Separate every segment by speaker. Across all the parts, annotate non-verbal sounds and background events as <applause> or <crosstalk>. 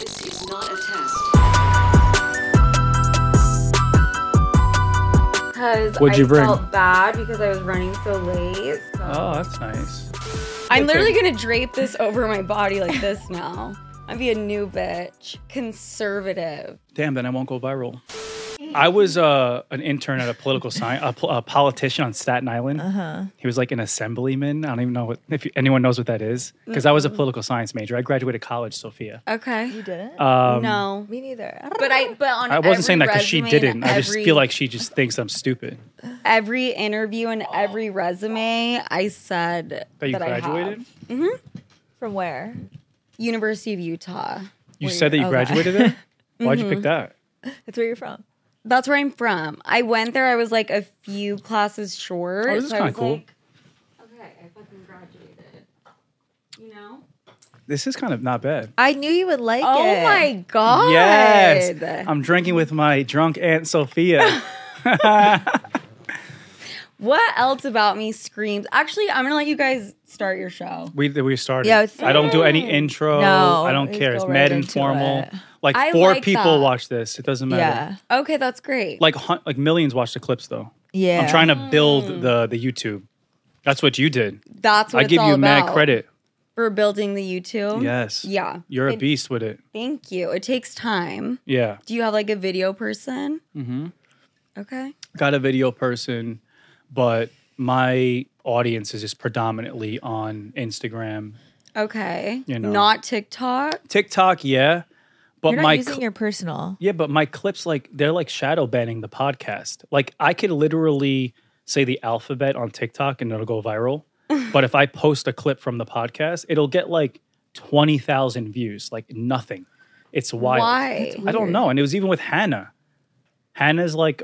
Speaker 1: is not a test.
Speaker 2: because
Speaker 3: What'd you
Speaker 2: I
Speaker 3: bring?
Speaker 2: felt bad because I was running so late. so-
Speaker 3: Oh, that's nice.
Speaker 4: I'm
Speaker 3: Okay.
Speaker 4: literally gonna drape this over my body like this <laughs> now. I'd be a new bitch. Conservative.
Speaker 3: Damn, then I won't go viral. I was uh, an intern at a political science, a, pol- a politician on Staten Island. Uh-huh. He was like an assemblyman. I don't even know what, if you- anyone knows what that is, because I was a political science major. I graduated college, Sophia.
Speaker 4: Okay.
Speaker 5: You didn't?
Speaker 3: Um,
Speaker 4: no.
Speaker 5: Me neither.
Speaker 4: But I but on
Speaker 3: I wasn't saying that
Speaker 4: because
Speaker 3: because she didn't. I just feel like she just thinks I'm stupid.
Speaker 4: every interview and every resume I said
Speaker 3: That you
Speaker 4: that I
Speaker 3: graduated?
Speaker 4: have.
Speaker 5: From where?
Speaker 4: University of Utah.
Speaker 3: You
Speaker 5: Wait,
Speaker 3: said that you
Speaker 5: okay.
Speaker 3: graduated there? Why'd you pick that?
Speaker 5: That's where you're from.
Speaker 4: That's where I'm from. I went there. I was like a few classes short.
Speaker 3: Oh, this is
Speaker 4: so I
Speaker 3: kinda
Speaker 4: was
Speaker 3: cool.
Speaker 4: like, okay, I fucking graduated. You know?
Speaker 3: This is kind of not bad.
Speaker 5: I knew you would like
Speaker 4: Oh
Speaker 5: it.
Speaker 4: my god!
Speaker 3: Yes. Um, I'm drinking with my drunk Aunt Sophia.
Speaker 4: what else about me screams? Actually, I'm gonna let you guys start your show.
Speaker 3: We we started.
Speaker 5: Yeah, it's-
Speaker 3: I don't do any intro.
Speaker 5: No,
Speaker 3: I don't
Speaker 5: we
Speaker 3: care. It's
Speaker 5: just go
Speaker 3: mad
Speaker 5: right into
Speaker 3: informal.
Speaker 5: it.
Speaker 3: Like
Speaker 4: I
Speaker 3: four
Speaker 4: like
Speaker 3: people
Speaker 4: that.
Speaker 3: watch this. It doesn't matter.
Speaker 5: Yeah.
Speaker 4: Okay, that's great.
Speaker 3: Like hun- like millions watch the clips though.
Speaker 5: Yeah.
Speaker 3: I'm trying to build the the YouTube. That's what you did.
Speaker 4: that's what
Speaker 3: I
Speaker 4: it's
Speaker 3: give
Speaker 4: all
Speaker 3: you
Speaker 4: about
Speaker 3: mad credit.
Speaker 4: for building the
Speaker 5: Mm-hmm.
Speaker 4: YouTube.
Speaker 3: Yes.
Speaker 4: Yeah.
Speaker 3: You're a
Speaker 4: It-
Speaker 3: beast with it.
Speaker 4: Thank you. It takes time.
Speaker 3: Yeah.
Speaker 4: Do you have like a video person?
Speaker 3: Mhm.
Speaker 4: Okay.
Speaker 3: Got a video person, but my audience is just predominantly on Instagram,
Speaker 4: Okay.
Speaker 3: You know.
Speaker 4: Not TikTok.
Speaker 3: TikTok. Yeah, but
Speaker 5: You're not
Speaker 3: my
Speaker 5: using
Speaker 3: cl-
Speaker 5: your personal.
Speaker 3: Yeah, but my clips like they're like shadow banning the podcast. Like I could literally say the alphabet on TikTok and it'll go
Speaker 4: <laughs>
Speaker 3: viral. but if I post a clip from the podcast, it'll get like 20,000 views, like nothing. It's wild.
Speaker 4: Why?
Speaker 3: I don't know. And it was even with Hannah. Hannah's like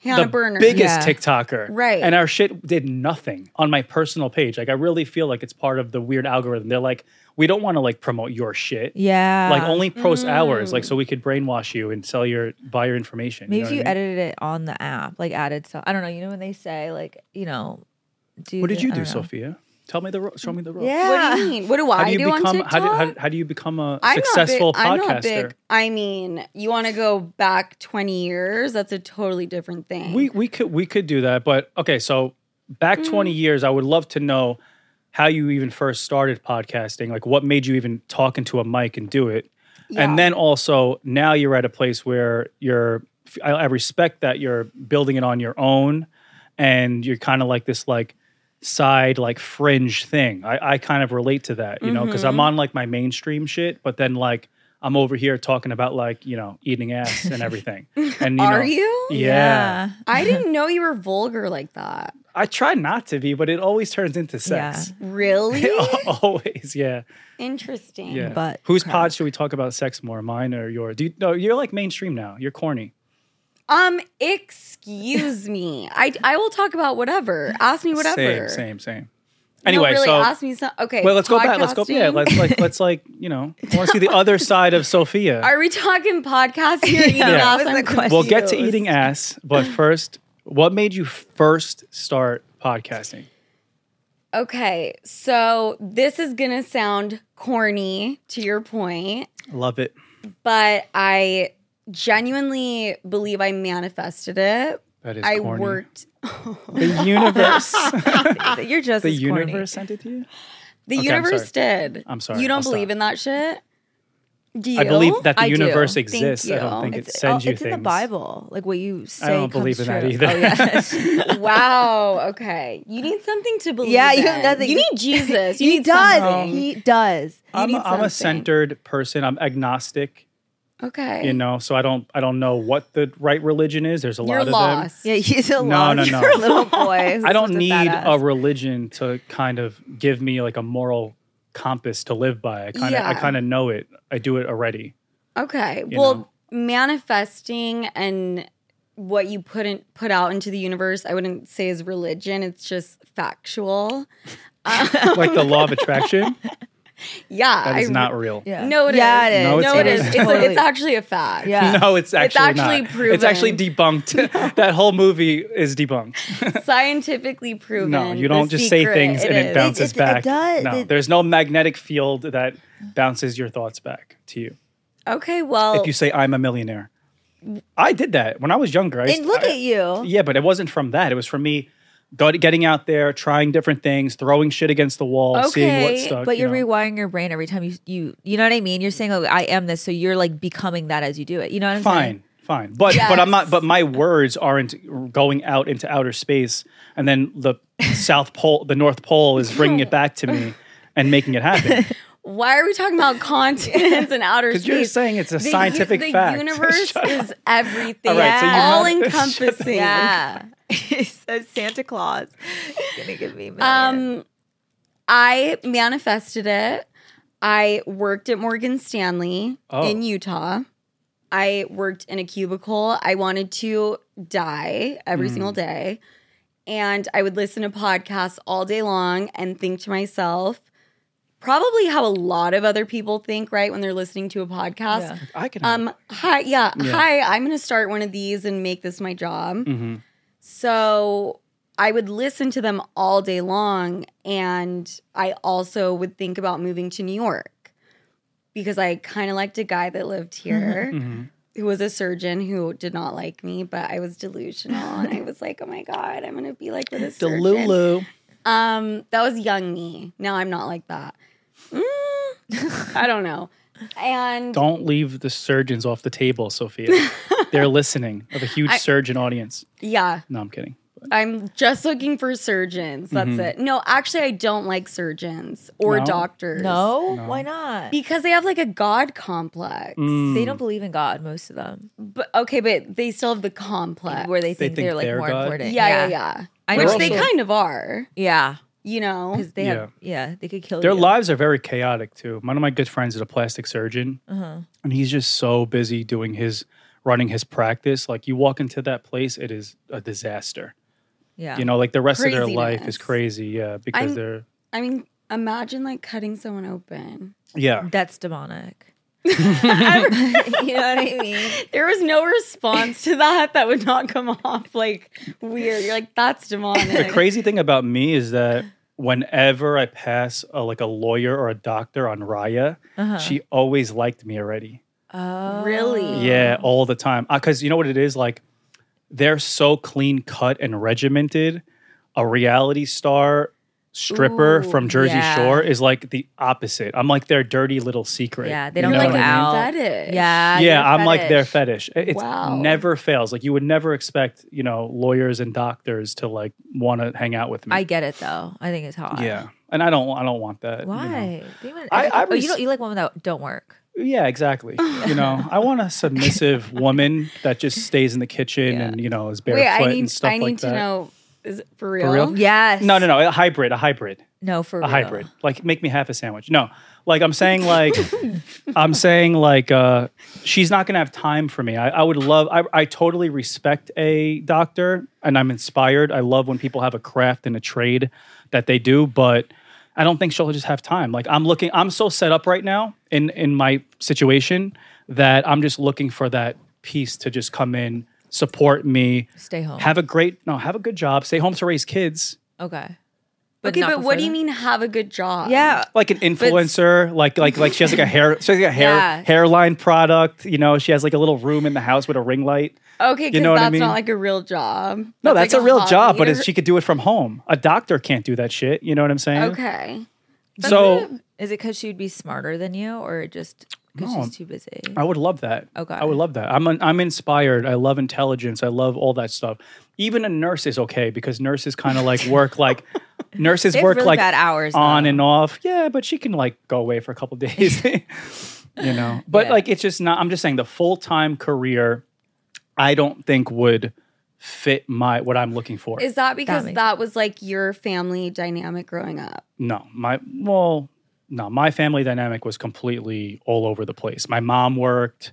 Speaker 4: Hannah
Speaker 3: the
Speaker 4: Burner.
Speaker 3: biggest
Speaker 5: Yeah.
Speaker 3: TikToker.
Speaker 4: Right.
Speaker 3: And our shit did nothing on my personal page. Like I really feel like it's part of the weird algorithm. They're like, we don't want to like promote your shit
Speaker 5: Yeah.
Speaker 3: like only post hours like so we could brainwash you and sell your buy your information
Speaker 5: Maybe
Speaker 3: you know
Speaker 5: if you
Speaker 3: what I mean?
Speaker 5: edited it on the app, like added some. I don't know. You know when they say like, you know, do.
Speaker 3: what did
Speaker 5: the-
Speaker 3: you
Speaker 5: I
Speaker 3: do
Speaker 5: don't know.
Speaker 3: sophia tell me the ro- show me the ropes
Speaker 5: Yeah.
Speaker 4: What do you mean? What do
Speaker 3: how
Speaker 4: I
Speaker 3: do you
Speaker 4: do on
Speaker 3: become
Speaker 4: TikTok?
Speaker 3: how do, how, how do you become a
Speaker 4: I'm
Speaker 3: successful
Speaker 4: not big, I'm not
Speaker 3: podcaster
Speaker 4: big. I mean, you want to go back 20 years? That's a totally different thing.
Speaker 3: we we could we could do that but okay so back 20 years i would love to know how you even first started podcasting like what made you even talk into a mic and do it
Speaker 4: Yeah.
Speaker 3: and then also now you're at a place where you're I, I respect that you're building it on your own and you're kind of like this like side like fringe thing i, I kind of relate to that you know because
Speaker 4: Mm-hmm.
Speaker 3: i'm on like my mainstream shit but then like i'm over here talking about like you know eating
Speaker 4: <laughs>
Speaker 3: ass and everything and you
Speaker 4: Are
Speaker 3: know,
Speaker 4: you?
Speaker 3: yeah.
Speaker 4: I didn't know you were vulgar like that.
Speaker 3: I try not to be, but it always turns into sex. <laughs>
Speaker 4: Really?
Speaker 3: always, yeah,
Speaker 4: Interesting.
Speaker 3: yeah.
Speaker 5: Butt
Speaker 3: whose
Speaker 5: crack.
Speaker 3: pod should we talk about sex more, mine or yours? Do you, no, you're like mainstream now. You're corny.
Speaker 4: Um, excuse me. I I will talk about whatever. Ask me whatever.
Speaker 3: Same, same, same.
Speaker 4: No,
Speaker 3: Anyway,
Speaker 4: really,
Speaker 3: so
Speaker 4: ask me some. Okay.
Speaker 3: well, let's go back. Let's go. Yeah,
Speaker 4: podcasting?
Speaker 3: let's like let's like you know, I want to see the other side of Sophia.
Speaker 4: <laughs> Are we talking podcast here? You know,
Speaker 3: Yeah.
Speaker 4: last
Speaker 5: That was
Speaker 4: time-
Speaker 5: the question.
Speaker 3: we'll get to
Speaker 5: Yes.
Speaker 3: eating ass,
Speaker 4: <clears throat>
Speaker 3: but first, what made you first start podcasting?
Speaker 4: Okay, so this is gonna sound corny to your point,
Speaker 3: Love it.
Speaker 4: but I genuinely believe I manifested it.
Speaker 3: That is
Speaker 4: I
Speaker 3: corny.
Speaker 4: worked
Speaker 3: The
Speaker 4: <laughs>
Speaker 3: universe.
Speaker 5: <laughs> You're just
Speaker 3: the
Speaker 5: as corny.
Speaker 3: universe sent it to you.
Speaker 4: the
Speaker 3: Okay, I'm
Speaker 4: universe did.
Speaker 3: I'm sorry,
Speaker 4: You don't
Speaker 3: I'll stop.
Speaker 4: believe in that shit? Do you?
Speaker 3: I believe that the
Speaker 5: I do.
Speaker 3: universe
Speaker 4: Thank
Speaker 3: exists. I don't
Speaker 4: you.
Speaker 3: think it
Speaker 5: It's,
Speaker 3: sends
Speaker 5: oh,
Speaker 3: you
Speaker 5: it's
Speaker 3: things.
Speaker 5: in the Bible. Like what you say.
Speaker 3: don't
Speaker 5: comes
Speaker 3: believe in that
Speaker 5: true.
Speaker 3: either.
Speaker 5: Oh,
Speaker 3: <laughs>
Speaker 5: yeah. <laughs>
Speaker 4: Wow. Okay. You need something to believe.
Speaker 5: Yeah, you have
Speaker 4: in.
Speaker 5: nothing-
Speaker 4: You need Jesus. You
Speaker 5: <laughs> he
Speaker 4: need
Speaker 5: does.
Speaker 4: something.
Speaker 5: He does.
Speaker 3: I'm,
Speaker 4: need
Speaker 3: a- I'm
Speaker 4: something.
Speaker 3: a centered person. I'm agnostic,
Speaker 4: Okay.
Speaker 3: you know, so I don't I don't know what the right religion is. There's a
Speaker 4: You're
Speaker 3: lot of them.
Speaker 4: lost.
Speaker 5: Yeah, he's a
Speaker 3: No, no,
Speaker 5: lost
Speaker 3: no.
Speaker 5: little boy. who's
Speaker 3: I don't
Speaker 5: such a
Speaker 3: need
Speaker 5: badass.
Speaker 3: a religion to kind of give me like a moral compass to live by. I kind of I
Speaker 4: Yeah.
Speaker 3: kind of know it. I do it already.
Speaker 4: Okay.
Speaker 3: you
Speaker 4: well,
Speaker 3: know?
Speaker 4: manifesting and what you put in, put out into the universe, I wouldn't say is religion. It's just
Speaker 3: <laughs>
Speaker 4: factual. Um,
Speaker 3: like the law of attraction.
Speaker 4: Yeah,
Speaker 3: That is
Speaker 4: I-
Speaker 3: not real.
Speaker 5: <laughs> Yeah.
Speaker 4: No, it is.
Speaker 5: yeah, it is.
Speaker 4: No,
Speaker 3: No, it's
Speaker 4: it
Speaker 3: not.
Speaker 4: is. It's,
Speaker 5: Totally.
Speaker 4: it's actually a fact.
Speaker 5: Yeah.
Speaker 3: <laughs> No, it's actually
Speaker 4: actually
Speaker 3: not.
Speaker 4: proven.
Speaker 3: It's actually debunked. that whole movie is debunked.
Speaker 4: scientifically proven.
Speaker 3: No, you
Speaker 4: The
Speaker 3: don't just say
Speaker 4: secret,
Speaker 3: things and it
Speaker 4: is.
Speaker 3: bounces
Speaker 5: It- it
Speaker 3: back.
Speaker 5: does.
Speaker 3: No,
Speaker 5: It-
Speaker 3: there's no magnetic field that bounces your thoughts back to you.
Speaker 4: Okay, well,
Speaker 3: if you say I'm a millionaire. I did that when I was younger. I used-
Speaker 5: And look
Speaker 3: I-
Speaker 5: at you.
Speaker 3: Yeah, but it wasn't from that. It was from me go- getting out there, trying different things, throwing shit against the wall, seeing what
Speaker 4: Okay,
Speaker 3: stuck.
Speaker 5: But
Speaker 3: you
Speaker 5: you're
Speaker 3: know.
Speaker 5: rewiring your brain every time you you you know what I mean. You're saying, "Oh, I am this," so you're like becoming that as you do it. You know what I'm saying? <laughs>
Speaker 3: fine, fine. But but I'm not. But my words aren't going out into outer space, and then the <laughs> South Pole, the North Pole, is bringing it back to me and making
Speaker 4: <laughs>
Speaker 3: it happen.
Speaker 4: why are we talking about continents and
Speaker 3: <laughs>
Speaker 4: outer space?
Speaker 3: Because you're saying it's a
Speaker 4: The u-
Speaker 3: scientific
Speaker 4: the
Speaker 3: fact. <laughs>
Speaker 4: universe is everything,
Speaker 3: All right, so you're not- <laughs>
Speaker 4: all encompassing.
Speaker 5: Yeah. he says Santa Claus is gonna give me. a million.
Speaker 4: Um, I manifested it. I worked at Morgan Stanley
Speaker 3: Oh.
Speaker 4: in Utah. I worked in a cubicle. I wanted to die every single
Speaker 3: Hmm.
Speaker 4: day. And I would listen to podcasts all day long and think to myself, probably how a lot of other people think, right? When they're listening to a podcast.
Speaker 5: Yeah.
Speaker 3: I can.
Speaker 4: Um, hi, yeah,
Speaker 3: Yeah.
Speaker 4: hi, I'm gonna start one of these and make this my job.
Speaker 3: hmm
Speaker 4: So I would listen to them all day long. And I also would think about moving to New York because I kind of liked a guy that lived
Speaker 3: <laughs>
Speaker 4: here
Speaker 3: hmm
Speaker 4: who was a surgeon who did not like me, but I was delusional. and I was like, oh my God, I'm going to be like with
Speaker 3: <laughs>
Speaker 4: a <laughs> surgeon.
Speaker 3: Delulu.
Speaker 4: Um, that was young me. Now I'm not like that.
Speaker 3: <laughs>
Speaker 4: Mm, I don't know. And
Speaker 3: Don't leave the surgeons off the table,
Speaker 4: <laughs>
Speaker 3: Sophia. They're listening of a huge
Speaker 4: I-
Speaker 3: surgeon audience.
Speaker 4: yeah,
Speaker 3: No, I'm kidding.
Speaker 4: I'm just looking for surgeons. That's
Speaker 3: Mhm.
Speaker 4: it. No, actually, I don't like surgeons or
Speaker 3: No?
Speaker 4: doctors.
Speaker 5: no,
Speaker 3: No.
Speaker 5: why not?
Speaker 4: Because they have like a god complex.
Speaker 3: Mm.
Speaker 5: they don't believe in God. Most of them,
Speaker 4: But okay, but they still have the complex.
Speaker 5: where they
Speaker 3: They
Speaker 5: think,
Speaker 3: think
Speaker 5: they're like
Speaker 3: they're
Speaker 5: more
Speaker 3: God?
Speaker 5: important.
Speaker 4: yeah, yeah, yeah.
Speaker 5: I
Speaker 4: Which
Speaker 5: know
Speaker 4: they
Speaker 5: people-
Speaker 4: kind of are,
Speaker 5: Yeah,
Speaker 4: you know.
Speaker 5: because they have. Oh, Yeah, they could kill
Speaker 3: Their
Speaker 5: you.
Speaker 3: lives are very chaotic too. One of my good friends is a plastic surgeon,
Speaker 5: Uh-huh.
Speaker 3: and he's just so busy doing his running his practice. Like you walk into that place, it is a disaster.
Speaker 5: Yeah,
Speaker 3: You know, like the rest of their life
Speaker 4: Craziness.
Speaker 3: is crazy. Yeah, because
Speaker 4: I'm-
Speaker 3: they're
Speaker 4: I mean, imagine like cutting someone open.
Speaker 3: yeah.
Speaker 5: that's demonic. <laughs>
Speaker 4: I-
Speaker 5: you know what I mean?
Speaker 4: <laughs> there was no response to that that would not come off like weird. You're like, that's
Speaker 3: The
Speaker 4: demonic.
Speaker 3: crazy thing about me is that whenever I pass a, like a lawyer or a doctor on Raya,
Speaker 5: Uh-huh.
Speaker 3: she always liked me already.
Speaker 5: oh.
Speaker 4: Really?
Speaker 3: Yeah, all the time. Because you know what it is like, they're so clean cut and regimented. A reality star stripper
Speaker 4: Ooh,
Speaker 3: from Jersey
Speaker 5: yeah.
Speaker 3: Shore is like the opposite. I'm like their dirty little secret.
Speaker 5: Yeah, they
Speaker 3: you
Speaker 5: don't
Speaker 3: know
Speaker 5: go
Speaker 3: what I mean?
Speaker 5: out.
Speaker 4: fetish.
Speaker 5: Yeah.
Speaker 3: Yeah,
Speaker 5: your
Speaker 3: I'm like their
Speaker 5: fetish.
Speaker 3: fetish. It- It's
Speaker 4: Wow.
Speaker 3: never fails. Like you would never expect, you know, lawyers and doctors to like want to hang out with me.
Speaker 5: I get it though. I think it's hot.
Speaker 3: yeah, and I don't, I don't want that. you know.
Speaker 5: Why? Do you want-
Speaker 3: I- I
Speaker 5: oh,
Speaker 3: res-
Speaker 5: you don't. You like women that don't work.
Speaker 3: Yeah, exactly.
Speaker 4: <laughs>
Speaker 3: you know, I want a submissive woman that just stays in the kitchen
Speaker 5: Yeah.
Speaker 3: and you know is barefoot
Speaker 4: Wait, I
Speaker 3: and
Speaker 4: need
Speaker 3: stuff
Speaker 4: I need
Speaker 3: like
Speaker 4: to
Speaker 3: that.
Speaker 4: know is it for real?
Speaker 3: real?
Speaker 5: Yes.
Speaker 3: No, no, no. A hybrid. A hybrid.
Speaker 5: No, for
Speaker 3: A hybrid. Like make me half a sandwich. No, like I'm saying,
Speaker 5: <laughs>
Speaker 3: like I'm saying, like uh, she's not gonna have time for me. I, I would love. I, I totally respect a doctor, and I'm inspired. I love when people have a craft and a trade that they do, but. I don't think she'll just have time. Like I'm looking, I'm so set up right now in in my situation that I'm just looking for that piece to just come in, support me,
Speaker 5: Stay home.
Speaker 3: have a great no, have a good job, stay home to raise kids,
Speaker 5: okay.
Speaker 4: okay,
Speaker 5: not
Speaker 4: but what
Speaker 5: before
Speaker 4: do you
Speaker 5: that?
Speaker 4: mean have a good job?
Speaker 5: Yeah.
Speaker 3: like an influencer, like like like she has like a hair, she has like a hair
Speaker 5: Yeah.
Speaker 3: hairline product. You know, she has like a little room in the house with a ring light.
Speaker 4: Okay, because
Speaker 3: know what I
Speaker 4: that's
Speaker 3: mean?
Speaker 4: not like a real job.
Speaker 3: No, that's,
Speaker 4: like
Speaker 3: a real job,
Speaker 4: hobby
Speaker 3: but
Speaker 4: or-
Speaker 3: it's, she could do it from home. A doctor can't do that shit. You know what I'm saying?
Speaker 4: Okay.
Speaker 3: So
Speaker 5: Is it because she'd be smarter than you, or just because
Speaker 3: No.
Speaker 5: she's too busy?
Speaker 3: I would love that.
Speaker 5: Okay.
Speaker 3: I would love that. I'm I'm inspired. I love intelligence. I love all that stuff. Even a nurse is okay because nurses kind of like work like nurses
Speaker 5: They have
Speaker 3: work
Speaker 5: really
Speaker 3: like
Speaker 5: bad hours
Speaker 3: on
Speaker 5: though.
Speaker 3: and off. Yeah, but she can like go away for a couple <laughs> days. you know. But
Speaker 5: Yeah.
Speaker 3: like it's just not I'm just saying the full-time career I don't think would fit my what I'm looking for.
Speaker 4: Is that because
Speaker 5: makes-
Speaker 4: that, was like your family dynamic growing up?
Speaker 3: No, my well, no, my family dynamic was completely all over the place. My mom worked,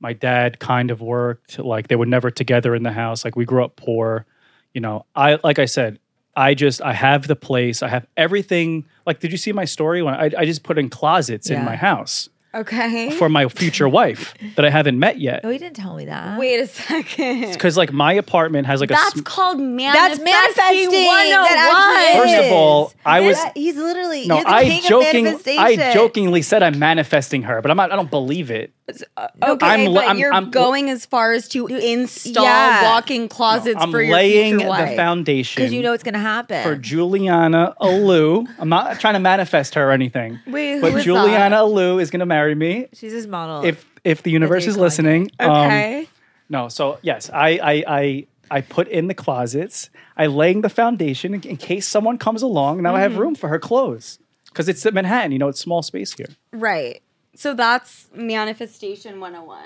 Speaker 3: my dad kind of worked. Like they were never together in the house. Like we grew up poor. You know, I like I said, I just I have the place. I have everything. Like, did you see my story when I, I just put in closets in
Speaker 5: Yeah.
Speaker 3: my house
Speaker 4: Okay.
Speaker 3: for my future wife that I haven't met yet?
Speaker 5: No, you Oh, didn't tell me
Speaker 4: <laughs>
Speaker 5: that.
Speaker 4: Wait a second.
Speaker 3: Because like my apartment has like a.
Speaker 4: that's
Speaker 3: sm-
Speaker 4: called manifesting.
Speaker 5: manifesting. That
Speaker 4: 101.
Speaker 5: actually
Speaker 3: First of all, I was
Speaker 5: That- he's literally
Speaker 3: no,
Speaker 5: you're the
Speaker 3: I
Speaker 5: king of
Speaker 3: joking, I
Speaker 5: manifestation.
Speaker 3: jokingly said I'm manifesting her, but I'm not. I don't believe it.
Speaker 4: Okay,
Speaker 3: I'm la-
Speaker 4: but
Speaker 3: I'm-
Speaker 4: you're
Speaker 3: I'm-
Speaker 4: going as far as to install
Speaker 5: Yeah.
Speaker 4: walk-in closets
Speaker 3: I'm
Speaker 4: for your
Speaker 3: laying
Speaker 4: future
Speaker 3: the
Speaker 4: wife.
Speaker 3: foundation
Speaker 5: because you know it's gonna happen.
Speaker 3: for Juliana Alou. I'm not trying to manifest her or anything,
Speaker 4: Wait, who
Speaker 3: but
Speaker 4: is
Speaker 3: Juliana Alou is going to marry me
Speaker 5: She's his model.
Speaker 3: if if the universe is
Speaker 5: call you.
Speaker 3: listening. Um,
Speaker 4: that? Okay.
Speaker 3: No, so yes, I I I I put in the closets. I laying the foundation in, in case someone comes along. Now I have room for her clothes because it's at Manhattan. You know, it's small space here.
Speaker 4: right. So that's manifestation 101.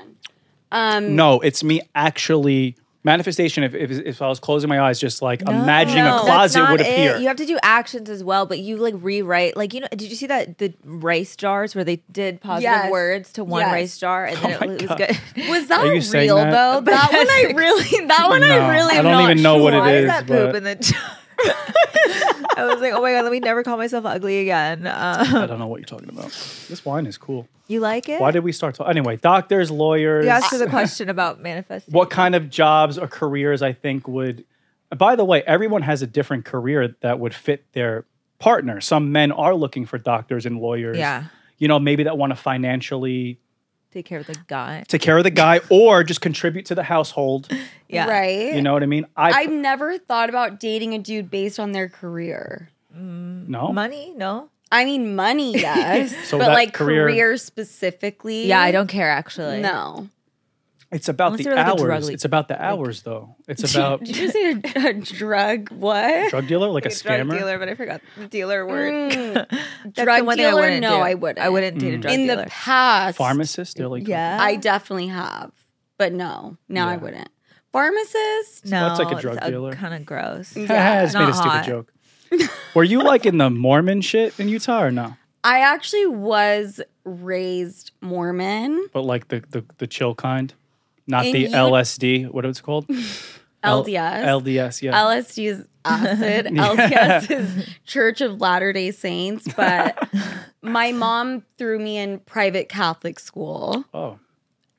Speaker 4: Um
Speaker 3: No, it's me actually manifestation. If if, if I was closing my eyes, just like imagining
Speaker 5: No,
Speaker 3: a
Speaker 5: that's
Speaker 3: closet would
Speaker 5: not it.
Speaker 3: appear.
Speaker 5: You have to do actions as well, but you like rewrite. Like you know, did you see that the rice jars where they did positive
Speaker 4: Yes.
Speaker 5: words to one
Speaker 4: Yes.
Speaker 5: rice jar and then
Speaker 3: Oh my
Speaker 5: it, was
Speaker 3: God.
Speaker 5: <laughs> good.
Speaker 4: Was that
Speaker 3: Are you saying
Speaker 4: real
Speaker 3: that? <laughs>
Speaker 4: though? That one I
Speaker 5: <laughs>
Speaker 4: really that one
Speaker 3: No,
Speaker 4: I really
Speaker 3: I don't
Speaker 4: am
Speaker 3: even
Speaker 4: not
Speaker 3: know what it
Speaker 4: sure.
Speaker 5: Why
Speaker 3: is,
Speaker 5: is that poop
Speaker 3: but-
Speaker 5: in the jar? <laughs> I was like, oh my god, let me never call myself ugly again.
Speaker 3: I
Speaker 5: Um,
Speaker 3: don't know what you're talking about. This wine is cool.
Speaker 5: you like it?
Speaker 3: Why did we start talking? Anyway, doctors, lawyers.
Speaker 5: you asked her the question about manifesting?
Speaker 3: what kind of jobs or careers I think would. By the way, everyone has a different career that would fit their partner. Some men are looking for doctors and lawyers.
Speaker 5: Yeah,
Speaker 3: You know, maybe that want to financially
Speaker 5: take care of the guy.
Speaker 3: take care of the
Speaker 5: <laughs>
Speaker 3: guy or just contribute to the household.
Speaker 5: Yeah,
Speaker 4: Right.
Speaker 3: You know what I mean? I
Speaker 4: I've never thought about dating a dude based on their career.
Speaker 3: no.
Speaker 5: Money? No.
Speaker 4: I mean, <laughs> money, yes,
Speaker 3: So
Speaker 4: but
Speaker 3: that
Speaker 4: like
Speaker 3: career-
Speaker 4: career, specifically.
Speaker 5: Yeah, I don't care actually.
Speaker 4: No,
Speaker 3: It's about the
Speaker 5: Unless they're like a drug
Speaker 3: hours.
Speaker 5: le-
Speaker 3: it's about the hours, though. It's
Speaker 5: <laughs>
Speaker 3: about
Speaker 4: did you say a, a drug? What
Speaker 3: drug dealer, like a
Speaker 5: Like a drug
Speaker 3: scammer.
Speaker 5: dealer, but I forgot the dealer word.
Speaker 4: <laughs> Mm.
Speaker 5: That's the
Speaker 4: Drug
Speaker 5: one thing I
Speaker 4: dealer?
Speaker 5: wouldn't
Speaker 4: No,
Speaker 5: do.
Speaker 4: I wouldn't.
Speaker 5: I wouldn't
Speaker 3: Mm.
Speaker 5: date a drug
Speaker 4: in
Speaker 5: dealer.
Speaker 4: the past?
Speaker 3: Pharmacist, they're like <laughs>
Speaker 5: yeah,
Speaker 4: I definitely have, but no, now I
Speaker 3: Yeah.
Speaker 4: wouldn't. Pharmacist?
Speaker 5: no,
Speaker 3: that's like a drug dealer.
Speaker 5: Kind of gross.
Speaker 4: Yeah,
Speaker 3: it's made a
Speaker 5: not
Speaker 3: stupid
Speaker 5: hot.
Speaker 3: joke. Were you like in the Mormon shit in Utah or no?
Speaker 4: I actually was raised Mormon.
Speaker 3: but like the the, the chill kind, not
Speaker 4: And
Speaker 3: the
Speaker 4: you-
Speaker 3: LSD. What it's
Speaker 4: <laughs>
Speaker 3: called? L-
Speaker 4: LDS.
Speaker 3: LDS. Yeah.
Speaker 4: LSD is acid.
Speaker 3: <laughs> Yeah.
Speaker 4: LDS is Church of Latter day Saints. <laughs> But my mom threw me in private Catholic school,
Speaker 3: oh,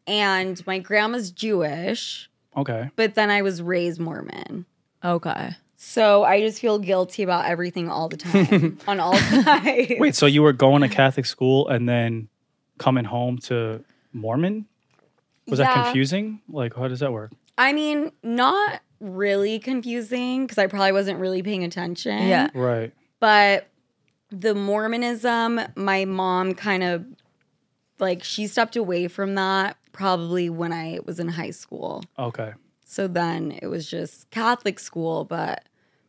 Speaker 4: and my grandma's Jewish,
Speaker 3: okay.
Speaker 4: but then I was raised Mormon.
Speaker 5: Okay.
Speaker 4: So I just feel guilty about everything all the time on all sides.
Speaker 3: Wait, so you were going
Speaker 4: <laughs>
Speaker 3: to Catholic school and then coming home to Mormon? Was that
Speaker 4: Yeah.
Speaker 3: confusing? Like, how does that work?
Speaker 4: I mean, not really confusing because I probably wasn't really paying attention.
Speaker 5: Yeah.
Speaker 3: Right.
Speaker 4: but the Mormonism, my mom kind of like she stepped away from that probably when I was in high school.
Speaker 3: Okay.
Speaker 4: So then it was just Catholic school, but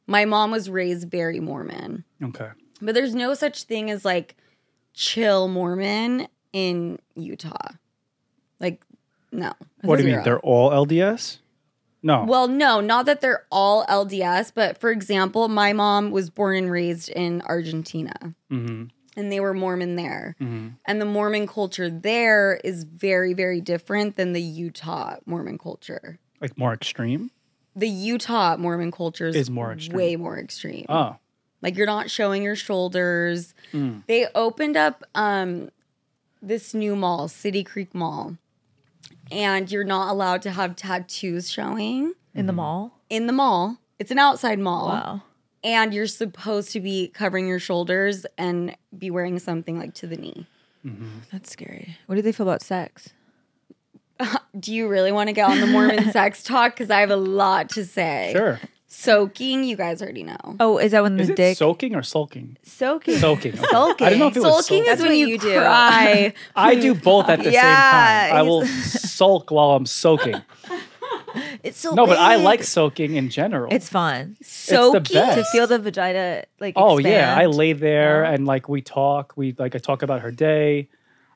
Speaker 4: my mom was raised very Mormon.
Speaker 3: Okay.
Speaker 4: But there's no such thing as like chill Mormon in Utah. Like, no.
Speaker 3: What do you mean?
Speaker 4: Zero.
Speaker 3: They're all LDS? No.
Speaker 4: Well, no, not that they're all LDS, but for example, my mom was born and raised in Argentina
Speaker 3: hmm
Speaker 4: and they were Mormon there.
Speaker 3: hmm
Speaker 4: And the Mormon culture there is very, very different than the Utah Mormon culture.
Speaker 3: Like more extreme.
Speaker 4: The Utah Mormon culture is,
Speaker 3: Is more extreme.
Speaker 4: way more extreme.
Speaker 3: Oh.
Speaker 4: Like you're not showing your shoulders.
Speaker 3: Mm.
Speaker 4: They opened up um, this new mall, City Creek Mall, and you're not allowed to have tattoos showing
Speaker 5: In the
Speaker 3: Mm-hmm.
Speaker 5: mall.
Speaker 4: in the mall. It's an outside mall,
Speaker 5: Wow.
Speaker 4: and you're supposed to be covering your shoulders and be wearing something like to the knee.
Speaker 5: That's scary. What do they feel about sex?
Speaker 4: Do you really want to get on the
Speaker 5: <laughs>
Speaker 4: Mormon sex talk? Because I have a lot to say.
Speaker 3: Sure.
Speaker 4: Soaking, you guys already know.
Speaker 5: Oh, is that when the
Speaker 3: Is it
Speaker 5: dick
Speaker 3: soaking
Speaker 4: <laughs>
Speaker 3: or sulking?
Speaker 5: soaking?
Speaker 3: Soaking. okay. I don't know if it was
Speaker 4: Sulking is
Speaker 5: That's
Speaker 4: when
Speaker 5: what
Speaker 4: you,
Speaker 5: you do.
Speaker 4: cry.
Speaker 3: I do both at the
Speaker 5: Yeah,
Speaker 3: same time. I
Speaker 5: he's-
Speaker 3: will sulk while I'm soaking.
Speaker 5: It's so <laughs>
Speaker 3: No, but I
Speaker 5: big.
Speaker 3: like soaking in general.
Speaker 5: <laughs> It's fun
Speaker 4: Soaking.
Speaker 3: best.
Speaker 5: to feel the vagina like.
Speaker 3: oh yeah, I
Speaker 5: expand.
Speaker 3: lay there
Speaker 5: Yeah.
Speaker 3: and like we talk. We like I talk about her day.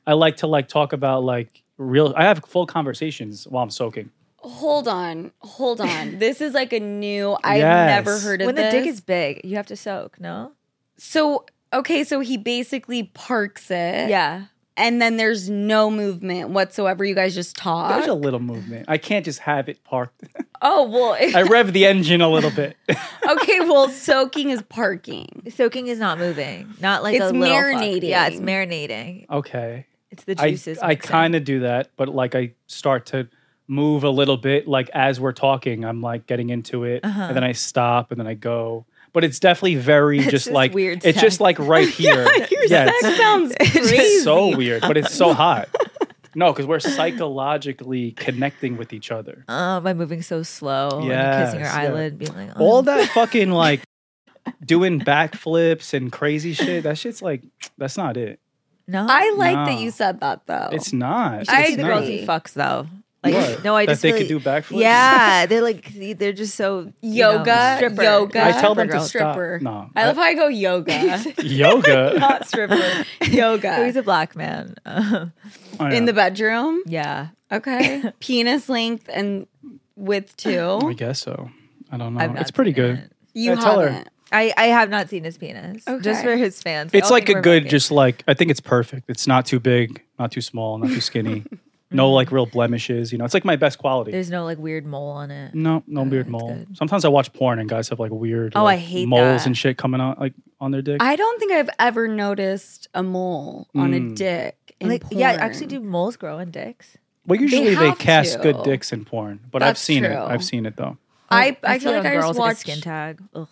Speaker 3: I like to like talk about like real. I have full conversations while I'm soaking.
Speaker 4: Hold on, hold on.
Speaker 3: <laughs>
Speaker 4: This is like a new. I've
Speaker 3: Yes.
Speaker 4: never heard of
Speaker 5: when the dick
Speaker 4: this.
Speaker 5: is big, you have to soak. No.
Speaker 4: so okay. So he basically parks it.
Speaker 5: Yeah.
Speaker 4: and then there's no movement whatsoever. You guys just talk.
Speaker 3: There's a little movement. I can't just have it
Speaker 5: <laughs>
Speaker 3: parked.
Speaker 4: oh well.
Speaker 3: I rev the engine a little bit. <laughs>
Speaker 4: <laughs> okay, well, soaking is parking.
Speaker 5: Soaking is not moving. Not like
Speaker 4: It's
Speaker 5: a little fuck.
Speaker 4: marinating.
Speaker 5: Yeah, it's marinating.
Speaker 3: okay,
Speaker 5: It's the
Speaker 3: I
Speaker 5: juices.
Speaker 3: I
Speaker 5: <laughs>
Speaker 3: kind of do that, but like I start to move a little bit. Like as we're talking, I'm like getting into it,
Speaker 5: Uh-huh.
Speaker 3: and then I stop, and then I go. But it's definitely
Speaker 5: <laughs>
Speaker 3: very just
Speaker 5: just
Speaker 3: like
Speaker 5: weird
Speaker 3: it's just
Speaker 5: sex. <laughs>
Speaker 3: like right here.
Speaker 4: Your
Speaker 3: yeah,
Speaker 4: sex
Speaker 3: it's-
Speaker 4: sounds
Speaker 5: It's
Speaker 4: crazy.
Speaker 3: It's so weird, but it's so hot. No, because we're psychologically connecting with each other.
Speaker 5: Oh, by moving so slow and
Speaker 3: Yes,
Speaker 5: kissing her
Speaker 3: yeah.
Speaker 5: eyelid, being like, oh.
Speaker 3: All that fucking like doing backflips and crazy shit. That shit's like that's not it.
Speaker 5: No,
Speaker 4: I like that
Speaker 3: No.
Speaker 4: you said that though.
Speaker 3: It's not.
Speaker 4: Oh. I
Speaker 5: I
Speaker 3: It's
Speaker 5: the
Speaker 3: not.
Speaker 5: girls he
Speaker 4: agree.
Speaker 5: fucks though. Like,
Speaker 3: What?
Speaker 5: no, I
Speaker 3: that
Speaker 5: just
Speaker 3: they
Speaker 5: feel
Speaker 3: could do
Speaker 5: like-
Speaker 3: backflips.
Speaker 5: Yeah, they're like they're just so you know,
Speaker 4: Yoga,
Speaker 5: stripper.
Speaker 4: yoga.
Speaker 3: I tell them to
Speaker 5: Stripper
Speaker 3: stop.
Speaker 4: stripper.
Speaker 3: No,
Speaker 4: I love how I go yoga,
Speaker 3: <laughs>
Speaker 4: <laughs>
Speaker 3: yoga.
Speaker 4: not stripper.
Speaker 5: girl. Oh, He's
Speaker 4: yoga
Speaker 5: a black man. <laughs>
Speaker 3: I
Speaker 4: <laughs> in
Speaker 3: know.
Speaker 4: the bedroom.
Speaker 5: yeah,
Speaker 4: Okay,
Speaker 3: <laughs>
Speaker 4: penis length and width
Speaker 3: I
Speaker 4: too.
Speaker 3: guess so. I don't know.
Speaker 5: I've not
Speaker 3: It's pretty
Speaker 5: seen
Speaker 3: good.
Speaker 5: it.
Speaker 4: You
Speaker 3: I tell her.
Speaker 4: haven't.
Speaker 5: I, I have not seen his penis.
Speaker 4: Okay.
Speaker 5: Just for his fans. They
Speaker 3: It's
Speaker 5: all
Speaker 3: like
Speaker 5: think
Speaker 3: a
Speaker 5: we're
Speaker 3: good,
Speaker 5: fucking-
Speaker 3: just like I think it's perfect. It's not too big, not too small, not too skinny. no like real blemishes. You know, it's like my best quality.
Speaker 5: There's no like weird mole on it.
Speaker 3: no, no weird
Speaker 5: that's
Speaker 3: mole.
Speaker 5: good.
Speaker 3: Sometimes I watch porn and guys have like weird
Speaker 5: Oh,
Speaker 3: like,
Speaker 5: I hate
Speaker 3: moles
Speaker 5: that.
Speaker 3: and shit coming out like on their dick.
Speaker 4: I don't think I've ever noticed a mole on a
Speaker 3: Mm.
Speaker 4: dick. In
Speaker 5: like, yeah,
Speaker 4: porn.
Speaker 5: actually, do moles grow on dicks?
Speaker 3: well, usually they,
Speaker 4: have
Speaker 3: cast
Speaker 4: to.
Speaker 3: good dicks in porn, but I've
Speaker 4: That's
Speaker 3: seen it.
Speaker 4: true.
Speaker 3: I've seen it though.
Speaker 4: I, I,
Speaker 5: Oh, see
Speaker 4: feel
Speaker 5: it
Speaker 4: like
Speaker 5: on
Speaker 4: I just
Speaker 5: girls,
Speaker 4: watched
Speaker 5: like a skin tag. Ugh.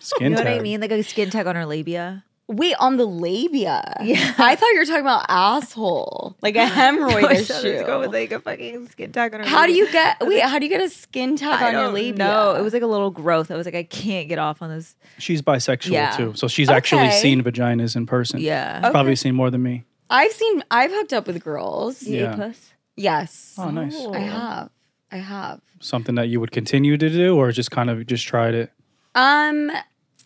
Speaker 3: Skin
Speaker 5: You know what I
Speaker 3: tag.
Speaker 5: mean? Like a skin tag on her labia.
Speaker 4: Wait, on the labia.
Speaker 5: Yeah.
Speaker 4: I thought you were talking about asshole, like a hemorrhoid
Speaker 5: <laughs> I thought this
Speaker 4: issue.
Speaker 5: girl with like a fucking skin tag on her.
Speaker 4: how do
Speaker 5: labia.
Speaker 4: you
Speaker 5: <laughs>
Speaker 4: get? Wait, how do you get a skin tag
Speaker 5: I
Speaker 4: on your
Speaker 5: don't
Speaker 4: labia?
Speaker 5: know. it was like a little growth. I was like, I can't get off on this.
Speaker 3: She's bisexual
Speaker 5: Yeah.
Speaker 3: too, so she's actually
Speaker 4: Okay.
Speaker 3: seen vaginas in person.
Speaker 5: Yeah.
Speaker 4: Oh,
Speaker 3: She's probably seen more than me.
Speaker 4: I've seen. I've hooked up with girls.
Speaker 5: You
Speaker 3: Yeah.
Speaker 5: ate puss?
Speaker 4: Yes,
Speaker 3: Oh, nice.
Speaker 4: I have. I have.
Speaker 3: Something that you would continue to do, or just kind of just tried it.
Speaker 4: Um,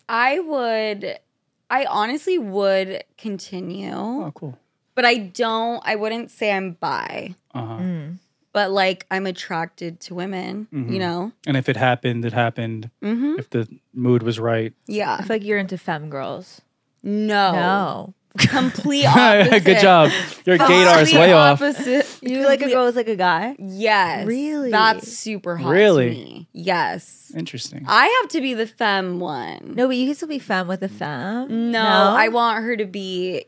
Speaker 4: I would. I honestly would continue,
Speaker 3: Oh, cool.
Speaker 4: but I don't. I wouldn't say I'm bi,
Speaker 3: Uh huh.
Speaker 5: Mm.
Speaker 4: but like I'm attracted to women.
Speaker 3: Mhm.
Speaker 4: You know.
Speaker 3: And if it happened, it happened.
Speaker 4: Mm-hmm.
Speaker 3: If the mood was right,
Speaker 5: I
Speaker 4: Yeah.
Speaker 5: feel like you're into femme girls.
Speaker 4: No.
Speaker 5: No.
Speaker 4: <laughs> Complete opposite.
Speaker 3: <laughs> Good job. Your gaydar is
Speaker 4: Complete
Speaker 3: way off.
Speaker 4: opposite.
Speaker 5: You like a
Speaker 4: Complete-
Speaker 5: girl is like a guy?
Speaker 4: Yes.
Speaker 5: Really?
Speaker 4: That's super hot. to
Speaker 3: Really?
Speaker 4: me. Yes.
Speaker 3: Interesting.
Speaker 4: I have to be the femme one.
Speaker 5: No, but you can still be femme with a femme.
Speaker 4: No, I want her to be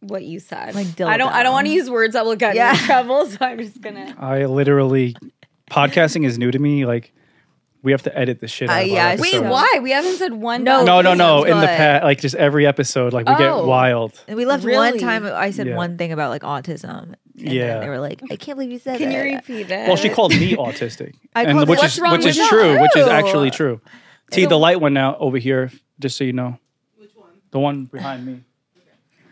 Speaker 4: what you said.
Speaker 5: Like
Speaker 4: I don't I
Speaker 5: dildo.
Speaker 4: don't want to use words that will get
Speaker 5: Yeah.
Speaker 4: me in trouble, so I'm just gonna
Speaker 3: <laughs> I literally podcasting is new to me. Like we have to edit the shit out
Speaker 5: Uh,
Speaker 3: of our
Speaker 5: yeah, I
Speaker 4: Wait,
Speaker 5: So-
Speaker 3: episodes.
Speaker 4: why? We haven't said one
Speaker 5: No,
Speaker 4: bad
Speaker 3: No, no, no.
Speaker 5: This is
Speaker 3: In the
Speaker 5: what-
Speaker 3: past, like just every episode, like we
Speaker 4: Oh.
Speaker 3: get wild.
Speaker 5: And we left one
Speaker 4: Really?
Speaker 5: time. I said
Speaker 3: Yeah.
Speaker 5: one thing about like autism. And then
Speaker 3: Yeah.
Speaker 5: they were like, I can't believe you said
Speaker 4: Can
Speaker 5: that.
Speaker 4: you repeat it?
Speaker 3: Well, she called me autistic,
Speaker 5: I
Speaker 3: and
Speaker 5: called-
Speaker 3: which
Speaker 5: what's
Speaker 3: is
Speaker 4: wrong
Speaker 3: which
Speaker 4: with
Speaker 3: is
Speaker 4: that? Oh.
Speaker 3: true, which is
Speaker 5: True.
Speaker 3: actually true. T, the light one now over here, just so you know. Which one? The one behind me.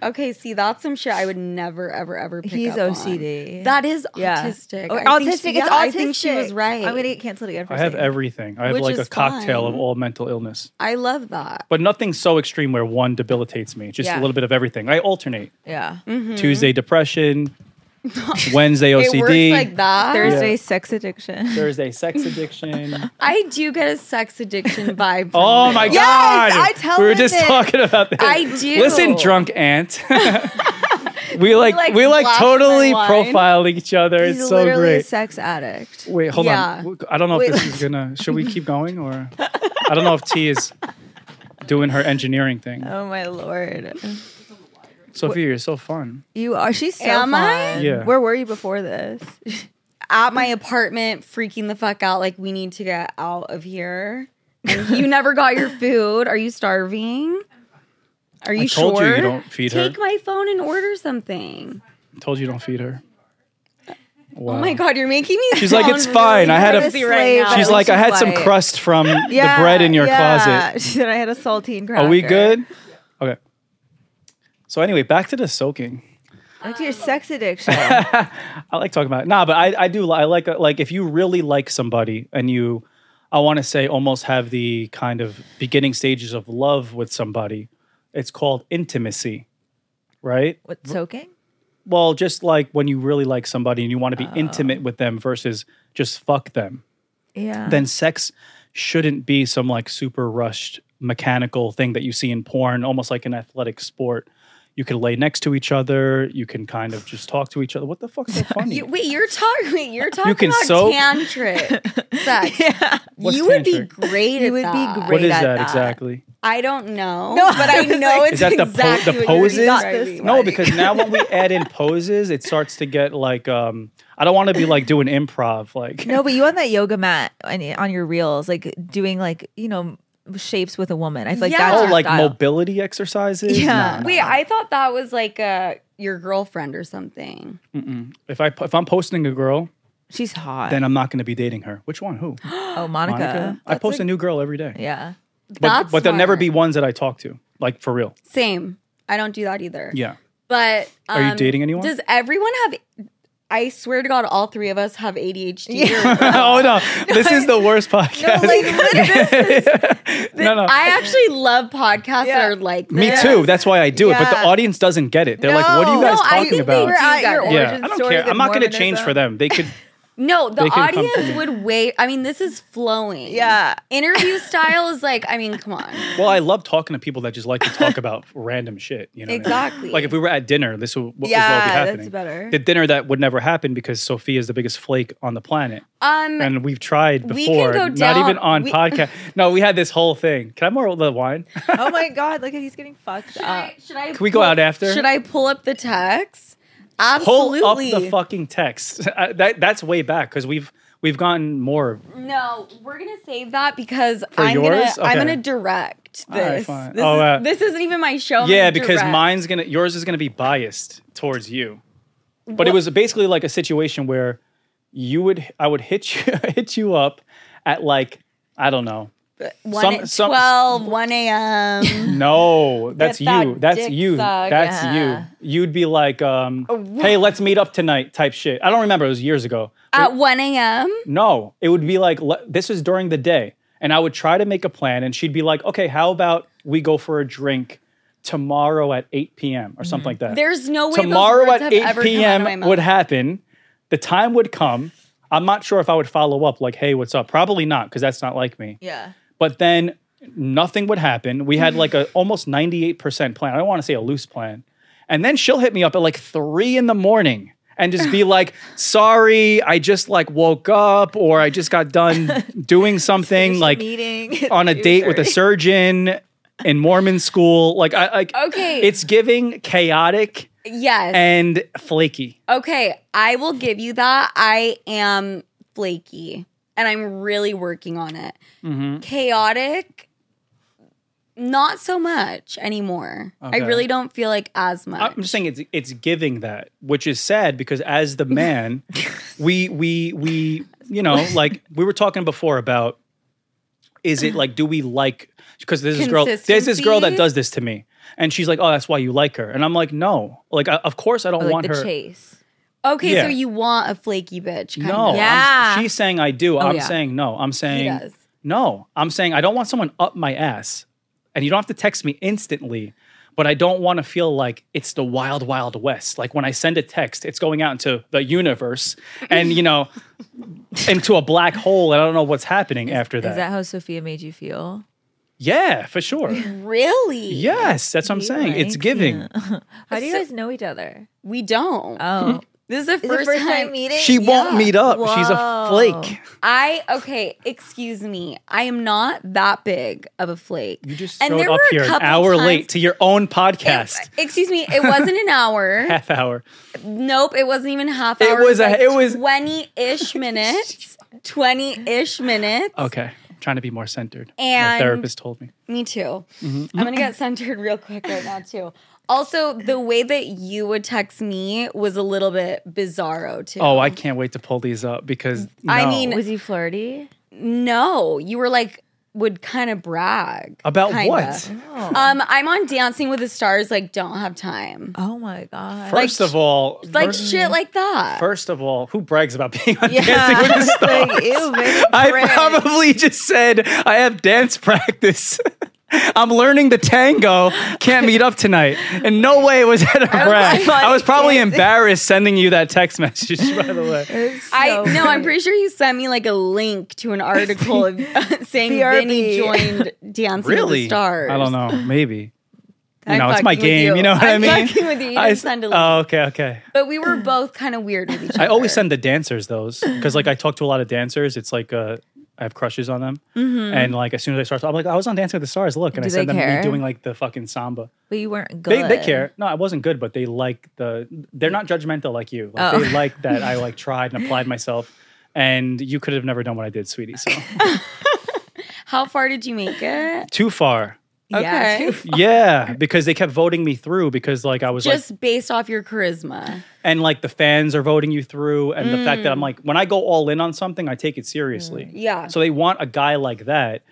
Speaker 4: Okay, see, that's some shit I would never, ever, ever pick
Speaker 5: He's
Speaker 4: up on.
Speaker 5: OCD.
Speaker 4: That is
Speaker 5: Yeah.
Speaker 4: autistic.
Speaker 5: Or
Speaker 4: I think
Speaker 5: autistic.
Speaker 4: she-
Speaker 5: it's
Speaker 4: yeah,
Speaker 5: autistic.
Speaker 4: I think she was right.
Speaker 5: I'm gonna get canceled again. For
Speaker 3: I have
Speaker 5: saying-
Speaker 3: everything. I have
Speaker 4: Which
Speaker 3: like a
Speaker 4: is
Speaker 3: cocktail of
Speaker 4: fine.
Speaker 3: all mental illness,
Speaker 4: I love that.
Speaker 3: but nothing so extreme where one debilitates me. Just a
Speaker 5: Yeah.
Speaker 3: little bit of everything. I alternate.
Speaker 5: Yeah.
Speaker 4: Mm-hmm. <laughs>
Speaker 3: Tuesday depression, Wednesday
Speaker 4: It works
Speaker 3: OCD,
Speaker 4: like that.
Speaker 5: Thursday sex addiction.
Speaker 3: Thursday sex addiction.
Speaker 4: <laughs> I do get a sex addiction
Speaker 5: <laughs>
Speaker 4: vibe. from
Speaker 3: oh
Speaker 4: you.
Speaker 3: my
Speaker 5: Yes,
Speaker 3: god!
Speaker 5: I tell
Speaker 3: we were
Speaker 5: him
Speaker 3: just
Speaker 5: this.
Speaker 3: talking about this.
Speaker 4: I do.
Speaker 3: Listen, drunk
Speaker 4: <laughs>
Speaker 3: aunt. <laughs> we like
Speaker 4: like,
Speaker 3: we like
Speaker 4: glass
Speaker 3: totally
Speaker 4: my wine.
Speaker 3: profiling each other.
Speaker 5: <laughs> He's
Speaker 3: it's so
Speaker 5: literally a
Speaker 3: great.
Speaker 5: sex addict.
Speaker 3: Wait, hold
Speaker 4: Yeah.
Speaker 3: on. I don't know
Speaker 5: Wait,
Speaker 3: if this is gonna. Should we keep
Speaker 4: <laughs>
Speaker 3: going or? I don't know if T is doing her engineering thing.
Speaker 4: Uh,
Speaker 5: Oh my lord.
Speaker 3: Sophia, you're so fun.
Speaker 5: You are. She's so
Speaker 4: Am I?
Speaker 5: fun.
Speaker 3: Yeah.
Speaker 5: Where were you before this?
Speaker 4: at my apartment freaking the fuck out like we need to get out of here and you never got your food are you starving are you
Speaker 3: I told
Speaker 4: sure
Speaker 3: you you don't feed her.
Speaker 4: take my phone and order something
Speaker 3: told you don't feed her. Wow.
Speaker 4: oh my god you're making me
Speaker 3: She's like,
Speaker 4: sound
Speaker 3: "It's fine. I had a-
Speaker 4: crazy right now.
Speaker 3: She's
Speaker 5: Oh,
Speaker 3: like, I
Speaker 5: she's
Speaker 3: had some
Speaker 5: white.
Speaker 3: crust from the bread in your
Speaker 5: <laughs>
Speaker 3: closet.
Speaker 5: closet. Then I had a saltine cracker.
Speaker 3: Are we good? Okay. So anyway, back to the soaking.
Speaker 5: Back to your
Speaker 3: <laughs>
Speaker 5: sex addiction.
Speaker 3: I like talking about it. Nah, but I, I do. li- I like like if you really like somebody and you, I want to say almost have the kind of beginning stages of love with somebody. It's called intimacy, right?
Speaker 5: what soaking?
Speaker 3: Well, just like when you really like somebody and you want to be intimate with them versus just fuck them.
Speaker 5: Yeah.
Speaker 3: then sex shouldn't be some like super rushed mechanical thing that you see in porn, almost like an athletic sport. You can lay next to each other. You can kind of just talk to each other. What the fuck's
Speaker 5: <laughs>
Speaker 3: so funny?
Speaker 4: You- wait, you're talking. Wait, you're talking
Speaker 3: can
Speaker 4: about
Speaker 3: soak. <laughs>
Speaker 4: tantric sex.
Speaker 5: <laughs> yeah.
Speaker 3: What's
Speaker 4: you would be
Speaker 3: tantric?
Speaker 4: great.
Speaker 5: You
Speaker 4: at
Speaker 5: would be
Speaker 4: that.
Speaker 5: great.
Speaker 3: what is
Speaker 5: at
Speaker 3: that,
Speaker 5: that.
Speaker 3: exactly?
Speaker 4: I don't know,
Speaker 5: No,
Speaker 4: but
Speaker 5: I
Speaker 4: I
Speaker 5: was
Speaker 4: know
Speaker 5: like-
Speaker 4: it's
Speaker 3: Is that the po-
Speaker 4: exactly
Speaker 3: the
Speaker 4: what you're
Speaker 3: poses? Not
Speaker 5: this
Speaker 4: describing.
Speaker 3: No, because now when
Speaker 5: <laughs>
Speaker 3: we add in poses, it starts to get like um I don't want to be like doing improv like
Speaker 5: No, but you on that yoga mat and on your reels, like doing like you know shapes with a woman. I feel like
Speaker 4: Yeah.
Speaker 5: that's
Speaker 3: Oh,
Speaker 5: your
Speaker 3: like
Speaker 5: style.
Speaker 3: mobility exercises.
Speaker 5: Yeah.
Speaker 3: Nah, nah,
Speaker 4: Wait,
Speaker 3: nah.
Speaker 4: I thought that was like uh your girlfriend or something.
Speaker 3: Mm-mm. If I if I'm posting a girl,
Speaker 5: She's hot.
Speaker 3: then I'm not going to be dating her. Which one? Who?
Speaker 5: <gasps> oh, Monica.
Speaker 3: I
Speaker 5: That's
Speaker 3: post
Speaker 5: like-
Speaker 3: a new girl every day.
Speaker 5: Yeah.
Speaker 3: But
Speaker 4: That's
Speaker 3: but there'll never be
Speaker 4: smart.
Speaker 3: ones that I talk to. Like for real.
Speaker 4: Same. I don't do that either.
Speaker 3: Yeah.
Speaker 4: But
Speaker 3: Are you
Speaker 4: um,
Speaker 3: dating anyone?
Speaker 4: Does everyone have? I swear to God, all three of us have ADHD.
Speaker 3: <laughs> oh
Speaker 5: <laughs>
Speaker 3: no. This is the worst podcast.
Speaker 4: like, this
Speaker 3: <laughs> no, no.
Speaker 4: I actually love podcasts
Speaker 5: Yeah.
Speaker 4: that are like
Speaker 3: Me
Speaker 4: this.
Speaker 3: too. That's why I do it. But the
Speaker 5: Yeah.
Speaker 3: audience doesn't get it. They're <laughs> like, what are you
Speaker 5: No.
Speaker 3: guys
Speaker 5: No, I
Speaker 3: talking
Speaker 5: think
Speaker 3: about?
Speaker 5: they were at your
Speaker 3: yeah,
Speaker 5: origin
Speaker 3: I don't
Speaker 5: story
Speaker 3: care.
Speaker 5: with
Speaker 3: I'm not going to
Speaker 5: Mormonism.
Speaker 3: change for them. They
Speaker 5: <laughs>
Speaker 3: could.
Speaker 4: No, the
Speaker 3: They can come to
Speaker 4: audience
Speaker 3: me.
Speaker 4: would wait. I mean, this is flowing.
Speaker 5: Yeah.
Speaker 4: Interview style is like, I mean, come on.
Speaker 3: Well, I love talking to people that just like to talk about
Speaker 5: <laughs>
Speaker 3: random shit. You know, what I mean?
Speaker 4: Exactly.
Speaker 3: Like if we were at dinner, this would what was what would be
Speaker 5: yeah,
Speaker 3: happening.
Speaker 5: that's better.
Speaker 3: The dinner that would never happen because Sophia is the biggest flake on the planet,
Speaker 4: Um,
Speaker 3: and we've tried
Speaker 4: We can
Speaker 3: before.
Speaker 4: go
Speaker 3: not
Speaker 4: down-
Speaker 3: even on
Speaker 4: we-
Speaker 5: <laughs>
Speaker 3: podcast. No, we had this whole thing. Can I borrow the wine? Can
Speaker 5: oh my God! Look at he's getting fucked up.
Speaker 4: should I? Can
Speaker 3: we go out after?
Speaker 4: Should I pull up the text?
Speaker 3: pull
Speaker 4: Absolutely.
Speaker 3: up the fucking text? <laughs> I- that that's way back because we've we've gotten more.
Speaker 4: No, we're gonna save that because
Speaker 3: For
Speaker 4: I'm
Speaker 3: yours?
Speaker 4: gonna I'm
Speaker 3: Okay.
Speaker 4: gonna direct
Speaker 3: All right,
Speaker 4: this.
Speaker 3: fine.
Speaker 4: this,
Speaker 3: Oh,
Speaker 4: is,
Speaker 3: uh,
Speaker 4: this isn't even my show. I'm
Speaker 3: Yeah,
Speaker 4: gonna
Speaker 3: because
Speaker 4: direct.
Speaker 3: mine's gonna yours is gonna be biased towards you. But it was basically like a situation where you would I would hit <laughs> you hit you up at like I don't know
Speaker 4: one
Speaker 3: some-
Speaker 4: at
Speaker 3: some-
Speaker 4: 12, 1
Speaker 3: <laughs>
Speaker 4: a.m.
Speaker 3: No,
Speaker 4: <laughs>
Speaker 3: that's
Speaker 4: that
Speaker 3: you. that's
Speaker 4: dick
Speaker 3: you.
Speaker 4: suck.
Speaker 3: That's
Speaker 5: Yeah.
Speaker 3: you. You'd be like, um, hey, let's meet up tonight type shit. I don't remember. It was years ago.
Speaker 4: at 1 a.m.
Speaker 3: No, it would be like, le- this is during the day. And I would try to make a plan. And she'd be like, okay, how about we go for a drink tomorrow at 8 p.m. or something like that.
Speaker 4: There's no way
Speaker 3: tomorrow
Speaker 4: those words
Speaker 3: at
Speaker 4: have ever
Speaker 3: 8
Speaker 4: come out of my
Speaker 3: p.m.
Speaker 4: mouth.
Speaker 3: would happen. The time would come. I'm not sure if I would follow up, like, hey, what's up? Probably not, because that's not like me
Speaker 5: Yeah.
Speaker 3: but then nothing would happen. We had like a
Speaker 5: <laughs>
Speaker 3: almost 98% plan. I don't want to say a loose plan. And then she'll hit me up at like three in the morning and just
Speaker 5: <laughs>
Speaker 3: be like, sorry, I just like woke up or I just got
Speaker 5: <laughs>
Speaker 3: done doing something
Speaker 5: Finished the
Speaker 3: like
Speaker 5: meeting
Speaker 3: on a date with a
Speaker 5: Thirty.
Speaker 3: surgeon in Mormon school. Like I like
Speaker 5: <laughs>
Speaker 4: Okay.
Speaker 3: it's giving chaotic
Speaker 4: yes.
Speaker 3: and flaky.
Speaker 4: okay, I will give you that. I am flaky and I'm really working on it.
Speaker 3: Mm-hmm.
Speaker 4: Chaotic, not so much anymore.
Speaker 3: Okay.
Speaker 4: I really don't feel like as much.
Speaker 3: I'm just saying it's it's giving that, which is sad because as the
Speaker 5: <laughs>
Speaker 3: man, we we we you know like we were talking before about is it like do we like because there's this girl there's this girl that
Speaker 4: Consistency?
Speaker 3: does this to me and she's like oh that's why you like her and I'm like no like I, of course I don't
Speaker 5: Like
Speaker 3: want
Speaker 5: the
Speaker 3: her
Speaker 5: chase.
Speaker 4: okay,
Speaker 3: yeah.
Speaker 4: so you want a flaky bitch? Kind
Speaker 3: no
Speaker 4: Of.
Speaker 3: I'm-
Speaker 5: Yeah.
Speaker 3: she's saying I do I'm
Speaker 5: Oh, yeah.
Speaker 3: saying no I'm
Speaker 4: He
Speaker 3: saying
Speaker 4: does.
Speaker 3: no, I'm saying I don't want someone up my ass. And you don't have to text me instantly, but I don't want to feel like it's the wild, wild west. Like when I send a text, it's going out into the universe and,
Speaker 4: <laughs>
Speaker 3: you know, into a black hole. And I don't know what's happening after
Speaker 5: Is
Speaker 3: that.
Speaker 5: that how Sophia made you feel?
Speaker 3: Yeah, for sure.
Speaker 4: Really?
Speaker 3: yes, that's what I'm
Speaker 5: You
Speaker 3: saying.
Speaker 5: like
Speaker 3: It's giving.
Speaker 5: it. <laughs> How do you
Speaker 4: So-
Speaker 5: guys know each <laughs> other?
Speaker 4: We don't.
Speaker 5: Oh,
Speaker 4: Uh, this is the
Speaker 5: Is it
Speaker 4: first, time.
Speaker 5: meeting.
Speaker 3: She won't
Speaker 4: Yeah.
Speaker 3: meet up. She's a
Speaker 5: Whoa.
Speaker 3: flake.
Speaker 4: I okay. Excuse me. I am not that big of a flake.
Speaker 3: You just
Speaker 4: And
Speaker 3: showed
Speaker 4: there
Speaker 3: up
Speaker 4: were a
Speaker 3: here an
Speaker 4: couple
Speaker 3: hour
Speaker 4: times-
Speaker 3: late to your own podcast.
Speaker 4: It- excuse me. It wasn't
Speaker 3: <laughs>
Speaker 4: an hour.
Speaker 3: Half hour.
Speaker 4: nope. It wasn't even half
Speaker 3: It
Speaker 4: hour.
Speaker 3: was a- it was-
Speaker 4: twenty ish
Speaker 3: <laughs>
Speaker 4: minutes. Twenty ish minutes.
Speaker 3: Okay. I'm trying to be more centered. My
Speaker 4: And-
Speaker 3: therapist told me.
Speaker 4: Me too.
Speaker 3: Mm-hmm.
Speaker 4: I'm gonna get centered real quick right now too. Also, the way that you would text me was a little bit bizarro too.
Speaker 3: Oh, I can't wait to pull these up because
Speaker 4: I
Speaker 3: no.
Speaker 4: mean-
Speaker 5: Was he flirty?
Speaker 4: no, you were like would kind of brag
Speaker 3: about
Speaker 4: kinda.
Speaker 3: what?
Speaker 4: Um, I'm on Dancing with the Stars. Like, don't have time.
Speaker 5: Oh my god!
Speaker 3: First of all,
Speaker 4: Like
Speaker 3: first,
Speaker 4: shit, like that.
Speaker 3: First of all, who brags about <laughs> being on
Speaker 5: yeah.
Speaker 3: Dancing
Speaker 4: <laughs>
Speaker 3: with the Stars?
Speaker 5: <laughs> Like, ew, baby,
Speaker 3: <laughs> I
Speaker 5: cringe.
Speaker 3: probably just said I have dance <laughs> practice. I'm learning the tango. Can't meet up tonight. In no way was <laughs> that a brag.
Speaker 5: like,
Speaker 3: I was probably
Speaker 5: dancing.
Speaker 3: embarrassed sending you that text <laughs> message. By the way,
Speaker 5: It's
Speaker 4: I
Speaker 5: so
Speaker 4: no, I'm <laughs>
Speaker 5: funny.
Speaker 4: pretty sure you sent me like a link to an article <laughs> of, saying
Speaker 5: BRB.
Speaker 4: Vinny joined Dancing with the Stars.
Speaker 3: I don't know. Maybe. You
Speaker 4: I'm
Speaker 3: know, it's my
Speaker 4: fucking with
Speaker 3: game. You.
Speaker 4: you.
Speaker 3: know what i
Speaker 4: I'm
Speaker 3: mean?
Speaker 4: fucking with you. You
Speaker 3: <laughs> I
Speaker 4: didn't
Speaker 3: s-
Speaker 4: send a
Speaker 3: Oh, okay, okay.
Speaker 4: But we were both kind of weird with each other.
Speaker 3: I always send the dancers those because like I talk to a lot of dancers. It's like uh, I have crushes on them, and like as soon as I start, I'm like, I was on Dancing with the Stars. Look, and
Speaker 5: Mm-hmm. Do
Speaker 3: I send
Speaker 5: they
Speaker 3: them me
Speaker 5: care?
Speaker 3: doing like the fucking samba.
Speaker 5: But you weren't
Speaker 3: They,
Speaker 5: good.
Speaker 3: they care. No, I wasn't good, but they like the. They're not judgmental like you. Like,
Speaker 5: Oh. <laughs>
Speaker 3: They like that I
Speaker 5: <laughs>
Speaker 3: like tried and applied myself, and you could have never done what I did, sweetie. So
Speaker 4: How far did you make
Speaker 3: <laughs>
Speaker 4: it?
Speaker 3: Too far.
Speaker 4: Okay.
Speaker 5: Yeah.
Speaker 3: Yeah, because they kept voting me through because like I was like
Speaker 4: Just based off your charisma.
Speaker 3: and like the fans are voting you through and the fact that
Speaker 5: Mm.
Speaker 3: i'm like when i go all in on something i take it seriously
Speaker 4: Yeah.
Speaker 3: so they want a guy like that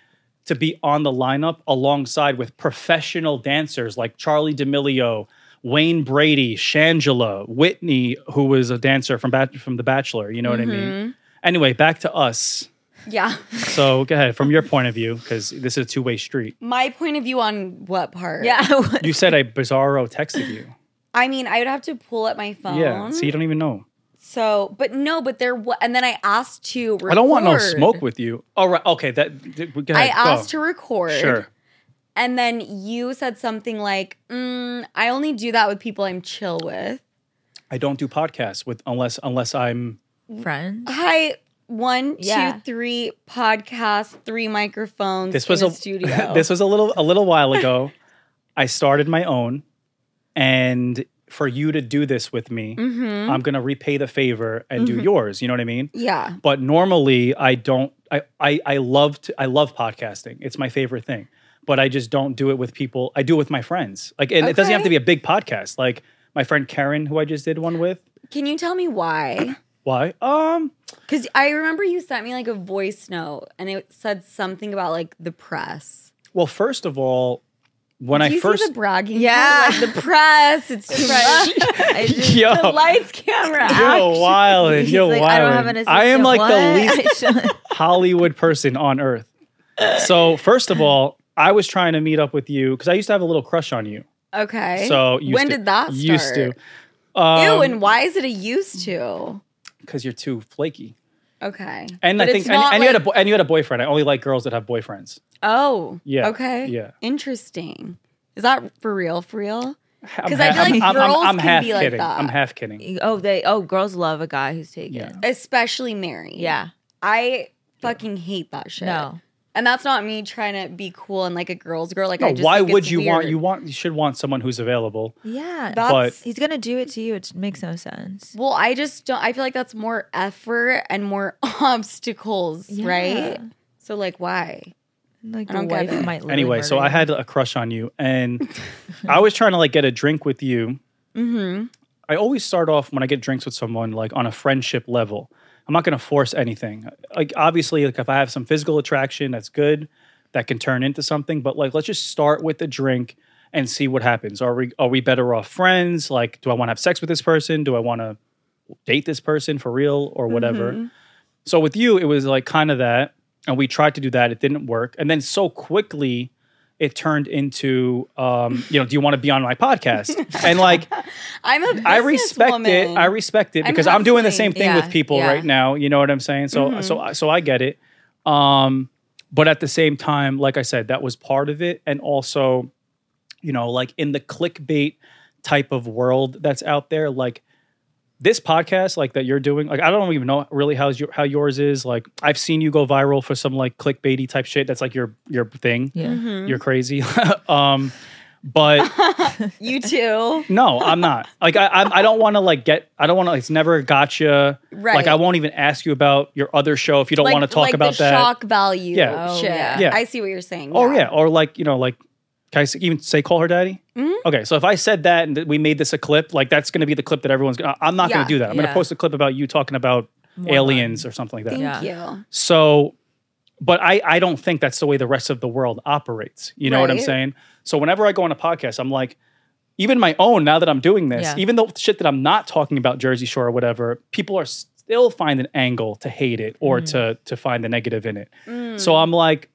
Speaker 3: to be on the lineup alongside with professional dancers like charlie d'amelio wayne brady shangela whitney who was a dancer from, Bat- from the bachelor you know what i
Speaker 4: Mm-hmm.
Speaker 3: mean anyway back to us
Speaker 4: Yeah.
Speaker 3: so go ahead from your point of view because this is a two-way street
Speaker 4: <laughs> My point of view on what part?
Speaker 5: Yeah.
Speaker 3: you said a bizarro texted you
Speaker 4: I mean, I would have to pull up my phone.
Speaker 3: yeah so you don't even know
Speaker 4: So, but no, but there was, and then I asked to record.
Speaker 3: I don't want no smoke with you. All right. Okay. That. th- Go
Speaker 4: I
Speaker 3: ahead, go.
Speaker 4: asked to record.
Speaker 3: Sure.
Speaker 4: And then you said something like, mm, I only do that with people I'm chill with.
Speaker 3: I don't do podcasts with unless unless I'm.
Speaker 5: <laughs>
Speaker 3: <laughs>
Speaker 5: Friends.
Speaker 4: Hi, one, two, three
Speaker 5: Yeah.
Speaker 4: podcasts, three microphones.
Speaker 3: This was
Speaker 4: in
Speaker 3: a,
Speaker 4: a, studio.
Speaker 3: <laughs> this was a little a little while ago. I started my own, and for you to do this with me,
Speaker 4: Mm-hmm.
Speaker 3: I'm gonna repay the favor and do yours. You know what I mean?
Speaker 4: yeah.
Speaker 3: But normally I don't. I I I love to, I love podcasting. It's my favorite thing. But I just don't do it with people. I do it with my friends. Like, and it doesn't have
Speaker 4: Okay.
Speaker 3: to be a big podcast. Like my friend Karen, who I just did one with.
Speaker 4: Can you tell me why?
Speaker 3: Why? Um.
Speaker 4: Because I remember you sent me like a voice note and it said something about like the press.
Speaker 3: Well, first of all, when
Speaker 4: Do
Speaker 3: I
Speaker 4: you
Speaker 3: first
Speaker 4: see the <laughs> bragging.
Speaker 5: Yeah.
Speaker 4: part? Like, the press.
Speaker 3: <laughs>
Speaker 4: It's too much.
Speaker 5: I just-
Speaker 3: yo,
Speaker 4: the lights camera.
Speaker 3: you're wild,
Speaker 5: He's
Speaker 3: you're
Speaker 5: like,
Speaker 3: wild.
Speaker 5: I don't have an assistant.
Speaker 3: I am like the
Speaker 5: <laughs>
Speaker 3: least
Speaker 5: the least.
Speaker 3: Hollywood person on earth. So first of all, I was trying to meet up with you because I used to have a little crush on you.
Speaker 4: Okay.
Speaker 3: So used
Speaker 4: when
Speaker 3: to-
Speaker 4: did that start?
Speaker 3: Used to.
Speaker 4: Ew,
Speaker 3: Um,
Speaker 4: and why is it a used to?
Speaker 3: because you're too flaky.
Speaker 4: Okay.
Speaker 3: And
Speaker 4: But
Speaker 3: I think,
Speaker 4: it's
Speaker 3: and,
Speaker 4: not
Speaker 3: and you had a
Speaker 4: like-
Speaker 3: bo- and you had a boyfriend. I only like girls that have boyfriends.
Speaker 4: Oh.
Speaker 3: Yeah,
Speaker 4: Okay.
Speaker 3: yeah.
Speaker 4: Interesting. Is that for real? For real?
Speaker 3: I'm
Speaker 4: 'Cause I
Speaker 3: ha-
Speaker 4: feel like girls can
Speaker 3: half
Speaker 4: be like
Speaker 3: kidding.
Speaker 4: that.
Speaker 3: I'm half kidding.
Speaker 5: oh, they. Oh, girls love a guy who's taken.
Speaker 3: Yeah.
Speaker 5: Yeah.
Speaker 4: Especially married. I fucking hate that shit.
Speaker 5: No.
Speaker 4: And that's not me trying to be cool and like a girl's girl. Like, I
Speaker 3: No,
Speaker 4: just
Speaker 3: why
Speaker 4: think
Speaker 3: would
Speaker 4: it's
Speaker 3: you want?
Speaker 4: weird.
Speaker 3: You want? You should want someone who's available.
Speaker 5: Yeah.
Speaker 4: That's.
Speaker 5: He's gonna do it to you. It makes no sense.
Speaker 4: well, I just don't. I feel like that's more effort and more <laughs> obstacles, right?
Speaker 5: Yeah.
Speaker 4: So, like, why?
Speaker 5: Like
Speaker 4: I
Speaker 5: the
Speaker 4: don't get
Speaker 5: wife
Speaker 4: it.
Speaker 5: might. literally
Speaker 3: Anyway, so
Speaker 5: murder
Speaker 3: I
Speaker 5: you.
Speaker 3: had a crush on you,
Speaker 4: <laughs>
Speaker 3: and I was trying to like get a drink with you.
Speaker 4: Mm-hmm.
Speaker 3: I always start off when I get drinks with someone like on a friendship level. I'm not going to force anything. Like obviously, like if I have some physical attraction, that's good. That can turn into something. But like, let's just start with the drink and see what happens. Are we are we better off friends? Like, do I want to have sex with this person? Do I want to date this person for real or whatever? So with you, it was like kind of that, and we tried to do that. It didn't work, and then so quickly. It turned into, um, you know, do you want to be on my podcast? And like,
Speaker 4: I'm a business
Speaker 3: I respect it.
Speaker 4: woman.
Speaker 3: I respect it
Speaker 4: I'm
Speaker 3: because I'm doing the
Speaker 4: hustling.
Speaker 3: same thing
Speaker 5: Yeah,
Speaker 3: with people
Speaker 5: yeah. Mm-hmm.
Speaker 3: right now. You know what I'm saying? So so so I get it. Um, but at the same time, like I said, that was part of it, and also, you know, like in the clickbait type of world that's out there, like this podcast, like that you're doing, like I don't even know really how your how yours is. Like I've seen you go viral for some like clickbaity type shit. That's like your your thing.
Speaker 5: Yeah.
Speaker 4: Mm-hmm.
Speaker 5: Mm-hmm.
Speaker 3: You're crazy. <laughs> um,
Speaker 5: <laughs>
Speaker 3: but.
Speaker 4: you too.
Speaker 3: No, I'm not. Like I, I, I don't want to like get. I don't want to. It's never a gotcha.
Speaker 4: <laughs> Right.
Speaker 3: Like I won't even ask you about your other show if you don't want to talk
Speaker 4: like
Speaker 3: about
Speaker 4: the
Speaker 3: that.
Speaker 4: shock value.
Speaker 3: Yeah.
Speaker 5: Oh,
Speaker 4: shit.
Speaker 5: yeah.
Speaker 3: Yeah.
Speaker 4: I see what you're saying.
Speaker 3: Oh yeah, or like you know, like can I s- even say call her daddy?
Speaker 4: Mm-hmm.
Speaker 3: Okay, so if I said that and th- we made this a clip, like that's going to be the clip that everyone's. Gonna, I'm not going
Speaker 4: Yeah,
Speaker 3: to do that. I'm going
Speaker 5: yeah.
Speaker 3: to post a clip about you talking about
Speaker 5: Mm-hmm.
Speaker 3: aliens or something like that.
Speaker 4: Thank
Speaker 5: Yeah.
Speaker 4: you.
Speaker 3: So, but I, I don't think that's the way the rest of the world operates. You know what I'm
Speaker 4: Right.
Speaker 3: saying? So whenever I go on a podcast, I'm like, even my own, now that I'm doing this,
Speaker 5: Yeah.
Speaker 3: even though shit that I'm not talking about Jersey Shore or whatever, people are still find an angle to hate it or
Speaker 4: Mm.
Speaker 3: to to find the negative in it. So I'm like,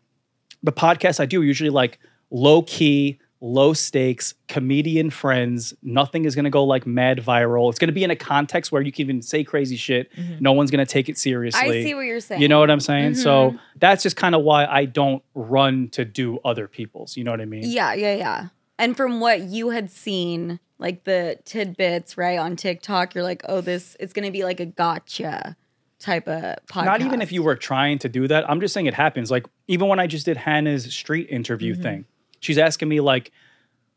Speaker 3: the podcasts I do are usually like low key, low stakes, comedian friends. Nothing is going to go like mad viral. It's going to be in a context where you can even say crazy shit. No one's going to take it seriously.
Speaker 4: Mm-hmm. I see what you're saying.
Speaker 3: You know what I'm saying?
Speaker 5: Mm-hmm.
Speaker 3: So that's just kind of why I don't run to do other people's. You know what I mean?
Speaker 4: Yeah, yeah, yeah. And from what you had seen, like the tidbits right on TikTok, you're like, oh, this it's gonna be like a gotcha type of podcast.
Speaker 3: Not even if you were trying to do that. I'm just saying it happens. Like even when I just did Hannah's street interview
Speaker 5: Mm-hmm.
Speaker 3: thing, she's asking me like,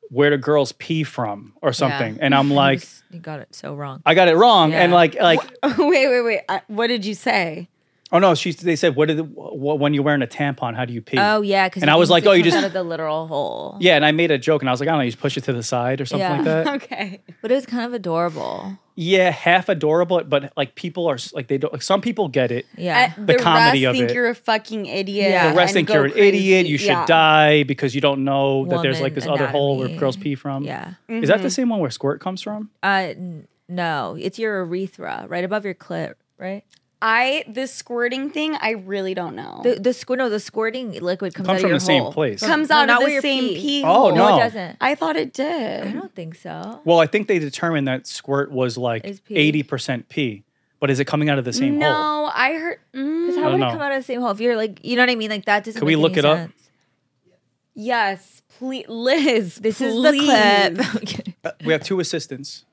Speaker 3: where do girls pee from or something? And I'm
Speaker 5: You
Speaker 3: like,
Speaker 5: just- you got it so wrong.
Speaker 3: I got it wrong. And
Speaker 5: Mm-hmm.
Speaker 4: <laughs>
Speaker 5: Yeah.
Speaker 3: like, like
Speaker 4: wait, wait, wait. I, what did you say?
Speaker 3: Oh no, she. They said, "What did the, wh- when you're wearing a tampon? How do you pee?"
Speaker 5: Oh yeah, because
Speaker 3: And I was like, oh, you just-
Speaker 5: out of the literal hole.
Speaker 3: Yeah, and I made a joke, and I was like, "I don't know, you just push it to the side or something
Speaker 5: Yeah.
Speaker 3: like
Speaker 5: <laughs>
Speaker 3: that."
Speaker 4: <laughs> okay.
Speaker 5: but it was kind of adorable.
Speaker 3: yeah, half adorable, but like people are s- like they don't. Like, some people get it.
Speaker 5: Yeah,
Speaker 4: Uh,
Speaker 3: The comedy
Speaker 4: rest
Speaker 3: of
Speaker 4: think
Speaker 3: it.
Speaker 4: you're a fucking idiot.
Speaker 5: Yeah.
Speaker 3: The rest
Speaker 4: and
Speaker 3: think
Speaker 4: go
Speaker 3: you're an
Speaker 4: crazy.
Speaker 3: idiot. You should
Speaker 4: Yeah.
Speaker 3: die because you don't know that there's
Speaker 5: Woman
Speaker 3: like this other hole where
Speaker 5: anatomy.
Speaker 3: girls pee from.
Speaker 5: yeah.
Speaker 3: Is
Speaker 4: Mm-hmm.
Speaker 3: that the same one where squirt comes from?
Speaker 5: Uh, n- no, it's your urethra, right above your clit, right?
Speaker 4: I this squirting thing, I really don't know.
Speaker 5: The the squirt, no, the squirting liquid comes,
Speaker 3: Comes
Speaker 5: out
Speaker 3: from
Speaker 5: of your
Speaker 3: the same
Speaker 5: hole.
Speaker 3: place.
Speaker 4: Comes
Speaker 5: No,
Speaker 4: out
Speaker 5: not
Speaker 4: of
Speaker 5: where
Speaker 4: the
Speaker 5: you
Speaker 4: same
Speaker 5: pee. Mm.
Speaker 4: pee.
Speaker 3: Oh,
Speaker 4: hole.
Speaker 5: No,
Speaker 3: No.
Speaker 5: it doesn't.
Speaker 4: I thought it did.
Speaker 5: I don't think so.
Speaker 3: Well, I think they determined that squirt was like
Speaker 5: Is pee.
Speaker 3: eighty percent pee, but is it coming out of the same
Speaker 4: no,
Speaker 3: hole?
Speaker 4: I heard.
Speaker 5: Because
Speaker 4: Mm,
Speaker 5: how
Speaker 3: I
Speaker 5: would
Speaker 3: don't
Speaker 5: it
Speaker 3: know.
Speaker 5: come out of the same hole? If you're like, you know what I mean? Like that doesn't.
Speaker 3: Can we
Speaker 5: make
Speaker 3: look
Speaker 5: any
Speaker 3: it up?
Speaker 5: sense.
Speaker 4: yes, please, Liz.
Speaker 5: This is the
Speaker 4: please.
Speaker 5: clip. <laughs> I'm kidding.
Speaker 3: Uh, We have
Speaker 4: <laughs>
Speaker 3: two assistants.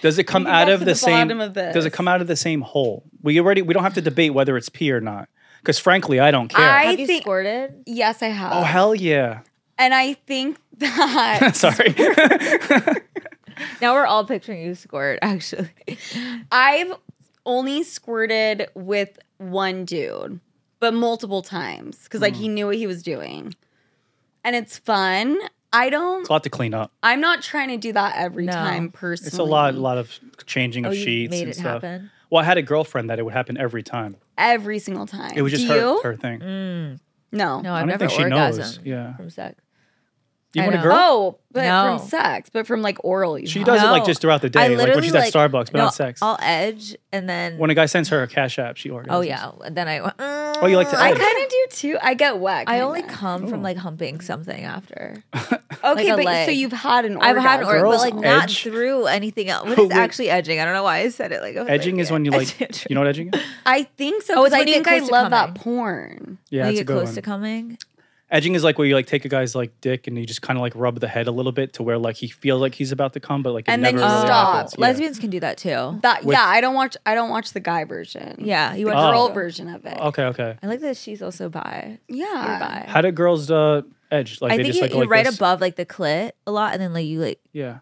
Speaker 3: Does it come
Speaker 4: can
Speaker 3: out
Speaker 4: get
Speaker 3: of
Speaker 4: to
Speaker 3: the,
Speaker 4: the
Speaker 3: same?
Speaker 4: bottom of this.
Speaker 3: Does it come out of the same hole? We already we don't have to debate whether it's pee or not, because frankly, I don't care.
Speaker 4: I
Speaker 5: Have you
Speaker 4: think-
Speaker 5: squirted?
Speaker 4: Yes, I have.
Speaker 3: oh hell yeah! <laughs>
Speaker 4: and I think <laughs> that
Speaker 3: Sorry. <laughs>
Speaker 5: Now we're all picturing you squirt. <laughs> Actually,
Speaker 4: I've only squirted with one dude, but multiple times because like
Speaker 3: Mm.
Speaker 4: he knew what he was doing, and it's fun. I don't.
Speaker 3: it's a lot to clean up.
Speaker 4: I'm not trying to do that every
Speaker 5: No.
Speaker 4: time personally.
Speaker 3: It's a lot, a lot of changing
Speaker 5: oh,
Speaker 3: of
Speaker 5: you
Speaker 3: sheets
Speaker 5: made
Speaker 3: and
Speaker 5: it
Speaker 3: stuff.
Speaker 5: happen.
Speaker 3: Well, I had a girlfriend that it would happen every time.
Speaker 4: every single time.
Speaker 3: It was just
Speaker 4: do you?
Speaker 3: her, her thing.
Speaker 4: No.
Speaker 5: No,
Speaker 3: I
Speaker 5: I've
Speaker 3: don't
Speaker 5: never
Speaker 3: think she
Speaker 5: orgasmed
Speaker 3: knows. Yeah.
Speaker 5: from sex.
Speaker 3: You
Speaker 5: I
Speaker 3: want a
Speaker 5: know.
Speaker 3: girl?
Speaker 4: Oh, but
Speaker 5: No.
Speaker 4: from sex, but from like oral. You
Speaker 3: She
Speaker 4: have.
Speaker 3: does it like
Speaker 5: No.
Speaker 3: just throughout the day, like when she's at Starbucks, but
Speaker 5: no,
Speaker 3: not sex.
Speaker 5: I'll edge and then.
Speaker 3: when a guy sends her a cash app, she orgasms.
Speaker 5: oh yeah, then I. Mm,
Speaker 3: Oh, you like to
Speaker 4: I
Speaker 3: edge? Oh.
Speaker 4: kind of do too. I get wet.
Speaker 5: I
Speaker 4: kinda.
Speaker 5: only come from like humping something after.
Speaker 4: okay,
Speaker 5: a
Speaker 4: but
Speaker 5: leg.
Speaker 4: so you've had an.
Speaker 5: I've had an
Speaker 4: orgasm.
Speaker 5: orgasm, but
Speaker 3: Girls
Speaker 5: like not
Speaker 3: edge?
Speaker 5: through anything else.
Speaker 3: <laughs>
Speaker 5: What
Speaker 3: Oh,
Speaker 5: is
Speaker 3: wait.
Speaker 5: actually edging? I don't know why I said it like <laughs> I was
Speaker 3: Edging is when you like,
Speaker 5: edge-
Speaker 3: you know what
Speaker 5: <laughs>
Speaker 3: edging is?
Speaker 4: I think so.
Speaker 5: Oh, it's
Speaker 4: Because I
Speaker 5: when you get
Speaker 4: think I
Speaker 5: close to
Speaker 4: love that
Speaker 5: coming.
Speaker 4: porn.
Speaker 3: Yeah,
Speaker 5: when
Speaker 3: it's
Speaker 5: you
Speaker 3: a
Speaker 5: get
Speaker 3: good
Speaker 5: close
Speaker 3: one.
Speaker 5: to coming.
Speaker 3: Edging is like where you like take a guy's like dick and you just kind of like rub the head a little bit to where like he feels like he's about to come, but like it
Speaker 4: And then
Speaker 3: never
Speaker 4: you
Speaker 3: really
Speaker 4: stop.
Speaker 3: happens. Yeah.
Speaker 5: Oh,
Speaker 3: Oh.
Speaker 5: Lesbians can do that too.
Speaker 4: That
Speaker 3: With-
Speaker 4: yeah, I don't watch. I don't watch the guy version.
Speaker 5: Yeah, you
Speaker 4: the
Speaker 5: want to
Speaker 4: girl
Speaker 3: Oh.
Speaker 4: version of it.
Speaker 3: Okay, okay.
Speaker 5: I like that she's also bi. You're
Speaker 4: Yeah,
Speaker 5: bi.
Speaker 3: How do girls uh, edge? Like
Speaker 5: I
Speaker 3: they
Speaker 5: think
Speaker 3: just
Speaker 5: you,
Speaker 3: like go
Speaker 5: you're
Speaker 3: like
Speaker 5: right
Speaker 3: this?
Speaker 5: above like the clit a lot, and then like you like
Speaker 3: Yeah.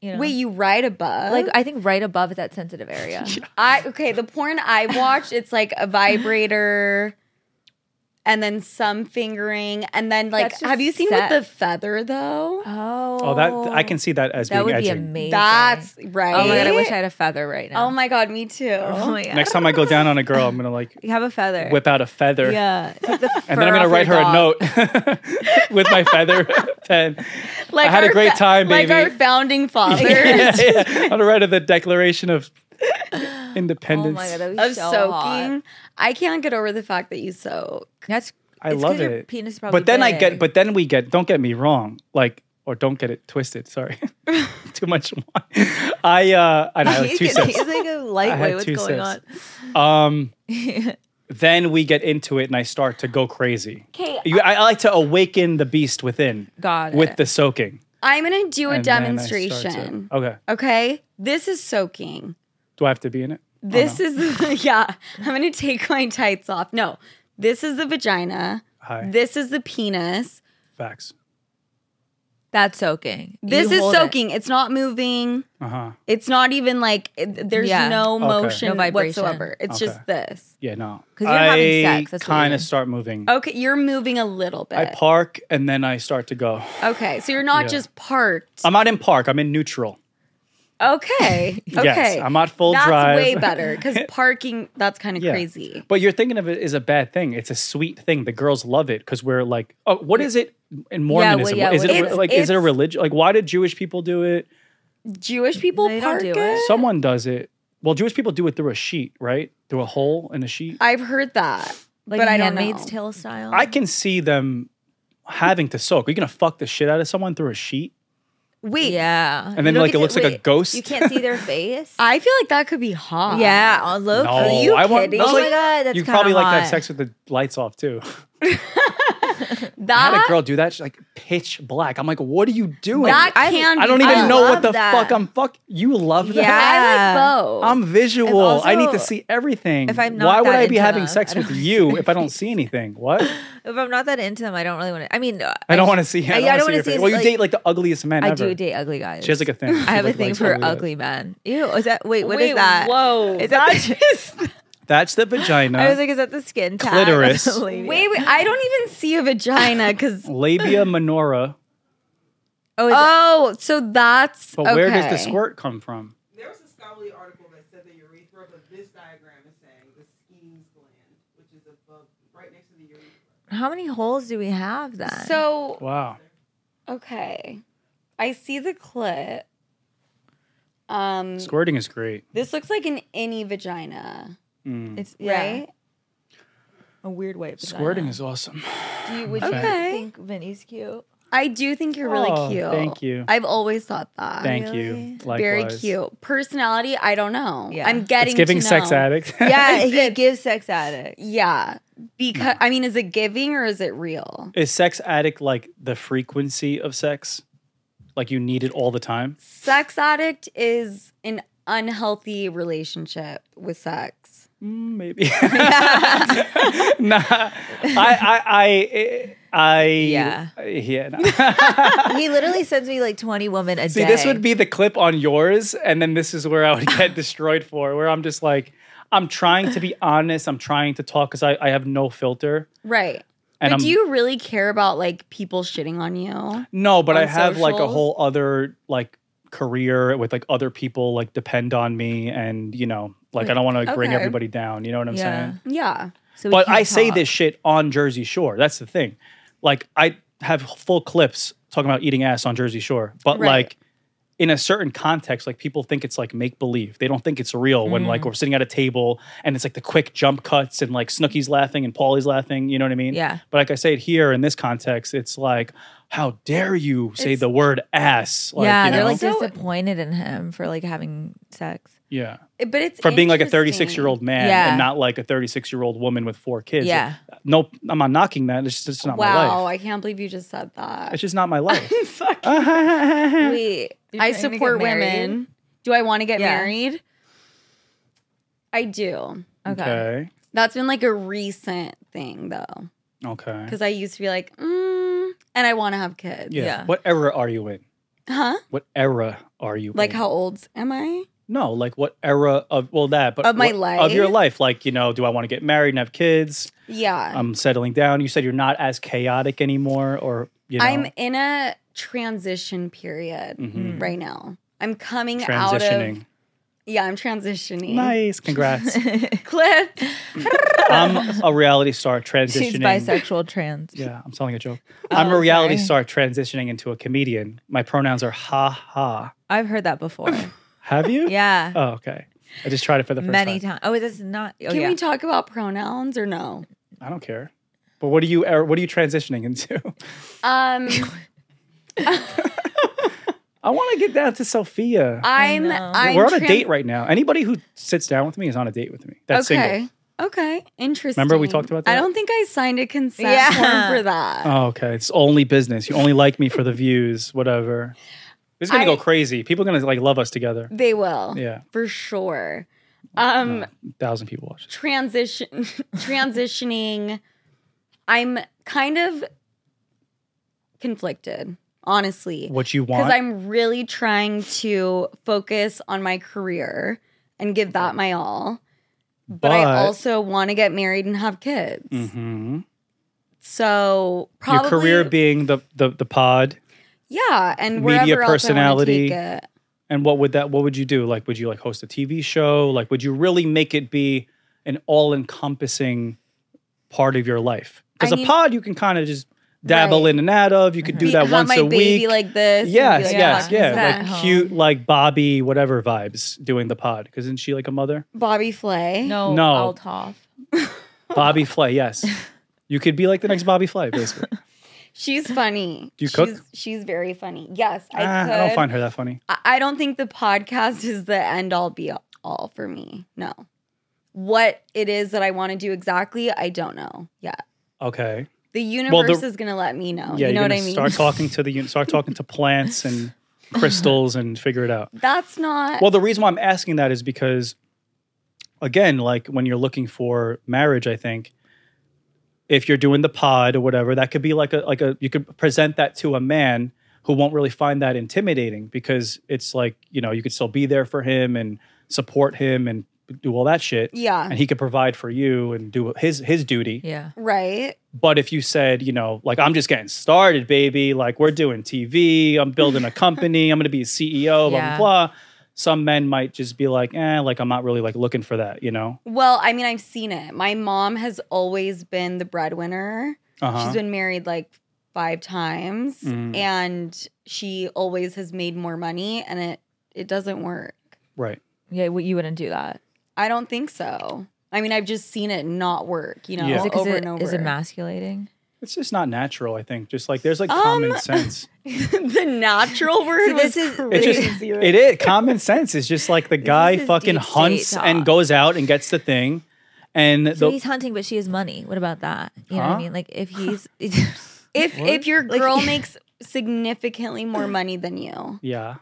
Speaker 5: you know.
Speaker 4: Wait, you ride above?
Speaker 5: like I think right above is that sensitive
Speaker 3: <laughs>
Speaker 5: area.
Speaker 4: I okay. The porn I watched, it's like a vibrator, and then some fingering, and then like,
Speaker 5: That's just
Speaker 4: have you seen
Speaker 5: sex.
Speaker 4: with the feather though?
Speaker 5: Oh,
Speaker 3: Oh, that I can see that as
Speaker 5: That would
Speaker 3: being
Speaker 5: be
Speaker 3: edging.
Speaker 5: amazing.
Speaker 4: That's right.
Speaker 5: oh my god, I wish I had a feather right now.
Speaker 4: Oh my god, me too.
Speaker 5: <laughs> Oh my god.
Speaker 3: Next time I go down on a girl, I'm gonna like
Speaker 5: <laughs> you have a feather.
Speaker 3: whip out a feather.
Speaker 5: Yeah, Take the
Speaker 3: <laughs> And then I'm
Speaker 5: fur
Speaker 3: gonna
Speaker 5: off
Speaker 3: write
Speaker 5: your
Speaker 3: her a
Speaker 5: dog.
Speaker 3: note <laughs> with my feather pen.
Speaker 4: Like
Speaker 3: I had a
Speaker 4: our
Speaker 3: great time,
Speaker 4: Like
Speaker 3: baby.
Speaker 4: our
Speaker 3: <laughs>
Speaker 4: founding fathers
Speaker 3: Yeah, yeah. I'm gonna write her the Declaration of
Speaker 5: Oh
Speaker 3: Independence.
Speaker 5: my god, that'd be
Speaker 4: of
Speaker 5: so
Speaker 4: soaking.
Speaker 5: hot.
Speaker 4: I can't get over the fact that you soak.
Speaker 5: That's
Speaker 3: I
Speaker 5: it's 'cause
Speaker 3: love
Speaker 5: your
Speaker 3: it.
Speaker 5: Penis is probably
Speaker 3: but then I
Speaker 5: big.
Speaker 3: get, but then we get. Don't get me wrong, like or don't get it twisted.
Speaker 5: <laughs>
Speaker 3: Sorry, <laughs> too much wine. I uh, I know,
Speaker 5: <laughs>
Speaker 3: I like two
Speaker 5: he's,
Speaker 3: sips.
Speaker 5: he's like a
Speaker 3: I had
Speaker 5: lightweight. What's
Speaker 3: two
Speaker 5: going on?
Speaker 3: Um, then we get into it, and I start to go crazy.
Speaker 4: Okay,
Speaker 3: You, I, I like to awaken the beast within.
Speaker 5: Got
Speaker 3: With
Speaker 5: it.
Speaker 3: the soaking.
Speaker 4: I'm gonna do a
Speaker 3: And then I start to-
Speaker 4: demonstration.
Speaker 3: okay.
Speaker 4: Okay, this is soaking.
Speaker 3: Do I have to be in it? Oh,
Speaker 4: This is <laughs> yeah. I'm gonna take my tights off. No, this is the vagina.
Speaker 3: Hi.
Speaker 4: This is the penis.
Speaker 3: Facts.
Speaker 5: That's soaking.
Speaker 4: This
Speaker 5: You
Speaker 4: is
Speaker 5: hold it.
Speaker 4: soaking. It's not moving.
Speaker 3: Uh huh.
Speaker 4: It's not even like it- there's
Speaker 5: Yeah.
Speaker 4: no
Speaker 3: Okay.
Speaker 4: motion
Speaker 5: No vibration.
Speaker 4: whatsoever. It's just
Speaker 3: Okay.
Speaker 4: this.
Speaker 3: Yeah, no.
Speaker 5: 'Cause you're having
Speaker 3: I
Speaker 5: sex, that's what
Speaker 3: kind
Speaker 5: you're-
Speaker 3: of start moving.
Speaker 4: Okay, you're moving a little bit.
Speaker 3: I park and then I start to go.
Speaker 4: okay, so you're not
Speaker 3: Yeah. Um,
Speaker 4: just parked.
Speaker 3: I'm not in park. I'm in neutral.
Speaker 4: okay, okay.
Speaker 3: <laughs> Yes, I'm not full
Speaker 4: that's
Speaker 3: drive.
Speaker 4: way better because parking. That's kind of
Speaker 3: Yeah.
Speaker 4: crazy.
Speaker 3: <laughs> But you're thinking of it as a bad thing. It's a sweet thing. The girls love it because we're like, oh, what is it in
Speaker 5: well,
Speaker 3: Mormonism?
Speaker 5: yeah,
Speaker 3: is
Speaker 5: what
Speaker 3: it
Speaker 4: is it?
Speaker 3: like? Is it a
Speaker 4: It's-
Speaker 3: religion? Like, why did Jewish people do it?
Speaker 4: Jewish people
Speaker 5: They don't
Speaker 4: park
Speaker 5: do
Speaker 4: it.
Speaker 5: it.
Speaker 3: Someone does it. Well, Jewish people do it through a sheet, right? Through a hole in a sheet.
Speaker 4: I've heard that,
Speaker 5: Like
Speaker 4: but I don't know.
Speaker 5: Handmaid's Tale style.
Speaker 3: I can see them having to soak. Are you gonna fuck the shit out of someone through a sheet?
Speaker 4: Wait,
Speaker 5: yeah,
Speaker 3: And then,
Speaker 5: You don't
Speaker 3: like, it
Speaker 5: get to-
Speaker 3: looks like a
Speaker 5: wait,
Speaker 3: ghost.
Speaker 5: You can't
Speaker 3: <laughs>
Speaker 5: see their face.
Speaker 4: I feel like that could be hot.
Speaker 5: yeah, on low.
Speaker 3: Uh-huh. no,
Speaker 5: key.
Speaker 4: you
Speaker 3: I want.
Speaker 4: kidding?
Speaker 3: that's
Speaker 5: Oh
Speaker 3: like-
Speaker 5: my god, that's
Speaker 3: you
Speaker 5: kinda
Speaker 3: probably like to have
Speaker 5: hot.
Speaker 3: sex with the lights off too. <laughs> I had
Speaker 4: that
Speaker 3: a girl do that. She's like pitch black. I'm like, what are you doing?
Speaker 4: that
Speaker 5: I-
Speaker 4: can.
Speaker 3: I don't
Speaker 4: be
Speaker 3: even
Speaker 4: hot.
Speaker 3: know
Speaker 5: love
Speaker 3: what the
Speaker 5: that.
Speaker 3: fuck I'm fuck. You love that?
Speaker 5: Yeah.
Speaker 4: I like both.
Speaker 3: I'm visual.
Speaker 5: I've
Speaker 3: I need
Speaker 5: also-
Speaker 3: to see everything.
Speaker 5: if I'm not
Speaker 3: Why would
Speaker 5: that
Speaker 3: I be
Speaker 5: into
Speaker 3: having
Speaker 5: them,
Speaker 3: sex
Speaker 5: I
Speaker 3: with
Speaker 5: don't
Speaker 3: you if I don't see anything? What?
Speaker 5: If I'm not that into them, I don't really want to. I mean,
Speaker 3: I don't want to see. I don't, want to
Speaker 5: wanna
Speaker 3: see. your face.
Speaker 5: his,
Speaker 3: Well, you
Speaker 5: like-
Speaker 3: date like the ugliest man
Speaker 5: I
Speaker 3: ever.
Speaker 5: do date ugly guys.
Speaker 3: She has like a
Speaker 5: <laughs>
Speaker 3: thing.
Speaker 5: I have a thing for ugly men. Ew, is that wait? What is that?
Speaker 4: Whoa.
Speaker 5: <laughs> Is that
Speaker 4: that is
Speaker 3: That's the vagina.
Speaker 5: I was like, is that the skin tag? <laughs>
Speaker 3: Clitoris.
Speaker 5: Labia.
Speaker 4: Wait, wait. I don't even see a vagina
Speaker 3: <laughs>
Speaker 4: because.
Speaker 5: <laughs>
Speaker 3: labia minora.
Speaker 5: Oh,
Speaker 3: uh,
Speaker 5: is it-
Speaker 4: Oh, so that's.
Speaker 3: But where does the
Speaker 4: okay.
Speaker 3: squirt come from?
Speaker 1: There was a scholarly article that said the urethra, but this diagram is saying the Skene's gland, which is above, right next to the urethra.
Speaker 5: how many holes do we have then?
Speaker 4: So
Speaker 3: Wow.
Speaker 4: okay, I see the clit. Um,
Speaker 3: Squirting is great.
Speaker 4: this looks like an any vagina,
Speaker 3: Mm.
Speaker 5: it's yeah,
Speaker 4: right?
Speaker 5: a weird way. of vagina.
Speaker 3: Squirting is awesome.
Speaker 5: Do you, would
Speaker 3: Okay.
Speaker 5: you think Vinny's
Speaker 3: <laughs>
Speaker 5: cute?
Speaker 4: I do think you're really
Speaker 3: Oh,
Speaker 4: cute.
Speaker 3: Thank you.
Speaker 4: I've always thought that.
Speaker 3: Thank
Speaker 5: really?
Speaker 3: you. Likewise.
Speaker 4: Very cute. Personality, I don't know.
Speaker 5: Yeah.
Speaker 4: I'm getting
Speaker 3: It's giving
Speaker 4: to know.
Speaker 3: sex
Speaker 4: <laughs>
Speaker 3: addict.
Speaker 5: Yeah,
Speaker 4: It's-
Speaker 5: he gives sex addicts.
Speaker 4: Yeah. Because I mean, is it giving or is it real?
Speaker 3: <laughs> Is sex addict like the frequency of sex? Like you need it all the time?
Speaker 4: Sex addict is an unhealthy relationship with
Speaker 3: <laughs>
Speaker 4: sex. <laughs>
Speaker 3: Mm, maybe. nah, I, I, I, I,
Speaker 5: Yeah.
Speaker 3: yeah. nah. <laughs>
Speaker 5: He literally sends me like 20 women a
Speaker 3: See,
Speaker 5: day.
Speaker 3: this would be the clip on yours, and then this is where I would get <laughs> destroyed for, where I'm just like, I'm trying to be honest. I'm trying to talk because I, I have no filter.
Speaker 4: Right.
Speaker 3: And
Speaker 4: but
Speaker 3: I'm,
Speaker 4: do you really care about like people shitting on you?
Speaker 3: No, but I
Speaker 4: on
Speaker 3: have like a
Speaker 4: socials?
Speaker 3: whole other like career with like other people like depend on me, and you know, like I don't want to bring
Speaker 4: Okay.
Speaker 3: everybody down. You know what I'm
Speaker 5: Yeah.
Speaker 3: saying?
Speaker 4: Yeah.
Speaker 5: So we
Speaker 3: but
Speaker 5: can't
Speaker 3: I say
Speaker 5: talk.
Speaker 3: this shit on Jersey Shore. That's the thing. Like I have full clips talking about eating ass on Jersey Shore, but
Speaker 4: Right.
Speaker 3: like in a certain context, like people think it's like make believe. They don't think it's real when like we're sitting at a table and it's like the quick jump cuts and like Snooky's laughing and Paulie's laughing. You know what I mean?
Speaker 5: Yeah.
Speaker 3: But like I say it here in this context, it's like, how dare you say
Speaker 4: It's-
Speaker 3: the word ass? Like,
Speaker 5: yeah,
Speaker 3: you
Speaker 5: they're
Speaker 3: know?
Speaker 5: like
Speaker 4: So-
Speaker 5: disappointed in him for like having sex.
Speaker 3: yeah,
Speaker 4: It- But it's
Speaker 3: for being like a
Speaker 4: interesting.
Speaker 3: 36 year old man
Speaker 5: Yeah.
Speaker 3: and not like a 36 year old woman with four kids.
Speaker 5: Yeah.
Speaker 3: Nope, I'm not knocking that. It's just it's not my life.
Speaker 4: Wow, I can't believe you just said that.
Speaker 3: <laughs> It's just not
Speaker 4: <laughs>
Speaker 3: my life.
Speaker 5: Wait,
Speaker 4: I support women. Do I want to get
Speaker 5: Yeah.
Speaker 4: married? I do.
Speaker 5: Okay.
Speaker 3: okay.
Speaker 4: That's been like a recent thing though,
Speaker 3: Okay.
Speaker 4: because I used to be like, mm, and I want to have kids.
Speaker 3: Yeah.
Speaker 5: Yeah.
Speaker 3: What era are you in?
Speaker 4: Huh?
Speaker 3: What era are you
Speaker 4: Like
Speaker 3: in?
Speaker 4: how old am I?
Speaker 3: No, like what era of well that, but
Speaker 4: Of my
Speaker 3: what- Of your
Speaker 4: life?
Speaker 3: life. Like, you know, do I want to get married and have kids?
Speaker 4: Yeah.
Speaker 3: I'm settling down. You said you're not as chaotic anymore or you know
Speaker 4: I'm in a transition period
Speaker 3: Mhm.
Speaker 4: right now. I'm coming out of
Speaker 3: transitioning.
Speaker 4: Yeah, I'm transitioning. <laughs>
Speaker 3: Nice. Congrats.
Speaker 5: <laughs>
Speaker 4: Clip.
Speaker 3: I'm a reality star transitioning.
Speaker 5: She's bisexual, trans.
Speaker 3: Yeah, I'm telling a joke.
Speaker 4: Oh,
Speaker 3: I'm a reality star transitioning into a comedian. My pronouns are ha ha.
Speaker 5: I've heard
Speaker 3: <laughs>
Speaker 5: that before.
Speaker 3: Have you?
Speaker 5: yeah.
Speaker 3: Oh, okay. I just tried it for the first
Speaker 5: Many
Speaker 3: time.
Speaker 5: times. Oh, that's not. Oh,
Speaker 4: Can
Speaker 5: yeah.
Speaker 4: we talk about pronouns or
Speaker 5: <laughs>
Speaker 4: no?
Speaker 3: I don't care. But what are you er, what are you transitioning into? <laughs>
Speaker 4: Um
Speaker 3: I want to get down to Sophia.
Speaker 4: I'm
Speaker 5: know.
Speaker 4: I'm
Speaker 3: We're on a
Speaker 4: tran-
Speaker 3: date right now. Anybody who sits down with me is on a date with me. That's
Speaker 4: Okay.
Speaker 3: single.
Speaker 4: Okay. Interesting.
Speaker 3: Remember we talked about
Speaker 4: I
Speaker 3: that?
Speaker 4: don't think I signed a consent
Speaker 5: Yeah.
Speaker 4: form for that.
Speaker 3: Oh, okay. It's only business. You only like me for the views, whatever. This is gonna
Speaker 4: I-
Speaker 3: go crazy. People are gonna like love us together.
Speaker 4: They will.
Speaker 3: Yeah.
Speaker 4: For sure. Um
Speaker 3: Thousand people watch.
Speaker 4: transition <laughs> transitioning I'm kind of conflicted, honestly.
Speaker 3: What you
Speaker 4: Because
Speaker 3: want?
Speaker 4: I'm really trying to focus on my career and give that my all. But, I also want to get married and have kids.
Speaker 3: Mhm.
Speaker 4: So
Speaker 3: your
Speaker 4: probably
Speaker 3: career being the the, the pod.
Speaker 4: yeah, and
Speaker 3: media
Speaker 4: wherever Else
Speaker 3: personality.
Speaker 4: I wanna take it.
Speaker 3: And what would that? What would you do? Like, would you like host a TV show? Like, would you really make it be an all-encompassing part of your life? Because
Speaker 4: I
Speaker 3: a
Speaker 4: mean-
Speaker 3: pod, you can kind of just dabble
Speaker 4: Right.
Speaker 3: in and out of. You could do
Speaker 4: Be-
Speaker 3: that
Speaker 4: have
Speaker 3: once
Speaker 4: my
Speaker 3: a
Speaker 4: baby
Speaker 3: week.
Speaker 4: like this. and be
Speaker 3: yes,
Speaker 4: like,
Speaker 3: yes,
Speaker 4: "Fuck
Speaker 3: yeah.
Speaker 4: is
Speaker 5: that
Speaker 4: that?"
Speaker 5: home?
Speaker 3: Like cute, like Bobby, whatever vibes doing the pod. Isn't she like a mother?
Speaker 4: Bobby Flay.
Speaker 5: no,
Speaker 3: No.
Speaker 5: Althoff.
Speaker 4: <laughs>
Speaker 3: Bobby Flay, yes. You could be like the next Bobby Flay, basically.
Speaker 4: she's funny.
Speaker 3: Do you cook?
Speaker 4: She's, she's very funny. Yes, I
Speaker 3: Ah,
Speaker 4: could.
Speaker 3: I don't find her that funny.
Speaker 4: I- I don't think the podcast is the end all be all for me. No. What it is that I want to do exactly, I don't know yet.
Speaker 3: Okay.
Speaker 4: The universe
Speaker 3: Well, the-
Speaker 4: is going to let me know.
Speaker 3: yeah,
Speaker 4: you know
Speaker 3: are
Speaker 4: what
Speaker 3: gonna
Speaker 4: I mean?
Speaker 3: start talking to the un- start talking to plants and crystals and figure it out.
Speaker 4: <laughs> That's not.
Speaker 3: Well, the reason why I'm asking that is because, again, like when you're looking for marriage, I think if you're doing the pod or whatever, that could be like a like a you could present that to a man who won't really find that intimidating because it's like you know you could still be there for him and support him and do all that shit,
Speaker 4: Yeah.
Speaker 3: and he could provide for you and do his his duty.
Speaker 5: Yeah.
Speaker 4: Right.
Speaker 3: But if you said, you know, like I'm just getting started, baby, like we're doing TV, I'm building
Speaker 5: <laughs>
Speaker 3: a company, I'm gonna be a CEO, blah
Speaker 5: Yeah.
Speaker 3: blah blah. Some men might just be like, eh, like I'm not really like looking for that, you know.
Speaker 4: Well, I mean, I've seen it. My mom has always been the breadwinner.
Speaker 3: Uh
Speaker 4: She's been married like five times
Speaker 3: Mm.
Speaker 4: and she always has made more money and it it doesn't work.
Speaker 3: Right.
Speaker 5: Yeah. Well, you wouldn't do that.
Speaker 4: I don't think so. I mean, I've just seen it not work, you know,
Speaker 3: Yeah.
Speaker 5: Is it 'cause
Speaker 4: over
Speaker 5: it-
Speaker 4: and over.
Speaker 5: is emasculating?
Speaker 3: It's just not natural. I think just like there's like
Speaker 4: Um,
Speaker 3: common sense.
Speaker 4: <laughs>
Speaker 5: <laughs>
Speaker 4: the natural word
Speaker 5: See, this
Speaker 4: was
Speaker 5: is-
Speaker 3: It's
Speaker 4: crazy.
Speaker 3: just it is common sense. It's just like the guy
Speaker 5: is
Speaker 3: fucking
Speaker 5: deep state
Speaker 3: hunts and
Speaker 5: talk.
Speaker 3: goes out and gets the thing, and the,
Speaker 5: So he's hunting, but she has money. What about that? You know what
Speaker 3: Huh?
Speaker 5: I mean?
Speaker 3: <laughs>
Speaker 5: Like if he's
Speaker 4: <laughs>
Speaker 5: <laughs>
Speaker 4: if
Speaker 3: What?
Speaker 4: if your
Speaker 5: Like-
Speaker 4: girl
Speaker 5: <laughs>
Speaker 4: makes significantly more money than you,
Speaker 3: yeah.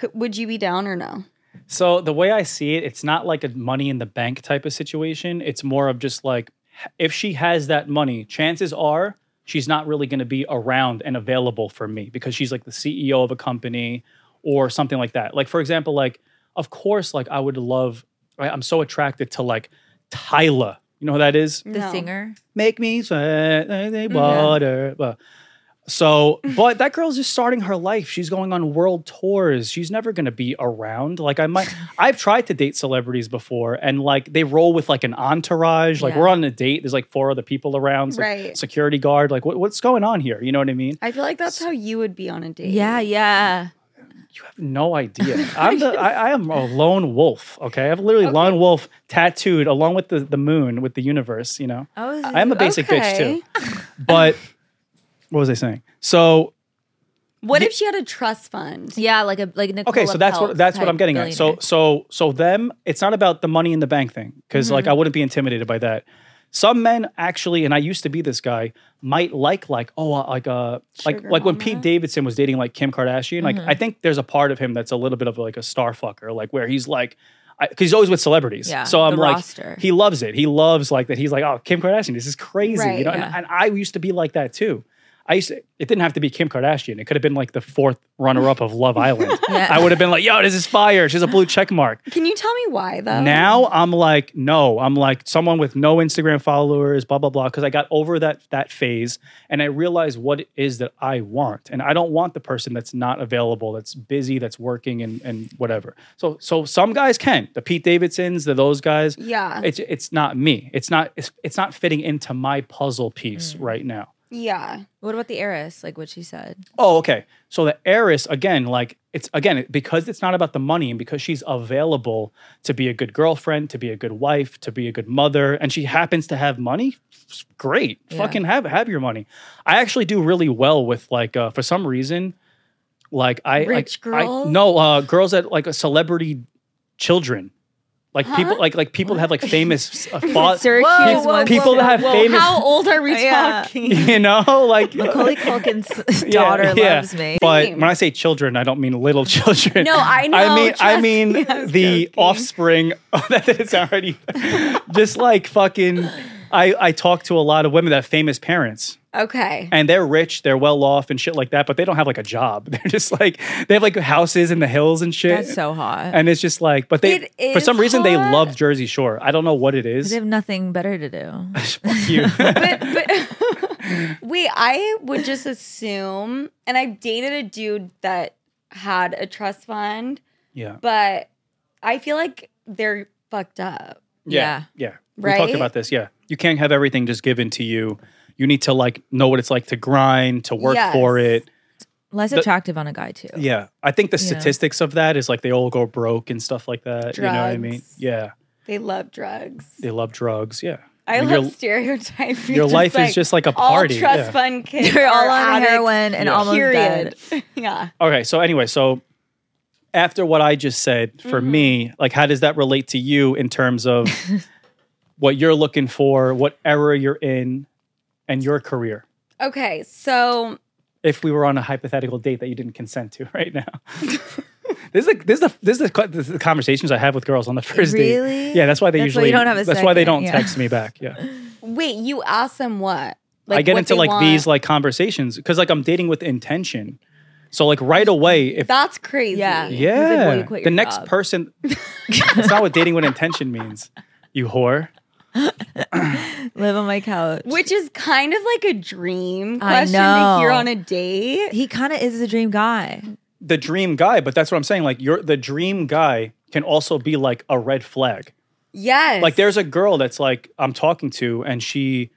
Speaker 4: c- would you be down or no?
Speaker 3: So the way I see it, it's not like a money in the bank type of situation. It's more of just like if she has that money, chances are she's not really going to be around and available for me because she's like the CEO of a company or something like that. Like for example, like of course, like I would love. I, I'm so attracted to like Tyla. You know who that is?
Speaker 5: the
Speaker 4: No.
Speaker 5: singer,
Speaker 3: make me sweat, eh, eh, water. But- So, but that girl's just starting her life. She's going on world tours. She's never going to be around. Like I might, I've tried to date celebrities before, and like they roll with like an entourage. Like
Speaker 5: Yeah.
Speaker 3: we're on a date. There's like four other people around. It's, like,
Speaker 4: Right.
Speaker 3: Security guard. Like what, what's going on here? You know what I mean?
Speaker 4: I feel like that's how you would be on a date.
Speaker 5: yeah, yeah,
Speaker 3: You have no idea. I'm the, I, I am a lone wolf. Okay, I have literally lone wolf tattooed along with the the moon with the universe. You know.
Speaker 5: I was,
Speaker 3: I am a basic bitch
Speaker 4: Okay.
Speaker 3: too. But what was I saying? So
Speaker 4: What if she had a trust fund?
Speaker 5: yeah, like a like Nicole.
Speaker 3: okay, so that's what that's what I'm getting at. So so so them, it's not about the money in the bank thing because like I
Speaker 5: Mm-hmm.
Speaker 3: wouldn't be intimidated by that. Some men actually, and I used to be this guy, might like like oh uh, like uh like
Speaker 4: Sugar
Speaker 3: like when
Speaker 4: mama?
Speaker 3: Pete Davidson was dating like Kim Kardashian. Like
Speaker 5: Mm-hmm.
Speaker 3: I think there's a part of him that's a little bit of like a star fucker, like where he's like. Because he's always with celebrities,
Speaker 5: Yeah,
Speaker 3: so I'm
Speaker 5: the
Speaker 3: like,
Speaker 5: roster.
Speaker 3: he loves it. He loves like that. He's like, oh, Kim Kardashian, this is crazy,
Speaker 4: Right,
Speaker 3: you know. And-
Speaker 5: yeah.
Speaker 3: and I used to be like that too. I used to, it didn't have to be Kim Kardashian. It could have been like the fourth runner up of Love Island.
Speaker 5: Yeah.
Speaker 3: I would have been like, yo, this is fire. She's a blue check mark.
Speaker 4: Can you tell me why though?
Speaker 3: Now I'm like, no, I'm like someone with no Instagram followers, blah, blah, blah. Cause I got over that that phase and I realized what it is that I want. And I don't want the person that's not available, that's busy, that's working and and whatever. So so some guys can. The Pete Davidsons, the those guys.
Speaker 4: Yeah.
Speaker 3: It's it's not me. It's not it's, it's not fitting into my puzzle piece right now.
Speaker 4: yeah.
Speaker 5: What about the heiress? Like what she said.
Speaker 3: Oh, okay. So the heiress again, like it's again because it's not about the money and because she's available to be a good girlfriend, to be a good wife, to be a good mother, and she happens to have money. s- Great,
Speaker 5: Yeah.
Speaker 3: fucking have have your money. I actually do really well with like uh, for some reason, like I like,
Speaker 4: Rich
Speaker 3: I-
Speaker 4: girls?
Speaker 3: no, uh, girls that like a celebrity children, like people like like people that have like famous
Speaker 4: <laughs>
Speaker 3: uh, fa-
Speaker 5: Syracuse
Speaker 3: Whoa,
Speaker 5: once-
Speaker 3: people that have famous-
Speaker 4: How old are we
Speaker 5: <laughs> Yeah.
Speaker 4: talking?
Speaker 3: <laughs> you know
Speaker 4: <laughs>
Speaker 3: like
Speaker 5: Macaulay
Speaker 3: <laughs>
Speaker 5: Culkin's
Speaker 3: Yeah,
Speaker 5: daughter
Speaker 3: yeah.
Speaker 5: loves me.
Speaker 3: But
Speaker 4: Same.
Speaker 3: when I say children, I don't mean little <laughs> children.
Speaker 4: No, I know,
Speaker 3: I mean, I
Speaker 4: trust <laughs>
Speaker 3: mean
Speaker 4: me, I was
Speaker 3: <laughs> the
Speaker 4: joking.
Speaker 3: offspring <laughs> that it's already <laughs> just like fucking. I I talk to a lot of women that have famous parents,
Speaker 4: Okay.
Speaker 3: and they're rich, they're well off, and shit like that. But they don't have like a job. <laughs> They're just like they have like houses in the hills and shit.
Speaker 5: That's so hot.
Speaker 3: and it's just like, but they
Speaker 4: It
Speaker 3: for
Speaker 4: is
Speaker 3: some reason they
Speaker 4: hot.
Speaker 3: love Jersey Shore. I don't know what it is.
Speaker 5: They have nothing better to do.
Speaker 3: <laughs> Fuck you.
Speaker 4: <laughs> but, but <laughs> wait, I would just assume, and I've dated a dude that had a trust fund,
Speaker 3: <laughs> yeah.
Speaker 4: but I feel like they're fucked up.
Speaker 3: Yeah. Yeah. We talked
Speaker 4: Right?
Speaker 3: about this. Yeah. You can't have everything just given to you. You need to like know what it's like to grind, to work
Speaker 4: Yes.
Speaker 3: for it.
Speaker 5: Less
Speaker 3: The-
Speaker 5: attractive on a guy too.
Speaker 3: Yeah. I think the
Speaker 5: Yeah.
Speaker 3: statistics of that is like they all go broke and stuff like that. You know what I mean?
Speaker 4: Drugs.
Speaker 3: Yeah.
Speaker 4: They love drugs.
Speaker 3: They love drugs. Yeah.
Speaker 4: I
Speaker 3: mean,
Speaker 4: love
Speaker 3: your-
Speaker 4: stereotyping. <laughs>
Speaker 3: Your
Speaker 4: just
Speaker 3: life
Speaker 4: like,
Speaker 3: is just like a
Speaker 4: all
Speaker 3: party.
Speaker 4: trust
Speaker 3: yeah.
Speaker 4: fund kids.
Speaker 5: <laughs> They're all
Speaker 4: are
Speaker 5: on
Speaker 4: addicts, <laughs>
Speaker 5: heroin and
Speaker 3: Yeah.
Speaker 5: almost
Speaker 4: Period. <laughs>
Speaker 5: dead.
Speaker 4: yeah.
Speaker 3: Okay. So anyway, so after what I just said, for me,
Speaker 4: Mm-hmm.
Speaker 3: like how does that relate to you in
Speaker 4: <laughs>
Speaker 3: terms of what you're looking for, what era you're in, and your career?
Speaker 4: Okay. So
Speaker 3: if we were on a hypothetical date that you didn't consent to <laughs> right now. this is the this is the this is the, co- this is the conversations I have with girls on the first
Speaker 5: Really?
Speaker 3: date. Yeah, that's why they
Speaker 5: That's why
Speaker 3: usually
Speaker 5: you don't have a
Speaker 3: that's why they
Speaker 5: second,
Speaker 3: don't
Speaker 5: yeah.
Speaker 3: text me back.
Speaker 5: <laughs>
Speaker 3: Yeah,
Speaker 4: wait, you ask them what?
Speaker 3: I get
Speaker 4: what
Speaker 3: into
Speaker 4: they
Speaker 3: like
Speaker 4: want.
Speaker 3: these like conversations because like I'm dating with intention. So like right away, if
Speaker 4: That's crazy.
Speaker 5: Yeah. He's like,
Speaker 3: yeah,
Speaker 5: "Well, you quit
Speaker 3: the
Speaker 5: your
Speaker 3: next
Speaker 5: job." <laughs>
Speaker 3: person. That's not what dating with intention means. You whore.
Speaker 5: Live on my couch.
Speaker 4: Which is kind of like a dream
Speaker 5: I
Speaker 4: question
Speaker 5: know.
Speaker 4: to hear on a date.
Speaker 5: he kind of is a dream guy.
Speaker 3: The dream guy, but that's what I'm saying. Like you're the dream guy can also be like a red flag.
Speaker 4: Yes.
Speaker 3: Like there's a girl that's like I'm talking to, and she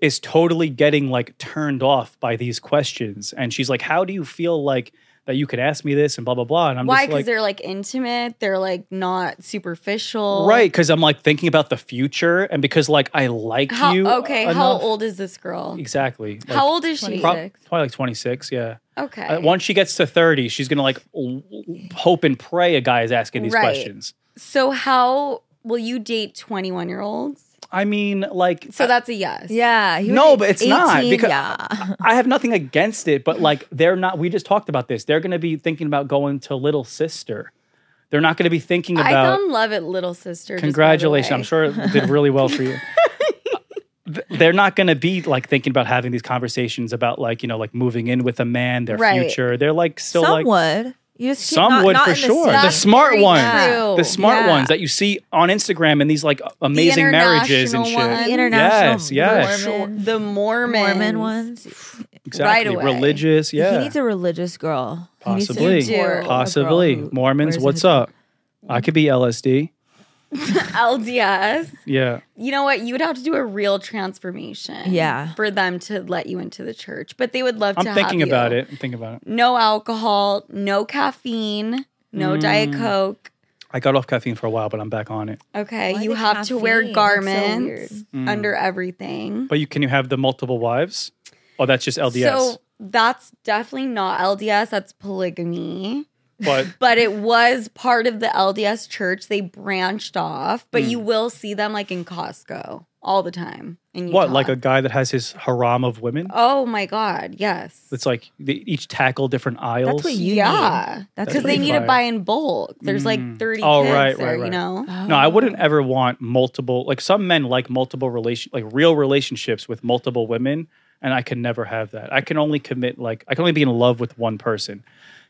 Speaker 3: is totally getting like turned off by these questions, and she's like, "How do you feel like that you could ask me this?" and blah blah blah. And I'm
Speaker 4: Why?
Speaker 3: just
Speaker 4: Because
Speaker 3: like,
Speaker 4: they're like intimate. They're like not superficial.
Speaker 3: right? Because I'm like thinking about the future, and because like I like
Speaker 4: How,
Speaker 3: you.
Speaker 4: okay. How
Speaker 3: enough-
Speaker 4: old is this girl?
Speaker 3: Exactly. Like,
Speaker 4: how old is she?
Speaker 3: prob-
Speaker 5: 26?
Speaker 3: probably like 26. Yeah.
Speaker 4: Okay.
Speaker 3: Uh, once she gets to 30, she's going to like l- l- hope and pray a guy is asking these
Speaker 4: Right.
Speaker 3: questions.
Speaker 4: so how will you date 21 year olds?
Speaker 3: I mean, like,
Speaker 4: So that's a yes.
Speaker 5: Yeah. he
Speaker 3: No,
Speaker 5: was
Speaker 3: but it's not, because-
Speaker 5: yeah.
Speaker 3: I have nothing against it, but like, they're not, we just talked about this. They're going to be thinking about going to Little Sister. They're not going to be thinking
Speaker 4: I
Speaker 3: about,
Speaker 4: found love at Little Sister. just by the
Speaker 3: congratulations. I'm
Speaker 4: way.
Speaker 3: sure it did really well
Speaker 5: <laughs>
Speaker 3: for you. Uh, Th- They're not going to be like thinking about having these conversations about like, you know, like moving in with a man, their
Speaker 4: Right.
Speaker 3: future. They're like still
Speaker 5: Some
Speaker 3: like,
Speaker 5: would. You just keep
Speaker 3: Some
Speaker 5: not-
Speaker 3: would
Speaker 5: not
Speaker 3: for
Speaker 5: in the
Speaker 3: sure. The,
Speaker 5: same-
Speaker 4: That's
Speaker 3: smart
Speaker 4: very
Speaker 3: ones,
Speaker 4: true.
Speaker 3: the smart
Speaker 5: Yeah.
Speaker 3: ones that you see on Instagram and these like amazing marriages and shit.
Speaker 4: international
Speaker 5: The
Speaker 4: ones.
Speaker 5: international
Speaker 3: Yes, yes.
Speaker 5: Mormon,
Speaker 4: The Mormon
Speaker 5: Mormon ones.
Speaker 3: Exactly,
Speaker 4: away.
Speaker 3: religious. Yeah,
Speaker 5: He needs a religious girl. He needs to
Speaker 3: Possibly.
Speaker 5: support
Speaker 4: You do.
Speaker 5: a girl
Speaker 3: possibly
Speaker 5: who
Speaker 3: Mormons.
Speaker 5: wears a
Speaker 3: What's
Speaker 5: hijab.
Speaker 3: up? I could be LSD.
Speaker 4: LDS.
Speaker 3: Yeah,
Speaker 4: You know what? You would have to do a real transformation.
Speaker 5: Yeah.
Speaker 4: For them to let you into the church. But they would love
Speaker 3: I'm
Speaker 4: to
Speaker 3: thinking
Speaker 4: have
Speaker 3: about
Speaker 4: you.
Speaker 3: it. I'm thinking about it.
Speaker 4: No alcohol, no caffeine,
Speaker 3: Mm.
Speaker 4: no Diet Coke.
Speaker 3: I got off caffeine for a while, but I'm back on it.
Speaker 4: Okay.
Speaker 5: Why
Speaker 4: you
Speaker 5: the
Speaker 4: have to wear
Speaker 5: caffeine? That's so
Speaker 4: garments
Speaker 3: weird. Mm.
Speaker 4: under everything.
Speaker 3: But you can you have the multiple wives? Oh, that's just LDS.
Speaker 4: So that's definitely not LDS. That's polygamy.
Speaker 3: but
Speaker 4: But it was part of the LDS church. They branched off, but
Speaker 3: Hmm.
Speaker 4: you will see them like in Costco all the time. In
Speaker 3: what?
Speaker 4: Utah.
Speaker 3: Like a guy that has his haram of women?
Speaker 4: Oh my God. Yes.
Speaker 3: It's like they each tackle different aisles.
Speaker 5: That's what you need.
Speaker 4: yeah.
Speaker 5: That's
Speaker 4: Because
Speaker 5: what
Speaker 4: they
Speaker 5: you
Speaker 4: need to
Speaker 3: fire.
Speaker 4: buy in bulk. There's
Speaker 3: Mm.
Speaker 4: like 30
Speaker 3: Oh,
Speaker 4: kids
Speaker 3: right,
Speaker 4: there,
Speaker 3: right, right.
Speaker 4: you know?
Speaker 3: No, I wouldn't ever want multiple. Like some men like multiple relation, like real relationships with multiple women, and I can never have that. I can only commit like I can only be in love with one person.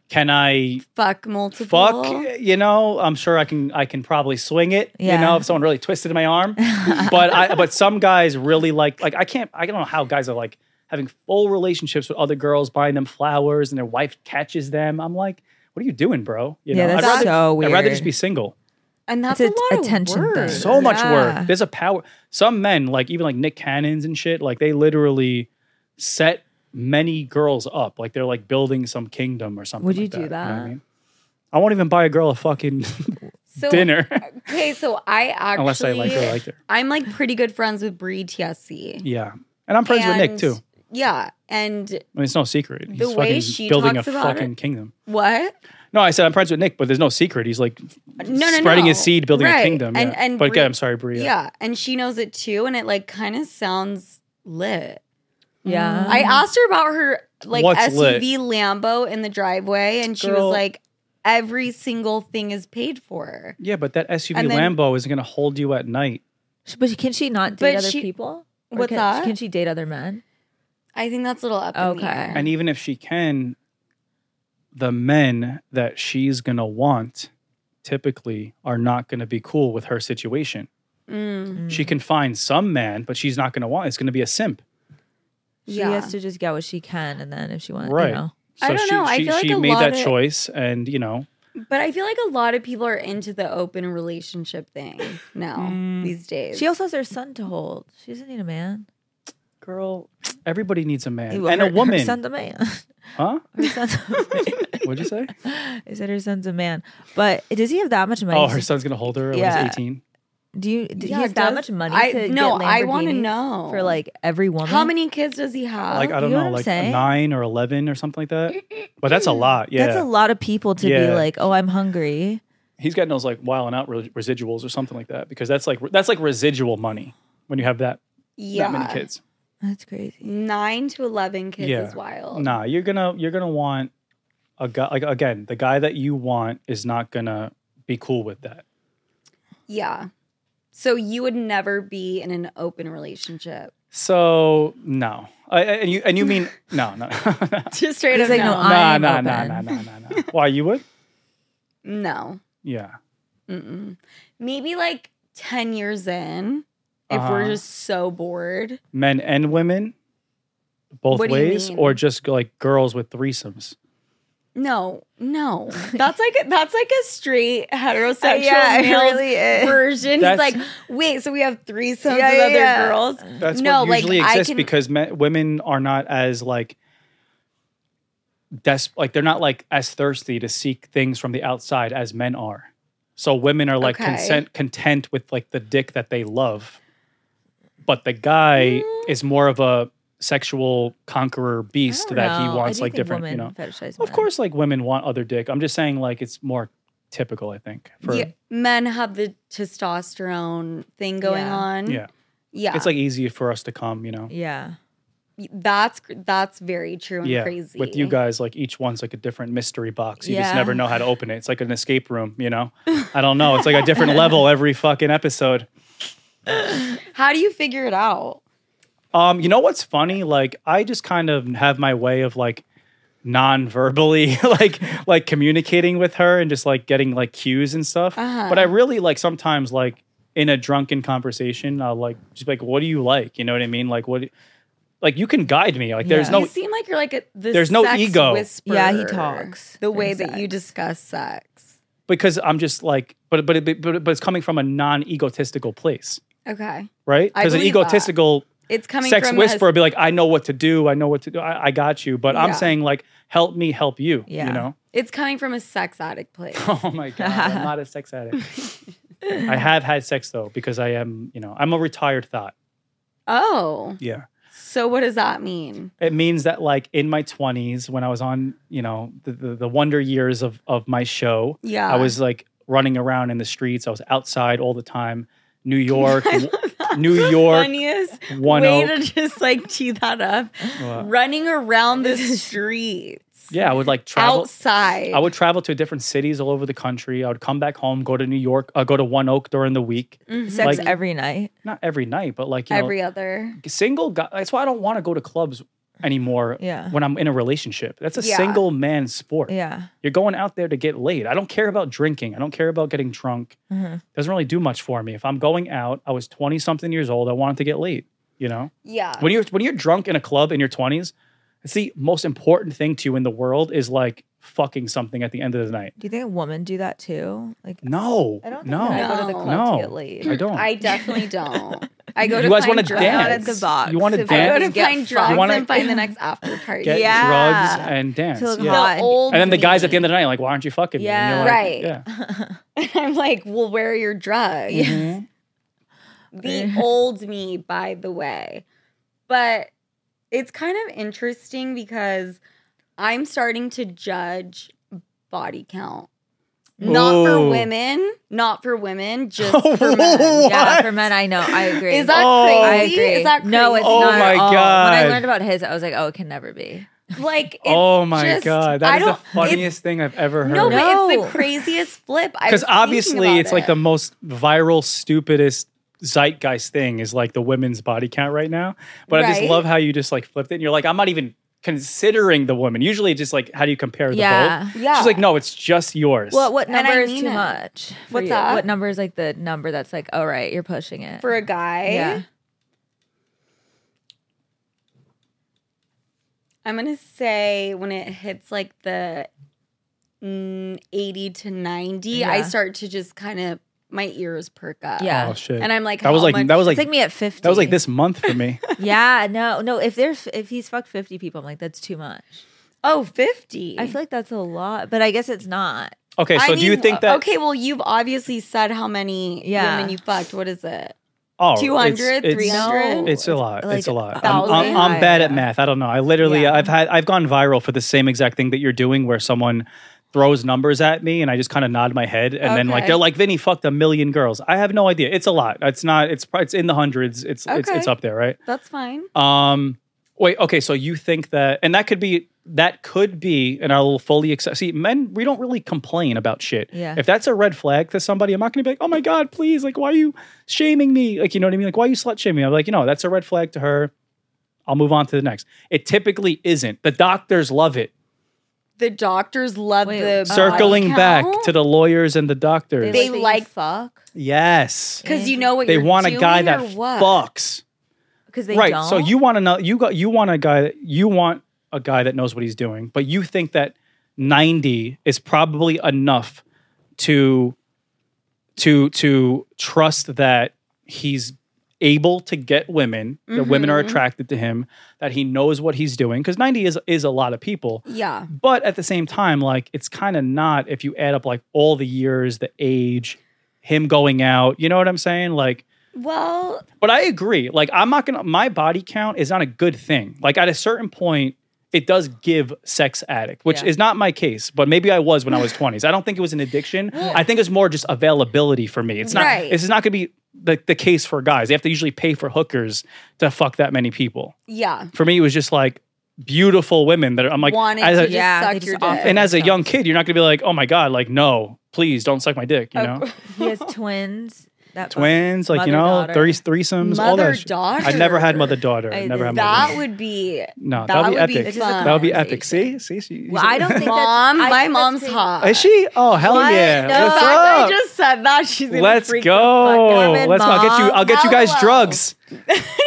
Speaker 3: Can I
Speaker 4: Fuck multiple.
Speaker 3: fuck? You know, I'm sure I can. I can probably swing it. You
Speaker 5: Yeah.
Speaker 3: know, if someone really twisted my
Speaker 5: <laughs>
Speaker 3: arm. but I, but some guys really like like I can't. I don't know how guys are like having full relationships with other girls, buying them flowers, and their wife catches them. I'm like, what are you doing, bro? You
Speaker 5: Yeah,
Speaker 3: know,
Speaker 5: that's
Speaker 3: I'd rather,
Speaker 5: so weird.
Speaker 3: I'd rather just be single
Speaker 4: And that's
Speaker 5: It's
Speaker 4: a
Speaker 5: a
Speaker 4: lot
Speaker 5: attention
Speaker 4: of
Speaker 5: thing.
Speaker 4: work.
Speaker 3: so much
Speaker 5: Yeah.
Speaker 3: work. There's a power. Some men, like even like Nick Cannons and shit, like they literally set many girls up. Like they're like building some kingdom or something.
Speaker 5: Would you
Speaker 3: like
Speaker 5: do
Speaker 3: that? You know what
Speaker 5: that?
Speaker 3: I, mean? I won't even buy a girl a fucking
Speaker 4: So-
Speaker 3: dinner
Speaker 4: Okay, so I actually
Speaker 3: <laughs> unless I like her. Like her.
Speaker 4: I'm like pretty good friends with Bree TSC.
Speaker 3: Yeah, and I'm friends with Nick
Speaker 4: And-
Speaker 3: too.
Speaker 4: Yeah. And
Speaker 3: I mean, it's no secret. He's
Speaker 4: The way
Speaker 3: fucking
Speaker 4: she
Speaker 3: building
Speaker 4: talks
Speaker 3: a
Speaker 4: about
Speaker 3: fucking kingdom.
Speaker 4: what?
Speaker 3: No, I said I'm friends with Nick, but there's no secret. He's like
Speaker 4: No, no,
Speaker 3: spreading
Speaker 4: no.
Speaker 3: his seed, building
Speaker 4: Right.
Speaker 3: a kingdom.
Speaker 4: And-
Speaker 3: yeah.
Speaker 4: and
Speaker 3: but
Speaker 4: Bri-
Speaker 3: again, I'm sorry, Bria.
Speaker 4: Yeah. And she knows it too. And it like kind of sounds lit.
Speaker 5: Yeah.
Speaker 4: Mm. I asked her about her like
Speaker 3: What's
Speaker 4: SUV Lambo in the driveway, and she
Speaker 3: Girl.
Speaker 4: was like, every single thing is paid for.
Speaker 3: Yeah, but that SUV
Speaker 4: And then-
Speaker 3: Lambo isn't going to hold you at night.
Speaker 5: Sh- But can she not date
Speaker 4: But
Speaker 5: other
Speaker 4: she-
Speaker 5: people? Or
Speaker 4: What's
Speaker 5: can,
Speaker 4: that?
Speaker 5: Can she date other men?
Speaker 4: I think that's a little up in the
Speaker 5: Okay.
Speaker 4: air.
Speaker 3: And even if she can, the men that she's going to want typically are not going to be cool with her situation.
Speaker 4: Mm,
Speaker 3: She can find some man, but she's not going to want. It's going to be a simp.
Speaker 5: She
Speaker 4: yeah.
Speaker 5: has to just get what she can, and then if she wants,
Speaker 3: Right.
Speaker 5: you know.
Speaker 3: So
Speaker 4: I don't
Speaker 3: she,
Speaker 4: know. I
Speaker 3: she,
Speaker 4: feel like
Speaker 3: she
Speaker 4: a
Speaker 3: made
Speaker 4: lot
Speaker 3: that
Speaker 4: of-
Speaker 3: choice and, you know,
Speaker 4: But I feel like a lot of people are into the open relationship thing now these days.
Speaker 5: Mm. She also has her son to hold. She doesn't need a man.
Speaker 3: girl, everybody needs a man
Speaker 5: Well,
Speaker 3: and
Speaker 5: her,
Speaker 3: a woman.
Speaker 5: Her son's a man.
Speaker 3: <laughs>
Speaker 5: <laughs>
Speaker 3: huh?
Speaker 5: her son's <laughs> a
Speaker 3: What'd you say?
Speaker 5: man. I said her son's a man. But does he have that much money?
Speaker 3: oh, her son's going to hold her when
Speaker 5: Yeah.
Speaker 3: he's 18.
Speaker 5: Do you? Do
Speaker 4: Yeah,
Speaker 5: he has that
Speaker 4: does-
Speaker 5: much money?
Speaker 4: I-
Speaker 5: to
Speaker 4: no,
Speaker 5: get
Speaker 4: I wanna
Speaker 5: Lamborghinis
Speaker 4: know.
Speaker 5: for like every woman.
Speaker 4: How many kids does he have?
Speaker 3: Like, uh, I don't
Speaker 5: Oh, you know
Speaker 3: know,
Speaker 5: what I'm
Speaker 3: like
Speaker 5: saying?
Speaker 3: nine or 11 or something like that. But
Speaker 5: <laughs>
Speaker 3: that's a lot. Yeah.
Speaker 5: That's a lot of people to be
Speaker 3: Yeah.
Speaker 5: like, oh, I'm hungry.
Speaker 3: he's getting those like while and out re- residuals or something like that because that's like that's like residual money when you have that
Speaker 4: yeah.
Speaker 3: that many kids.
Speaker 5: That's crazy.
Speaker 4: Nine to eleven kids
Speaker 3: Yeah.
Speaker 4: is wild.
Speaker 3: Nah, you're gonna you're gonna want a guy like again the guy that you want is not gonna be cool with that.
Speaker 4: Yeah. So you would never be in an open
Speaker 5: <laughs>
Speaker 4: relationship.
Speaker 3: So no, I, I- and you and you mean no, <laughs> no,
Speaker 4: Just straight
Speaker 5: He's
Speaker 4: up
Speaker 5: like,
Speaker 4: no.
Speaker 5: no,
Speaker 4: No.
Speaker 3: no, no,
Speaker 5: I'm
Speaker 3: no, no,
Speaker 5: open.
Speaker 3: no, no, no. Why you would? Yeah.
Speaker 4: Mm-mm. Maybe like 10 years in, if we're
Speaker 3: Uh-huh.
Speaker 4: just so bored.
Speaker 3: men and women both
Speaker 4: What do you
Speaker 3: ways
Speaker 4: mean?
Speaker 3: or just like girls with threesomes
Speaker 4: No,
Speaker 3: <laughs>
Speaker 4: no. That's like a, that's like a straight heterosexual
Speaker 5: yeah, it
Speaker 4: male's
Speaker 5: really is.
Speaker 4: version.
Speaker 3: That's-
Speaker 4: He's like, wait, so we have threesomes
Speaker 5: Yeah,
Speaker 4: with
Speaker 5: yeah,
Speaker 4: other
Speaker 5: yeah.
Speaker 4: girls?
Speaker 3: that's
Speaker 4: No,
Speaker 3: what
Speaker 4: like,
Speaker 3: usually
Speaker 4: I
Speaker 3: exists
Speaker 4: can-
Speaker 3: because men, women are not as like des- like they're not like as thirsty to seek things from the outside as men are so women are like
Speaker 4: Okay.
Speaker 3: consent content with like the dick that they love but the guy
Speaker 4: Mm.
Speaker 3: is more of a sexual conqueror beast
Speaker 5: I don't
Speaker 3: that
Speaker 5: know.
Speaker 3: he
Speaker 5: I
Speaker 3: wants
Speaker 5: do
Speaker 3: like
Speaker 5: think
Speaker 3: different you
Speaker 5: women
Speaker 3: know
Speaker 5: fetishize
Speaker 3: of
Speaker 5: men.
Speaker 3: course like women want other dick i'm just saying like it's more typical i think for
Speaker 4: Yeah, men have the testosterone thing going
Speaker 5: Yeah.
Speaker 4: on.
Speaker 3: Yeah.
Speaker 4: Mm-hmm. Yeah.
Speaker 3: it's like easy for us to come, you know.
Speaker 5: Yeah.
Speaker 4: that's that's very true and
Speaker 3: Yeah,
Speaker 4: crazy.
Speaker 3: with you guys, like each one's like a different mystery box. You just
Speaker 5: Yeah.
Speaker 3: never know how to open it. It's like an escape room, you know. I don't know. It's like a different level every fucking episode.
Speaker 4: How do you figure it out?
Speaker 3: Um, you know what's funny? Like I just kind of have my way of like non-verbally <laughs> like like communicating with her and just like getting like cues and stuff.
Speaker 4: Uh-huh.
Speaker 3: But I really like sometimes like in a drunken conversation, I'll like just be like, "What do you like?" You know what I mean? Like what? Like you can guide me. Like there's
Speaker 5: Yeah.
Speaker 3: no
Speaker 4: you seem like you're like a, the
Speaker 3: There's no
Speaker 4: sex
Speaker 3: ego.
Speaker 4: Whisperer,
Speaker 5: Yeah, he talks
Speaker 4: the
Speaker 5: during
Speaker 4: way that you
Speaker 5: sex.
Speaker 4: discuss sex.
Speaker 3: because I'm just like, but but it, but but it's coming from a non-egotistical place,
Speaker 4: Okay,
Speaker 3: right?
Speaker 4: I
Speaker 3: Because an
Speaker 4: believe that.
Speaker 3: egotistical
Speaker 4: it's coming
Speaker 3: sex
Speaker 4: from A,
Speaker 3: whisperer would be like, I know what to do, I know what to do, I, I got you. But I'm
Speaker 4: Yeah.
Speaker 3: saying like, help me, help you.
Speaker 5: Yeah.
Speaker 3: You know? <laughs>
Speaker 4: it's coming from a sex addict place. <laughs>
Speaker 3: Oh my god, I'm not a sex addict. I have had sex though because I am, you know, I'm a retired thought.
Speaker 4: oh,
Speaker 3: Yeah.
Speaker 4: so what does that mean?
Speaker 3: It means that like in my 20s when I was on, you know, the the, the wonder years of of my show,
Speaker 4: Yeah,
Speaker 3: I was like running around in the streets. I was outside all the time.
Speaker 4: <laughs>
Speaker 3: New York, New York,
Speaker 4: funniest
Speaker 3: one oh
Speaker 4: way
Speaker 3: oak.
Speaker 4: to just like tee that
Speaker 3: <laughs>
Speaker 4: up.
Speaker 3: What?
Speaker 4: Running around
Speaker 3: <laughs>
Speaker 4: the streets
Speaker 3: Yeah, I would like travel.
Speaker 4: outside.
Speaker 3: I would travel to different cities all over the country. I would come back home, go to New York, uh, go to One Oak during the week.
Speaker 4: Mhm.
Speaker 5: Sex
Speaker 3: Like-
Speaker 5: every night.
Speaker 3: Not every night, but like you
Speaker 4: every other.
Speaker 3: know, single guy. That's why I don't want to go to clubs anymore.
Speaker 5: Yeah.
Speaker 3: When I'm in a relationship, that's a
Speaker 4: Yeah.
Speaker 3: single man sport.
Speaker 5: Yeah.
Speaker 3: You're going out there to get laid. I don't care about drinking. I don't care about getting drunk.
Speaker 5: Mhm.
Speaker 3: Doesn't really do much for me. If I'm going out, I was 20 something years old. I wanted to get laid. You know.
Speaker 4: Yeah,
Speaker 3: when you're when you're drunk in a club in your 20s it's the most important thing to you in the world is like fucking something at the end of the night
Speaker 5: Do you think women do that too? Like,
Speaker 3: no
Speaker 5: I don't think
Speaker 3: no
Speaker 5: that I go to the
Speaker 4: No.
Speaker 5: club
Speaker 3: No.
Speaker 5: to get laid.
Speaker 3: i don't
Speaker 4: I definitely
Speaker 3: <laughs>
Speaker 4: don't. I go
Speaker 3: You
Speaker 4: to
Speaker 3: guys
Speaker 4: find
Speaker 3: wanna
Speaker 4: drugs.
Speaker 3: dance?
Speaker 5: Not at the box.
Speaker 3: You wanna
Speaker 5: If I
Speaker 3: dance?
Speaker 5: go
Speaker 4: I go to
Speaker 5: get
Speaker 4: find
Speaker 5: fucked,
Speaker 4: drugs
Speaker 3: You wanna-
Speaker 4: and find the
Speaker 3: <laughs>
Speaker 4: next after party.
Speaker 3: get <laughs>
Speaker 5: Yeah.
Speaker 3: drugs and dance
Speaker 5: To look
Speaker 3: yeah.
Speaker 5: hot.
Speaker 4: The old
Speaker 3: and then the guys
Speaker 4: me.
Speaker 3: at the end of the night are like why aren't you fucking
Speaker 5: Yeah.
Speaker 3: me
Speaker 4: Right.
Speaker 3: And you're like, yeah
Speaker 4: <laughs> I'm like, well, where are your drugs?
Speaker 3: Mhm.
Speaker 4: <laughs> The old me, by the way. But it's kind of interesting because I'm starting to judge body count. Not for
Speaker 3: Ooh.
Speaker 4: women, not for women,
Speaker 3: <laughs>
Speaker 4: just
Speaker 3: Oh,
Speaker 4: for men.
Speaker 5: Yeah,
Speaker 3: What?
Speaker 5: for men, I know. I agree.
Speaker 4: Is that
Speaker 3: Oh.
Speaker 4: crazy?
Speaker 5: I agree.
Speaker 4: Is that crazy?
Speaker 5: No, it's
Speaker 3: Oh
Speaker 5: not.
Speaker 3: my
Speaker 5: at all. When I
Speaker 3: God.
Speaker 5: learned about his, I was like, oh, it can never be.
Speaker 4: like it's
Speaker 3: oh my
Speaker 4: just-
Speaker 3: god
Speaker 4: I
Speaker 3: that is the
Speaker 4: don't- it's-
Speaker 3: funniest thing i've ever
Speaker 4: No,
Speaker 3: heard
Speaker 4: but
Speaker 5: No.
Speaker 4: it's the craziest flip.
Speaker 3: <laughs>
Speaker 4: I was
Speaker 3: because
Speaker 4: thinking
Speaker 3: obviously
Speaker 4: about
Speaker 3: it's like
Speaker 4: it.
Speaker 3: the most viral stupidest zeitgeist thing is like the women's body count right now but i just
Speaker 4: Right.
Speaker 3: love how you just like flipped it and you're like i'm not even considering the woman usually it's just like how do you compare the both
Speaker 4: yeah.
Speaker 3: she's like no it's just yours
Speaker 5: What what
Speaker 4: And I
Speaker 5: number is
Speaker 4: mean
Speaker 5: too
Speaker 4: it.
Speaker 5: much? for
Speaker 4: What's
Speaker 5: you?
Speaker 4: that?
Speaker 5: What number is like the number that's like, oh right, you're pushing it.
Speaker 4: for a guy.
Speaker 5: yeah.
Speaker 4: I'm gonna say when it hits like the mm, 80 to 90, I
Speaker 5: Yeah.
Speaker 4: start to just kind of my ears perk up.
Speaker 5: Yeah.
Speaker 3: oh shit
Speaker 4: and I'm like,
Speaker 3: that was
Speaker 4: how
Speaker 3: like
Speaker 4: much-
Speaker 3: that was like,
Speaker 5: it's like me at fifty.
Speaker 3: that was like this month
Speaker 4: <laughs>
Speaker 3: for me
Speaker 5: <laughs> Yeah, no, no. If there's if he's fucked fifty people, I'm like, that's too much.
Speaker 4: oh 50.
Speaker 5: I feel like that's a lot, but I guess it's not.
Speaker 3: okay
Speaker 4: I
Speaker 3: so do you
Speaker 4: mean,
Speaker 3: think that
Speaker 4: Okay, well, you've obviously said how many
Speaker 5: Yeah.
Speaker 4: women you fucked. What is it?
Speaker 3: oh,
Speaker 4: 200,
Speaker 3: it's, it's,
Speaker 4: 300?
Speaker 3: it's a lot
Speaker 5: Like
Speaker 3: it's a lot
Speaker 5: a
Speaker 3: I'm, I'm,
Speaker 4: thousand?
Speaker 3: I'm bad at math i don't know i literally
Speaker 5: Yeah.
Speaker 3: i've had i've gone viral for the same exact thing that you're doing where someone throws numbers at me and i just kind of nod my head and then like
Speaker 4: Okay.
Speaker 3: they're like vinny fucked a million girls i have no idea it's a lot it's not it's pro- it's in the hundreds it's it's,
Speaker 4: Okay.
Speaker 3: it's up there right
Speaker 4: That's fine.
Speaker 3: um Wait, okay, so you think that, and that could be, that could be, and I'll fully accept. See, men, we don't really complain about shit.
Speaker 5: Yeah.
Speaker 3: If that's a red flag to somebody, I'm not going to be like, oh my God, please, like, why are you shaming me? Like, you know what I mean? Like, why are you slut shaming me? I'm like, you know, that's a red flag to her. I'll move on to the next. It typically isn't. The doctors love it.
Speaker 4: The doctors love
Speaker 5: Wait,
Speaker 4: the
Speaker 5: Uh,
Speaker 3: Circling
Speaker 4: body
Speaker 3: back
Speaker 4: count.
Speaker 3: to the lawyers and the doctors.
Speaker 4: Oh, They
Speaker 5: that you
Speaker 4: like-
Speaker 5: fuck
Speaker 3: yes.
Speaker 4: Because you know what
Speaker 3: They
Speaker 4: you're
Speaker 3: want a
Speaker 4: doing
Speaker 3: guy
Speaker 4: or
Speaker 3: that
Speaker 4: what?
Speaker 3: fucks.
Speaker 5: because they
Speaker 3: right.
Speaker 5: don't.
Speaker 3: So you want to know you got you want a guy that you want a guy that knows what he's doing, but you think that 90 is probably enough to to to trust that he's able to get women, that women are
Speaker 5: Mm-hmm.
Speaker 4: Mhm.
Speaker 3: attracted to him, that he knows what he's doing cuz 90 is is a lot of people.
Speaker 4: Yeah.
Speaker 3: But at the same time like it's kind of not if you add up like all the years, the age, him going out, you know what I'm saying? Like
Speaker 4: Well,
Speaker 3: but I agree. Like, I'm not gonna. My body count is not a good thing. Like, at a certain point, it does give sex addict, which
Speaker 5: Yeah.
Speaker 3: is not my case. But maybe I was when I
Speaker 4: <laughs>
Speaker 3: was 20s. I don't think it was an addiction. I think it's more just availability for me. It's not.
Speaker 4: Right.
Speaker 3: This is not gonna be the the case for guys. They have to usually pay for hookers to fuck that many people.
Speaker 4: yeah.
Speaker 3: For me, it was just like beautiful women that are, I'm like
Speaker 4: Wanting
Speaker 3: as
Speaker 4: to
Speaker 3: a-
Speaker 4: just
Speaker 5: Yeah,
Speaker 4: suck
Speaker 5: they just
Speaker 4: your dick.
Speaker 5: offer
Speaker 3: and as a young kid, you're not gonna be like, oh my god, like no, please don't suck my dick. You know,
Speaker 5: he
Speaker 4: <laughs>
Speaker 5: has twins. That fuck-
Speaker 3: twins, like you know,
Speaker 5: Mother-daughter.
Speaker 3: threes, threesomes, all
Speaker 4: Mother
Speaker 3: that. shit. I never had
Speaker 4: daughter.
Speaker 3: mother daughter. I
Speaker 5: I-
Speaker 3: never had mother.
Speaker 4: That
Speaker 3: daughter.
Speaker 4: would be
Speaker 3: No,
Speaker 4: that
Speaker 3: that'd
Speaker 4: would
Speaker 3: be
Speaker 4: be
Speaker 3: epic.
Speaker 4: fun.
Speaker 3: That would be epic. See,
Speaker 5: Conversation.
Speaker 3: see, she.
Speaker 5: Well, I don't
Speaker 3: <laughs>
Speaker 5: think that's-
Speaker 4: mom. my
Speaker 5: I think that's
Speaker 4: mom's
Speaker 5: great.
Speaker 4: hot.
Speaker 3: Is she? Oh hell
Speaker 5: What?
Speaker 3: yeah!
Speaker 5: No.
Speaker 3: What's
Speaker 4: I
Speaker 3: up?
Speaker 4: just said that. She's gonna
Speaker 3: Let's
Speaker 4: freak
Speaker 3: go.
Speaker 5: fuck out.
Speaker 3: Let's. I'll get you. I'll get you guys
Speaker 4: Hello.
Speaker 3: drugs.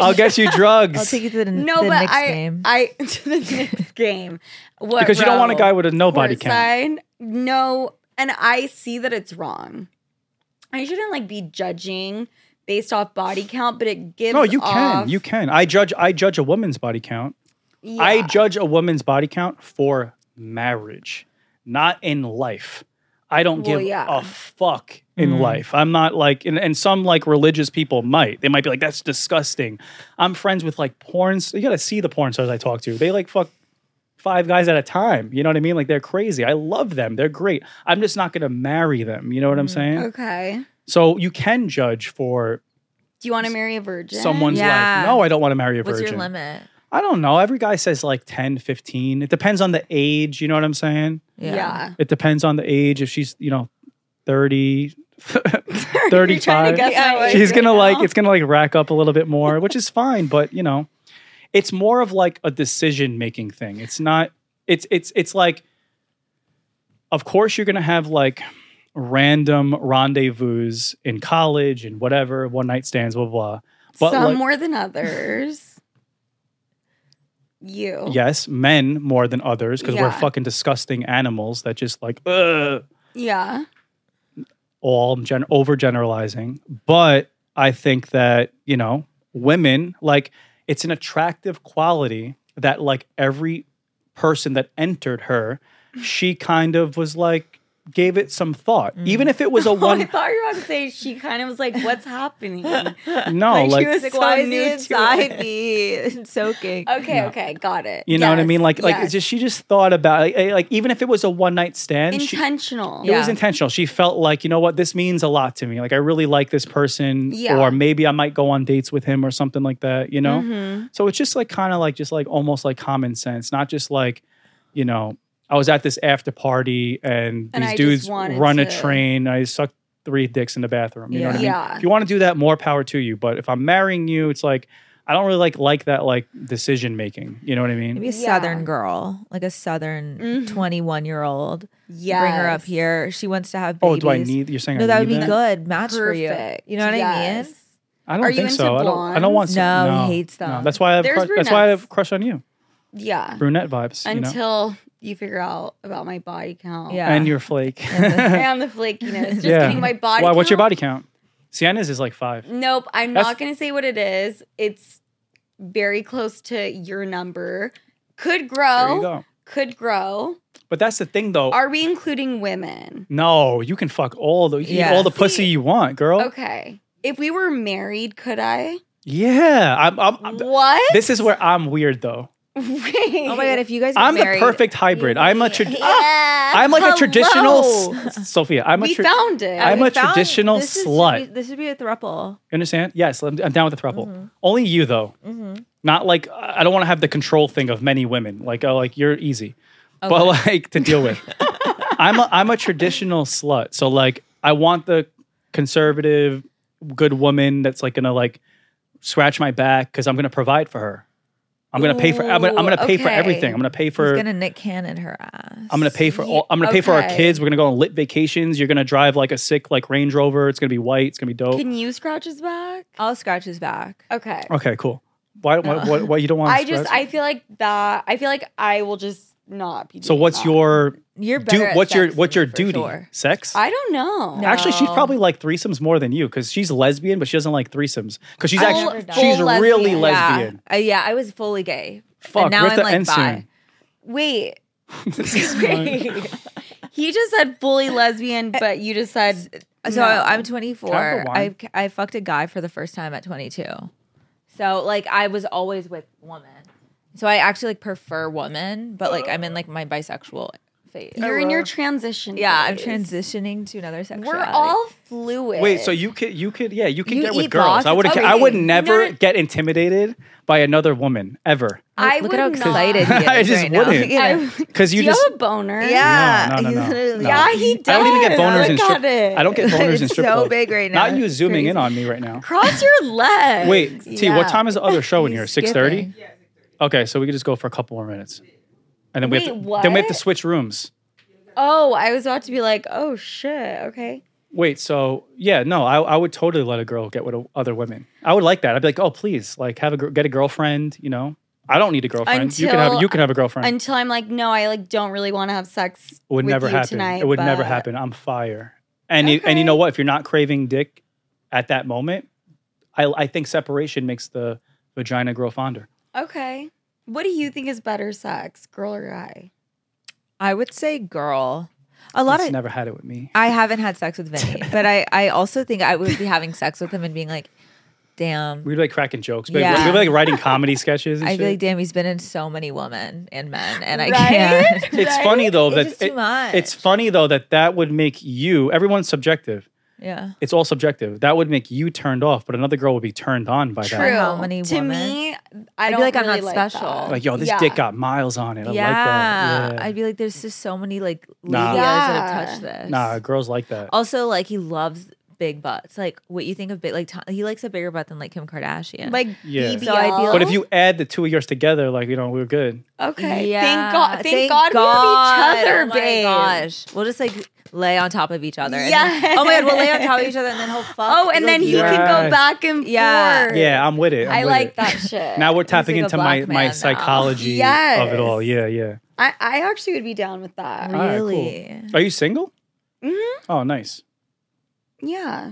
Speaker 3: I'll get you drugs.
Speaker 5: <laughs> I'll take you to the,
Speaker 4: No,
Speaker 5: the
Speaker 4: but
Speaker 5: Knicks
Speaker 4: I,
Speaker 5: game.
Speaker 4: I <laughs> to the Knicks game. What
Speaker 3: because you don't want a
Speaker 4: row?
Speaker 3: guy with a no body count.
Speaker 4: Courtside? No, and I see that it's wrong. I shouldn't like be judging based off body count, but it gives.
Speaker 3: No, you
Speaker 4: off-
Speaker 3: can. You can. I judge. I judge a woman's body count.
Speaker 4: Yeah.
Speaker 3: I judge a woman's body count for marriage, not in life. I don't
Speaker 4: Well,
Speaker 3: give
Speaker 4: yeah.
Speaker 3: a fuck in
Speaker 5: Mm.
Speaker 3: life. I'm not like, and, and some like religious people might. They might be like, that's disgusting. I'm friends with like porn. st- You got to see the porn stars I talk to. They like fuck five guys at a time. You know what I mean? Like they're crazy. I love them. They're great. I'm just not going to marry them. You know
Speaker 4: Mm.
Speaker 3: what I'm saying?
Speaker 5: Oh.
Speaker 4: okay.
Speaker 3: So you can judge for
Speaker 4: Do you want to marry a virgin?
Speaker 3: someone's
Speaker 5: Yeah.
Speaker 3: life. No, I don't want to marry a
Speaker 5: What's
Speaker 3: virgin.
Speaker 5: your limit?
Speaker 3: I don't know. Every guy says like 10, 15. It depends on the age. You know what I'm saying?
Speaker 4: <laughs> Yeah.
Speaker 3: It depends on the age. If she's, you know,
Speaker 4: <laughs>
Speaker 3: 30,
Speaker 4: You're trying to
Speaker 3: 35,
Speaker 4: guess
Speaker 5: Yeah,
Speaker 4: how I
Speaker 3: she's
Speaker 4: feel
Speaker 3: going to like,
Speaker 4: now.
Speaker 3: it's going to like rack up a little bit more, which is fine. But, you know, it's more of like a decision making thing. It's not, it's, it's, it's like, of course you're going to have like random rendezvous in college and whatever, one night stands, blah, blah, but,
Speaker 4: some
Speaker 3: like-
Speaker 4: more than others. <laughs> you.
Speaker 3: blah. Yes, men more than others because we're
Speaker 4: Yeah.
Speaker 3: fucking disgusting animals that just like, ugh.
Speaker 4: Yeah. <laughs>
Speaker 3: all gen- overgeneralizing, but I think that, you know, women, like, it's an attractive quality that, like, every person that entered her, she kind of was like, gave it some thought. Even if
Speaker 4: <laughs>
Speaker 3: it was a
Speaker 4: Oh, I
Speaker 3: one,
Speaker 4: thought you were about to say she kind of was like, "What's
Speaker 3: <laughs>
Speaker 4: happening?" okay,
Speaker 3: no,
Speaker 4: she
Speaker 3: Oh, like,
Speaker 4: was
Speaker 5: Like,
Speaker 4: so
Speaker 5: why is
Speaker 4: new
Speaker 5: he
Speaker 4: to
Speaker 5: inside
Speaker 4: it.
Speaker 5: me and soaking?
Speaker 4: <laughs>
Speaker 3: No.
Speaker 4: okay, got it.
Speaker 3: you know what I
Speaker 4: Yes,
Speaker 3: mean? Like, like,
Speaker 4: yes.
Speaker 3: it's just, she just thought about, like, like, even if it was a one night stand, she,
Speaker 4: intentional.
Speaker 3: It was
Speaker 5: Yeah.
Speaker 3: intentional. She felt like, you know what, this means a lot to me. Like I really like this person,
Speaker 4: Yeah. Mm-hmm.
Speaker 3: or maybe I might go on dates with him or something like that. You know, so it's just like kind of like just like almost like common sense, not just like, you know, I was at this after party and,
Speaker 4: And
Speaker 3: these
Speaker 4: I just
Speaker 3: dudes
Speaker 4: wanted
Speaker 3: run a
Speaker 4: to-
Speaker 3: train. I sucked three dicks in the bathroom. You know what I mean?
Speaker 4: Yeah.
Speaker 3: If you want to do that, more power to you. But if I'm marrying you, it's like I don't really like like that like decision making. You know what I mean?
Speaker 5: Maybe a
Speaker 4: Yeah.
Speaker 5: southern girl, like a southern
Speaker 4: Mhm.
Speaker 5: twenty-one-year-old.
Speaker 4: Yeah.
Speaker 5: Bring her up here. She wants to have
Speaker 3: Oh,
Speaker 5: babies.
Speaker 3: do I need? You're saying I
Speaker 5: No, that would
Speaker 3: need
Speaker 5: be good match
Speaker 4: Perfect.
Speaker 5: for you. You know what I mean?
Speaker 4: Yes.
Speaker 3: I don't
Speaker 4: Are you
Speaker 3: think
Speaker 4: into
Speaker 3: so. I don't. I don't
Speaker 4: blondes?
Speaker 3: want. some-
Speaker 5: No,
Speaker 3: no
Speaker 5: he hates
Speaker 3: no.
Speaker 5: them.
Speaker 3: That's why I have.
Speaker 4: There's
Speaker 3: cru- that's why I have a
Speaker 4: brunettes.
Speaker 3: crush on you.
Speaker 4: Yeah.
Speaker 3: Brunette vibes. you know?
Speaker 4: Until you figure out about my body count.
Speaker 5: Yeah.
Speaker 3: and your flake.
Speaker 4: <laughs>
Speaker 3: <laughs>
Speaker 4: I
Speaker 3: yeah.
Speaker 4: am the flakiness. Just
Speaker 3: Yeah.
Speaker 4: kidding. My body.
Speaker 3: Why, what's your
Speaker 4: count-
Speaker 3: body count? Sienna's is like five.
Speaker 4: Nope. I'm
Speaker 3: That's-
Speaker 4: not going to say what it is. It's very close to your number. Could
Speaker 3: There you
Speaker 4: grow.
Speaker 3: go.
Speaker 4: Could grow.
Speaker 3: But that's the thing, though.
Speaker 4: Are we including women?
Speaker 3: no, you can fuck all the you can eat
Speaker 5: Yeah.
Speaker 3: all the
Speaker 4: See-
Speaker 3: pussy you want, girl.
Speaker 4: Okay. If we were married, could I?
Speaker 3: Yeah, I'm. I'm, I'm-
Speaker 4: What?
Speaker 3: this is where I'm weird, though.
Speaker 4: <laughs> Wait.
Speaker 5: Oh my god, if you guys are
Speaker 3: I'm
Speaker 5: married,
Speaker 3: the perfect hybrid. I'm a. Tra-
Speaker 4: <laughs> Yeah.
Speaker 3: I'm like a traditional
Speaker 4: Hello.
Speaker 3: s- Sophia. I'm a.
Speaker 4: we
Speaker 3: Tra-
Speaker 4: found it.
Speaker 3: I'm
Speaker 5: We
Speaker 3: a
Speaker 5: found-
Speaker 3: traditional
Speaker 5: this is-
Speaker 3: slut.
Speaker 5: this would be a thruple.
Speaker 4: Mm-hmm.
Speaker 3: you understand? Yes, I'm, I'm down with the throuple. Only you though.
Speaker 5: Mhm.
Speaker 3: Not like I don't want to have the control thing of many women. Like oh, like you're easy, but like to
Speaker 4: <laughs>
Speaker 3: deal with. I'm a, I'm a traditional slut, so like I want the conservative good woman that's like gonna like scratch my back because I'm gonna provide for her. I'm gonna pay for I'm gonna, I'm
Speaker 5: Ooh,
Speaker 3: gonna pay for
Speaker 5: okay.
Speaker 3: everything. I'm gonna pay for
Speaker 5: He's gonna Nick Cannon her ass.
Speaker 3: I'm gonna pay for all. I'm gonna pay for our
Speaker 4: okay.
Speaker 3: kids. We're gonna go on lit vacations. You're gonna drive like a sick like Range Rover. It's gonna be white. It's gonna be dope.
Speaker 4: Can you scratch his back?
Speaker 5: I'll scratch his back.
Speaker 4: Okay.
Speaker 3: okay, cool. Why? Why, why, why you don't want?
Speaker 4: I just I feel like that. I feel like I will just not be.
Speaker 3: So
Speaker 4: doing
Speaker 3: what's
Speaker 4: that.
Speaker 3: your
Speaker 5: You're
Speaker 3: do?
Speaker 5: better. at
Speaker 3: What's your
Speaker 5: sex
Speaker 3: what's
Speaker 5: than
Speaker 3: your
Speaker 5: me, for
Speaker 3: duty?
Speaker 5: sure.
Speaker 3: Sex?
Speaker 4: I don't know.
Speaker 5: No.
Speaker 3: Actually, she'd
Speaker 5: No.
Speaker 3: probably like threesomes more than you because she's lesbian, but she doesn't like threesomes because she's
Speaker 5: I've
Speaker 3: actually
Speaker 5: never done
Speaker 3: she's
Speaker 4: full
Speaker 3: really
Speaker 4: lesbian.
Speaker 3: lesbian.
Speaker 5: Yeah. Uh, yeah, I was fully gay.
Speaker 3: Fuck,
Speaker 5: and now
Speaker 3: rip
Speaker 5: I'm
Speaker 3: the
Speaker 5: like
Speaker 3: end
Speaker 5: bi.
Speaker 3: soon.
Speaker 4: Wait,
Speaker 5: <laughs>
Speaker 3: Right.
Speaker 4: he just said fully lesbian, but you just said
Speaker 5: So
Speaker 4: No.
Speaker 5: I'm
Speaker 3: Have
Speaker 5: 24.
Speaker 3: the
Speaker 5: I
Speaker 3: wine.
Speaker 5: I fucked a guy for the first time at 22. So like I was always with women. So I actually like prefer women, but like I'm in like my bisexual phase.
Speaker 4: you're in your transition.
Speaker 5: yeah, I'm
Speaker 4: phase.
Speaker 5: transitioning to another sexuality.
Speaker 4: We're all fluid.
Speaker 3: Wait, so you could you could yeah you could
Speaker 5: You
Speaker 3: get
Speaker 5: eat
Speaker 3: with girls.
Speaker 5: lots,
Speaker 3: I would
Speaker 5: it's
Speaker 3: I would
Speaker 5: okay.
Speaker 3: never
Speaker 4: You're not-
Speaker 3: get intimidated by another woman ever
Speaker 4: I
Speaker 5: look at how
Speaker 4: would not-
Speaker 3: <laughs>
Speaker 5: excited he is
Speaker 3: I just
Speaker 5: right now. <laughs>
Speaker 3: wouldn't.
Speaker 5: You know?
Speaker 4: I- <laughs>
Speaker 3: because you
Speaker 4: do you
Speaker 3: just
Speaker 4: have a boner?
Speaker 5: yeah,
Speaker 3: No, no, no,
Speaker 5: he's
Speaker 3: no,
Speaker 5: literally-
Speaker 4: <laughs>
Speaker 3: no.
Speaker 4: Yeah, he does.
Speaker 3: I don't even get boners
Speaker 4: Look
Speaker 3: in
Speaker 4: at
Speaker 3: strip.
Speaker 4: it.
Speaker 3: I don't get boners in
Speaker 5: It's
Speaker 3: strip
Speaker 5: so
Speaker 3: clubs.
Speaker 5: big right now.
Speaker 3: Not you
Speaker 5: It's
Speaker 3: zooming in
Speaker 5: crazy.
Speaker 3: on me right now.
Speaker 4: Cross your legs.
Speaker 3: <laughs> Wait, T,
Speaker 4: Yeah.
Speaker 3: what time is the other show in here?
Speaker 5: He's
Speaker 3: Six thirty.
Speaker 5: skipping.
Speaker 1: Yeah, it's like 30.
Speaker 3: Okay, so we could just go for a couple more minutes, and then we have
Speaker 4: Wait,
Speaker 3: to, then we have to
Speaker 4: what?
Speaker 3: switch rooms.
Speaker 4: Oh, I was about to be like, oh shit. Okay.
Speaker 3: Wait, so yeah, no, I, I would totally let a girl get with o- other women. I would like that. I'd be like, oh, please, like have a gr- get a girlfriend. You know, I don't need a girlfriend. you can have
Speaker 4: Until-
Speaker 3: you can have a girlfriend.
Speaker 4: Until I'm like, no, I like don't really want to have sex.
Speaker 3: it would
Speaker 4: with
Speaker 3: never
Speaker 4: you
Speaker 3: happen.
Speaker 4: Tonight,
Speaker 3: it would never
Speaker 4: but-
Speaker 3: happen. I'm fire. And you, and
Speaker 4: Okay.
Speaker 3: you know what? If you're not craving dick at that moment, I I think separation makes the vagina grow fonder.
Speaker 4: Okay. What do you think is better sex, girl or guy?
Speaker 5: I would say girl. A lot
Speaker 3: It's
Speaker 5: of
Speaker 3: never had it with me.
Speaker 5: I haven't had sex
Speaker 3: <laughs>
Speaker 5: with Vinny, but I, I also think I would be having sex with him and being like, damn.
Speaker 3: We'd be like cracking jokes. We'd, be like-
Speaker 5: Yeah.
Speaker 3: we'd be like writing comedy sketches. And
Speaker 5: I feel
Speaker 3: shit.
Speaker 5: like, damn, he's been in so many women and men, and I
Speaker 4: Right? <laughs>
Speaker 3: <laughs>
Speaker 5: can't.
Speaker 3: It's funny though
Speaker 5: It's
Speaker 3: that
Speaker 5: just too much.
Speaker 3: it's funny though that that would make you. Everyone's subjective.
Speaker 5: Yeah.
Speaker 3: It's all subjective. That would make you turned off, but another girl would be turned on by
Speaker 4: True.
Speaker 3: that.
Speaker 5: how many
Speaker 4: to
Speaker 5: women-
Speaker 4: me, I
Speaker 5: I'd be
Speaker 4: don't
Speaker 5: like, I'm
Speaker 4: really
Speaker 5: not
Speaker 4: that.
Speaker 5: special.
Speaker 3: Like, yo, this
Speaker 4: Yeah.
Speaker 3: dick got miles on it. I like
Speaker 5: yeah.
Speaker 3: that. Yeah.
Speaker 5: I'd be like, there's just so many like ladies
Speaker 3: Nah.
Speaker 5: that
Speaker 4: Yeah.
Speaker 5: have touched this.
Speaker 3: nah, girls like that.
Speaker 5: Also, like, he loves big butts. Like, what you think of big, like, Tom- he likes a bigger butt than like Kim Kardashian.
Speaker 4: Like
Speaker 3: Yeah.
Speaker 4: BBL.
Speaker 5: So I'd be
Speaker 3: but if
Speaker 5: like-
Speaker 3: you add the two of yours together, like you know, we're good.
Speaker 4: okay,
Speaker 5: Yeah.
Speaker 4: thank God, thank, God, we have each other,
Speaker 5: Oh my
Speaker 4: babe.
Speaker 5: gosh. We'll just like lay on top of each other. and
Speaker 4: Yes.
Speaker 5: then- oh my God, we'll lay on top of each other and then he'll fuck.
Speaker 4: Oh, and then
Speaker 5: like,
Speaker 4: he
Speaker 5: your-
Speaker 4: can
Speaker 3: Yes.
Speaker 4: go back and
Speaker 5: Yeah.
Speaker 4: forth.
Speaker 3: Yeah, I'm with it. I'm
Speaker 4: I
Speaker 3: with
Speaker 4: like
Speaker 3: it.
Speaker 4: that
Speaker 3: <laughs>
Speaker 4: shit.
Speaker 3: Now we're tapping
Speaker 5: like a
Speaker 3: into my
Speaker 5: black man
Speaker 3: my
Speaker 5: now.
Speaker 3: psychology of it all. Yeah,
Speaker 4: Yes.
Speaker 3: yeah.
Speaker 4: I, I actually would be down with that.
Speaker 3: All right, cool.
Speaker 5: Really?
Speaker 3: Are you single?
Speaker 4: Mhm.
Speaker 3: Oh, nice.
Speaker 4: Yeah.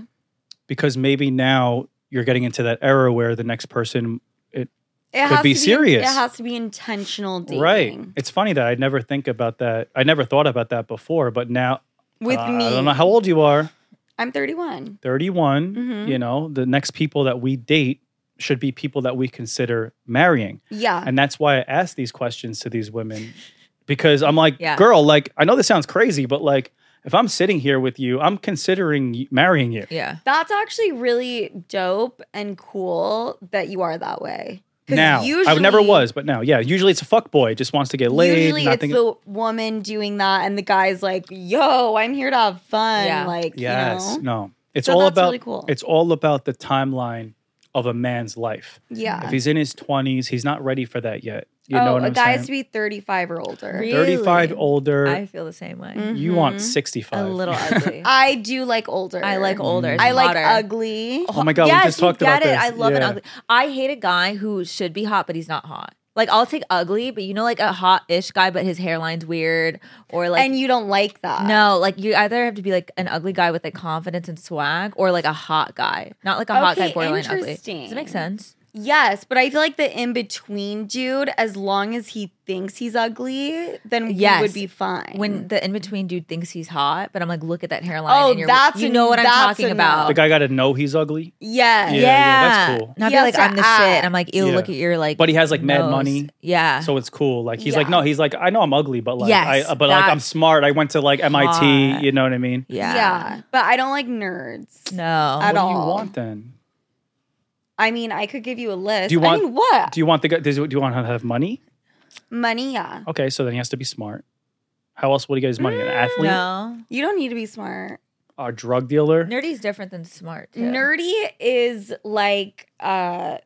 Speaker 3: Because maybe now you're getting into that era where the next person
Speaker 4: It
Speaker 3: Could be serious.
Speaker 4: It has to be intentional dating.
Speaker 3: Right. It's funny that I never think about that. I never thought about that before, but now
Speaker 4: With
Speaker 3: uh,
Speaker 4: me.
Speaker 3: I don't know how old you are.
Speaker 4: I'm 31.
Speaker 3: 31,
Speaker 4: Mhm.
Speaker 3: you know, the next people that we date should be people that we consider marrying.
Speaker 4: Yeah.
Speaker 3: And that's why I ask these questions to these women because I'm like,
Speaker 5: Yeah.
Speaker 3: girl, like I know this sounds crazy, but like if I'm sitting here with you, I'm considering y- marrying you.
Speaker 5: Yeah.
Speaker 4: That's actually really dope and cool that you are that way. 'Cause
Speaker 3: Now, I never was, but now, yeah. Usually it's a fuck boy just wants to get laid.
Speaker 4: Usually
Speaker 3: nothing-
Speaker 4: it's the woman doing that, and the guy's like, "Yo, I'm here to have fun."
Speaker 5: Yeah.
Speaker 4: Like,
Speaker 3: Yes.
Speaker 4: you know,
Speaker 3: No. It's
Speaker 4: So
Speaker 3: all
Speaker 4: that's
Speaker 3: about
Speaker 4: really cool.
Speaker 3: it's all about the timeline of a man's life. If
Speaker 4: yeah.
Speaker 3: he's in his twenties, he's not ready for that yet. You know
Speaker 4: oh,
Speaker 3: what
Speaker 4: a
Speaker 3: I'm
Speaker 4: guy has to
Speaker 3: saying?
Speaker 4: be 35 or older.
Speaker 5: Really?
Speaker 3: Thirty-five older.
Speaker 5: I feel the same way.
Speaker 4: Mhm.
Speaker 3: You want
Speaker 5: A
Speaker 3: sixty-five.
Speaker 5: little
Speaker 3: <laughs>
Speaker 5: ugly.
Speaker 4: I do like older.
Speaker 5: I like older.
Speaker 4: I like
Speaker 5: hotter.
Speaker 4: ugly.
Speaker 3: Mm. Oh my God, we
Speaker 5: Yes,
Speaker 3: just
Speaker 5: you
Speaker 3: talked
Speaker 5: get
Speaker 3: about
Speaker 5: it.
Speaker 3: this.
Speaker 5: I love an
Speaker 3: Yeah.
Speaker 5: ugly. I hate a guy who should be hot, but he's not hot. Like I'll take ugly, but you know, like a hot-ish guy, but his hairline's weird, or like
Speaker 4: and you don't like that.
Speaker 5: no, like you either have to be like an ugly guy with like confidence and swag, or like a hot guy, not like a hot guy
Speaker 4: Okay,
Speaker 5: borderline ugly. Does it
Speaker 4: interesting.
Speaker 5: make sense?
Speaker 4: Yes, but I feel like the in between dude, as long as he thinks he's ugly, then
Speaker 5: Yes.
Speaker 4: we would be fine.
Speaker 5: When the in between dude thinks he's hot, but I'm like, look at that hairline.
Speaker 4: Oh,
Speaker 5: and you're,
Speaker 4: that's
Speaker 5: you
Speaker 4: a-
Speaker 5: know what I'm
Speaker 4: that's
Speaker 5: talking
Speaker 4: a
Speaker 5: about.
Speaker 4: no.
Speaker 3: the guy got to know he's ugly,
Speaker 4: yes,
Speaker 3: Yeah,
Speaker 5: Yeah,
Speaker 3: yeah, that's cool.
Speaker 4: He
Speaker 5: Not be
Speaker 4: has
Speaker 5: like
Speaker 4: to
Speaker 5: I'm the shit.
Speaker 4: act.
Speaker 5: and I'm like, ew,
Speaker 3: Yeah.
Speaker 5: look at your like.
Speaker 3: but he has like mad
Speaker 5: nose.
Speaker 3: money,
Speaker 5: Yeah.
Speaker 3: so it's cool. Like he's like,
Speaker 4: Uh, Yeah.
Speaker 3: no, he's like, I know I'm ugly, but like,
Speaker 5: Yes,
Speaker 3: I, but like I'm
Speaker 5: that's
Speaker 3: smart. I went to like MIT.
Speaker 5: hot.
Speaker 3: You know what I mean?
Speaker 5: yeah.
Speaker 4: but I don't like nerds.
Speaker 5: No.
Speaker 4: At
Speaker 3: what do you
Speaker 4: all.
Speaker 3: want then?
Speaker 4: I mean, I could give you a list.
Speaker 3: Do you want-
Speaker 4: I mean, what?
Speaker 3: Do you want the guy? Does, do you want him to have money?
Speaker 4: Money, yeah.
Speaker 3: Okay, so then he has to be smart. How else would he get his money? An
Speaker 4: Mm,
Speaker 3: athlete,
Speaker 5: No,
Speaker 4: You don't need to be smart.
Speaker 3: a drug dealer.
Speaker 5: nerdy is different than smart. too.
Speaker 4: Nerdy is like uh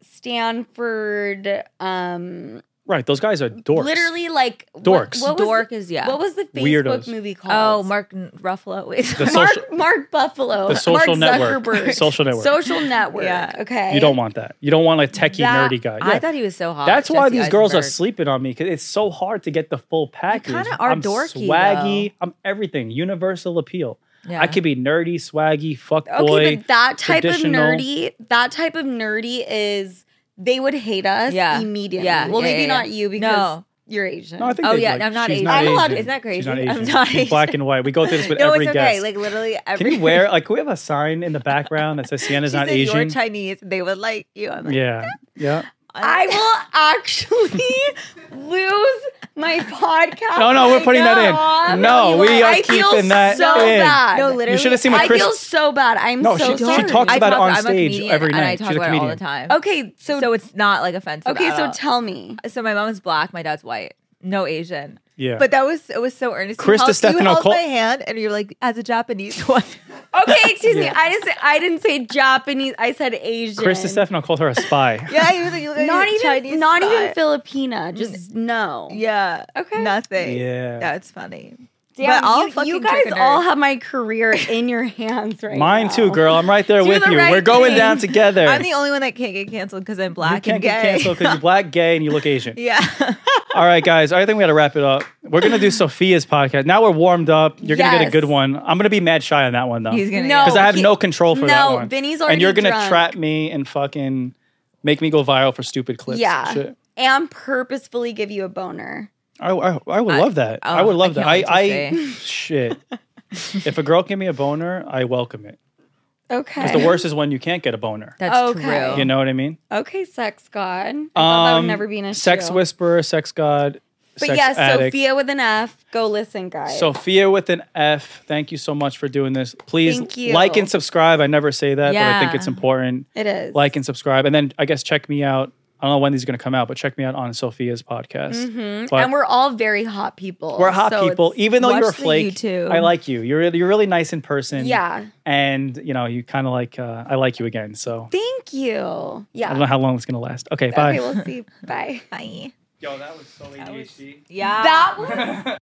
Speaker 4: Stanford um
Speaker 3: Right, those guys are dorks.
Speaker 4: literally like what-
Speaker 3: Dorks.
Speaker 4: What, was
Speaker 5: dork is yeah.
Speaker 4: What was the Facebook
Speaker 3: Weirdos.
Speaker 4: movie called?
Speaker 5: oh, Mark N- Ruffalo. <laughs> Wait,
Speaker 3: The
Speaker 5: sorry.
Speaker 4: Mark,
Speaker 3: social-
Speaker 4: Mark Buffalo.
Speaker 3: the social
Speaker 4: Mark
Speaker 3: network.
Speaker 4: Zuckerberg.
Speaker 3: social
Speaker 4: <laughs>
Speaker 3: network.
Speaker 4: Social network.
Speaker 5: Yeah.
Speaker 4: Okay.
Speaker 3: you don't want that. You don't want a techie
Speaker 4: That-
Speaker 3: nerdy guy.
Speaker 5: I
Speaker 3: Yeah.
Speaker 5: thought he was so hot.
Speaker 3: That's why
Speaker 5: Jesse
Speaker 3: these girls are
Speaker 5: Eisenberg.
Speaker 3: sleeping on me because it's so hard to get the full package.
Speaker 5: kinda are
Speaker 3: I'm
Speaker 5: dorky,
Speaker 3: swaggy. I'm everything. Universal appeal.
Speaker 5: Yeah.
Speaker 3: I could be nerdy, swaggy, fuckboy.
Speaker 4: Okay, but that type of
Speaker 3: traditional.
Speaker 4: nerdy, that type of nerdy is they would hate us
Speaker 5: Yeah.
Speaker 4: immediately.
Speaker 5: Yeah,
Speaker 4: Well,
Speaker 5: yeah,
Speaker 4: maybe
Speaker 5: yeah,
Speaker 4: not
Speaker 5: yeah.
Speaker 4: you because
Speaker 5: No.
Speaker 4: you're Asian.
Speaker 3: no, I think
Speaker 5: Oh
Speaker 3: they'd
Speaker 5: yeah,
Speaker 3: like,
Speaker 5: I'm not
Speaker 3: she's
Speaker 5: Asian.
Speaker 3: Not
Speaker 4: I'm
Speaker 3: Asian.
Speaker 4: allowed-
Speaker 5: Isn't that crazy?
Speaker 3: She's not Asian.
Speaker 5: I'm not
Speaker 3: She's
Speaker 5: Asian.
Speaker 3: black and white. We go through
Speaker 5: <laughs>
Speaker 3: this with
Speaker 5: no,
Speaker 3: every
Speaker 5: it's okay.
Speaker 3: guest.
Speaker 5: Like literally every.
Speaker 3: Can you
Speaker 5: <laughs>
Speaker 3: wear like can we have a sign in the background that says Sienna's
Speaker 5: She
Speaker 3: not
Speaker 5: said
Speaker 3: Asian?
Speaker 5: You're Chinese. They would like you. I'm like,
Speaker 3: yeah.
Speaker 5: <laughs>
Speaker 3: Yeah.
Speaker 4: <laughs> I will actually <laughs> lose my podcast.
Speaker 3: No, no, we're putting that in.
Speaker 4: Mom,
Speaker 3: No,
Speaker 4: you
Speaker 3: we are
Speaker 4: I feel
Speaker 3: keeping that
Speaker 4: so
Speaker 3: in.
Speaker 4: Bad.
Speaker 5: No, literally.
Speaker 3: You should have seen what
Speaker 4: I
Speaker 3: Chris.
Speaker 4: feel so bad. I'm
Speaker 3: No,
Speaker 4: so
Speaker 3: she- she
Speaker 4: sorry.
Speaker 3: talks
Speaker 5: I
Speaker 3: about it
Speaker 5: talk-
Speaker 3: on
Speaker 5: I'm a
Speaker 3: stage
Speaker 5: comedian
Speaker 3: every
Speaker 5: And I
Speaker 3: night.
Speaker 5: talk
Speaker 3: She's a
Speaker 5: about it all the
Speaker 3: comedian.
Speaker 5: time.
Speaker 4: okay, so,
Speaker 5: so, it's not like offensive.
Speaker 4: okay,
Speaker 5: at
Speaker 4: so
Speaker 5: all.
Speaker 4: tell me.
Speaker 5: so my mom's black, my dad's white, no Asian.
Speaker 3: Yeah.
Speaker 5: But that was it was so earnest.
Speaker 3: Chris
Speaker 5: you held,
Speaker 3: DiStefano
Speaker 5: you held
Speaker 3: called-
Speaker 5: my hand, and you're like, as a Japanese <laughs> one.
Speaker 4: <laughs> Okay, excuse me.
Speaker 3: Yeah.
Speaker 4: I didn't say I didn't say Japanese. I said Asian.
Speaker 3: Chris Stefano called her a spy.
Speaker 5: <laughs> yeah, he was like, you look like
Speaker 4: Not
Speaker 5: a
Speaker 4: even
Speaker 5: Chinese
Speaker 4: not
Speaker 5: spy.
Speaker 4: even Filipina. Just no.
Speaker 5: Yeah.
Speaker 4: Okay.
Speaker 5: Nothing.
Speaker 3: Yeah.
Speaker 5: That's funny.
Speaker 4: Damn,
Speaker 5: But I'll
Speaker 4: you,
Speaker 5: fucking
Speaker 4: you
Speaker 5: trick
Speaker 4: guys
Speaker 5: a nerd.
Speaker 4: all have my <laughs> career in your hands right
Speaker 3: Mine
Speaker 4: now.
Speaker 3: too, girl. I'm right there
Speaker 4: Do
Speaker 3: with
Speaker 4: the
Speaker 3: you.
Speaker 4: right
Speaker 3: We're going
Speaker 4: thing.
Speaker 3: down together.
Speaker 5: I'm the only one that can't get canceled because I'm
Speaker 3: you
Speaker 5: black
Speaker 3: can't
Speaker 5: and
Speaker 3: get
Speaker 5: gay.
Speaker 3: canceled
Speaker 5: <laughs>
Speaker 3: because you're black, gay, and you look
Speaker 4: <laughs>
Speaker 3: Asian.
Speaker 5: yeah.
Speaker 3: All right, guys. I think we got to wrap it up. We're
Speaker 4: <laughs>
Speaker 3: gonna do Sophia's podcast. Now we're warmed up. You're gonna get a
Speaker 4: Yes.
Speaker 3: good one. I'm gonna be mad shy on that one though,
Speaker 5: He's gonna
Speaker 4: No.
Speaker 5: get-
Speaker 3: because I have
Speaker 4: he-
Speaker 3: no control for that
Speaker 4: no,
Speaker 3: one.
Speaker 4: Vinny's
Speaker 3: and you're gonna
Speaker 4: already drunk.
Speaker 3: trap me and fucking make me go viral for stupid clips. and
Speaker 4: Yeah.
Speaker 3: shit.
Speaker 4: And purposefully give you a boner.
Speaker 3: I, I, I would love that. I would
Speaker 5: oh,
Speaker 3: love
Speaker 5: I
Speaker 3: that. I,
Speaker 5: can't wait to
Speaker 3: I
Speaker 4: <laughs>
Speaker 3: <laughs> shit. if a girl give me a boner, I welcome it.
Speaker 4: Okay.
Speaker 3: Because the worst is when you can't get a boner.
Speaker 5: That's
Speaker 4: Okay.
Speaker 5: true.
Speaker 3: You know what I mean?
Speaker 4: Okay, sex god. I thought that would
Speaker 3: Um,
Speaker 4: never be an issue.
Speaker 3: Sex whisperer, sex god,
Speaker 4: But
Speaker 3: sex
Speaker 4: yes,
Speaker 3: addict.
Speaker 4: Sophia with an F. Go listen, guys.
Speaker 3: Sophia with an F. Thank you so much for doing this. Please
Speaker 4: Thank you.
Speaker 3: like and subscribe. I never say that, but I think
Speaker 5: Yeah.
Speaker 3: it's important.
Speaker 4: it is.
Speaker 3: Like and subscribe. And then I guess check me out. I don't know when these are going to come out, but check me out on Sophia's podcast. But
Speaker 4: and we're all very hot people.
Speaker 3: we're hot
Speaker 4: so
Speaker 3: people.
Speaker 4: it's-
Speaker 3: Even though
Speaker 5: watch
Speaker 3: you're a
Speaker 5: the
Speaker 3: flake,
Speaker 5: YouTube.
Speaker 3: I like you. You're, you're really nice in person.
Speaker 4: Yeah.
Speaker 3: And, you know, you kind of like, uh, I like you again. So
Speaker 4: Thank you.
Speaker 3: I
Speaker 4: Yeah.
Speaker 3: don't know how long it's going to last. Okay,
Speaker 4: Okay,
Speaker 3: bye.
Speaker 4: we'll see. Bye.
Speaker 5: Bye.
Speaker 3: Yo, that was so ADHD.
Speaker 5: Yeah.
Speaker 4: That was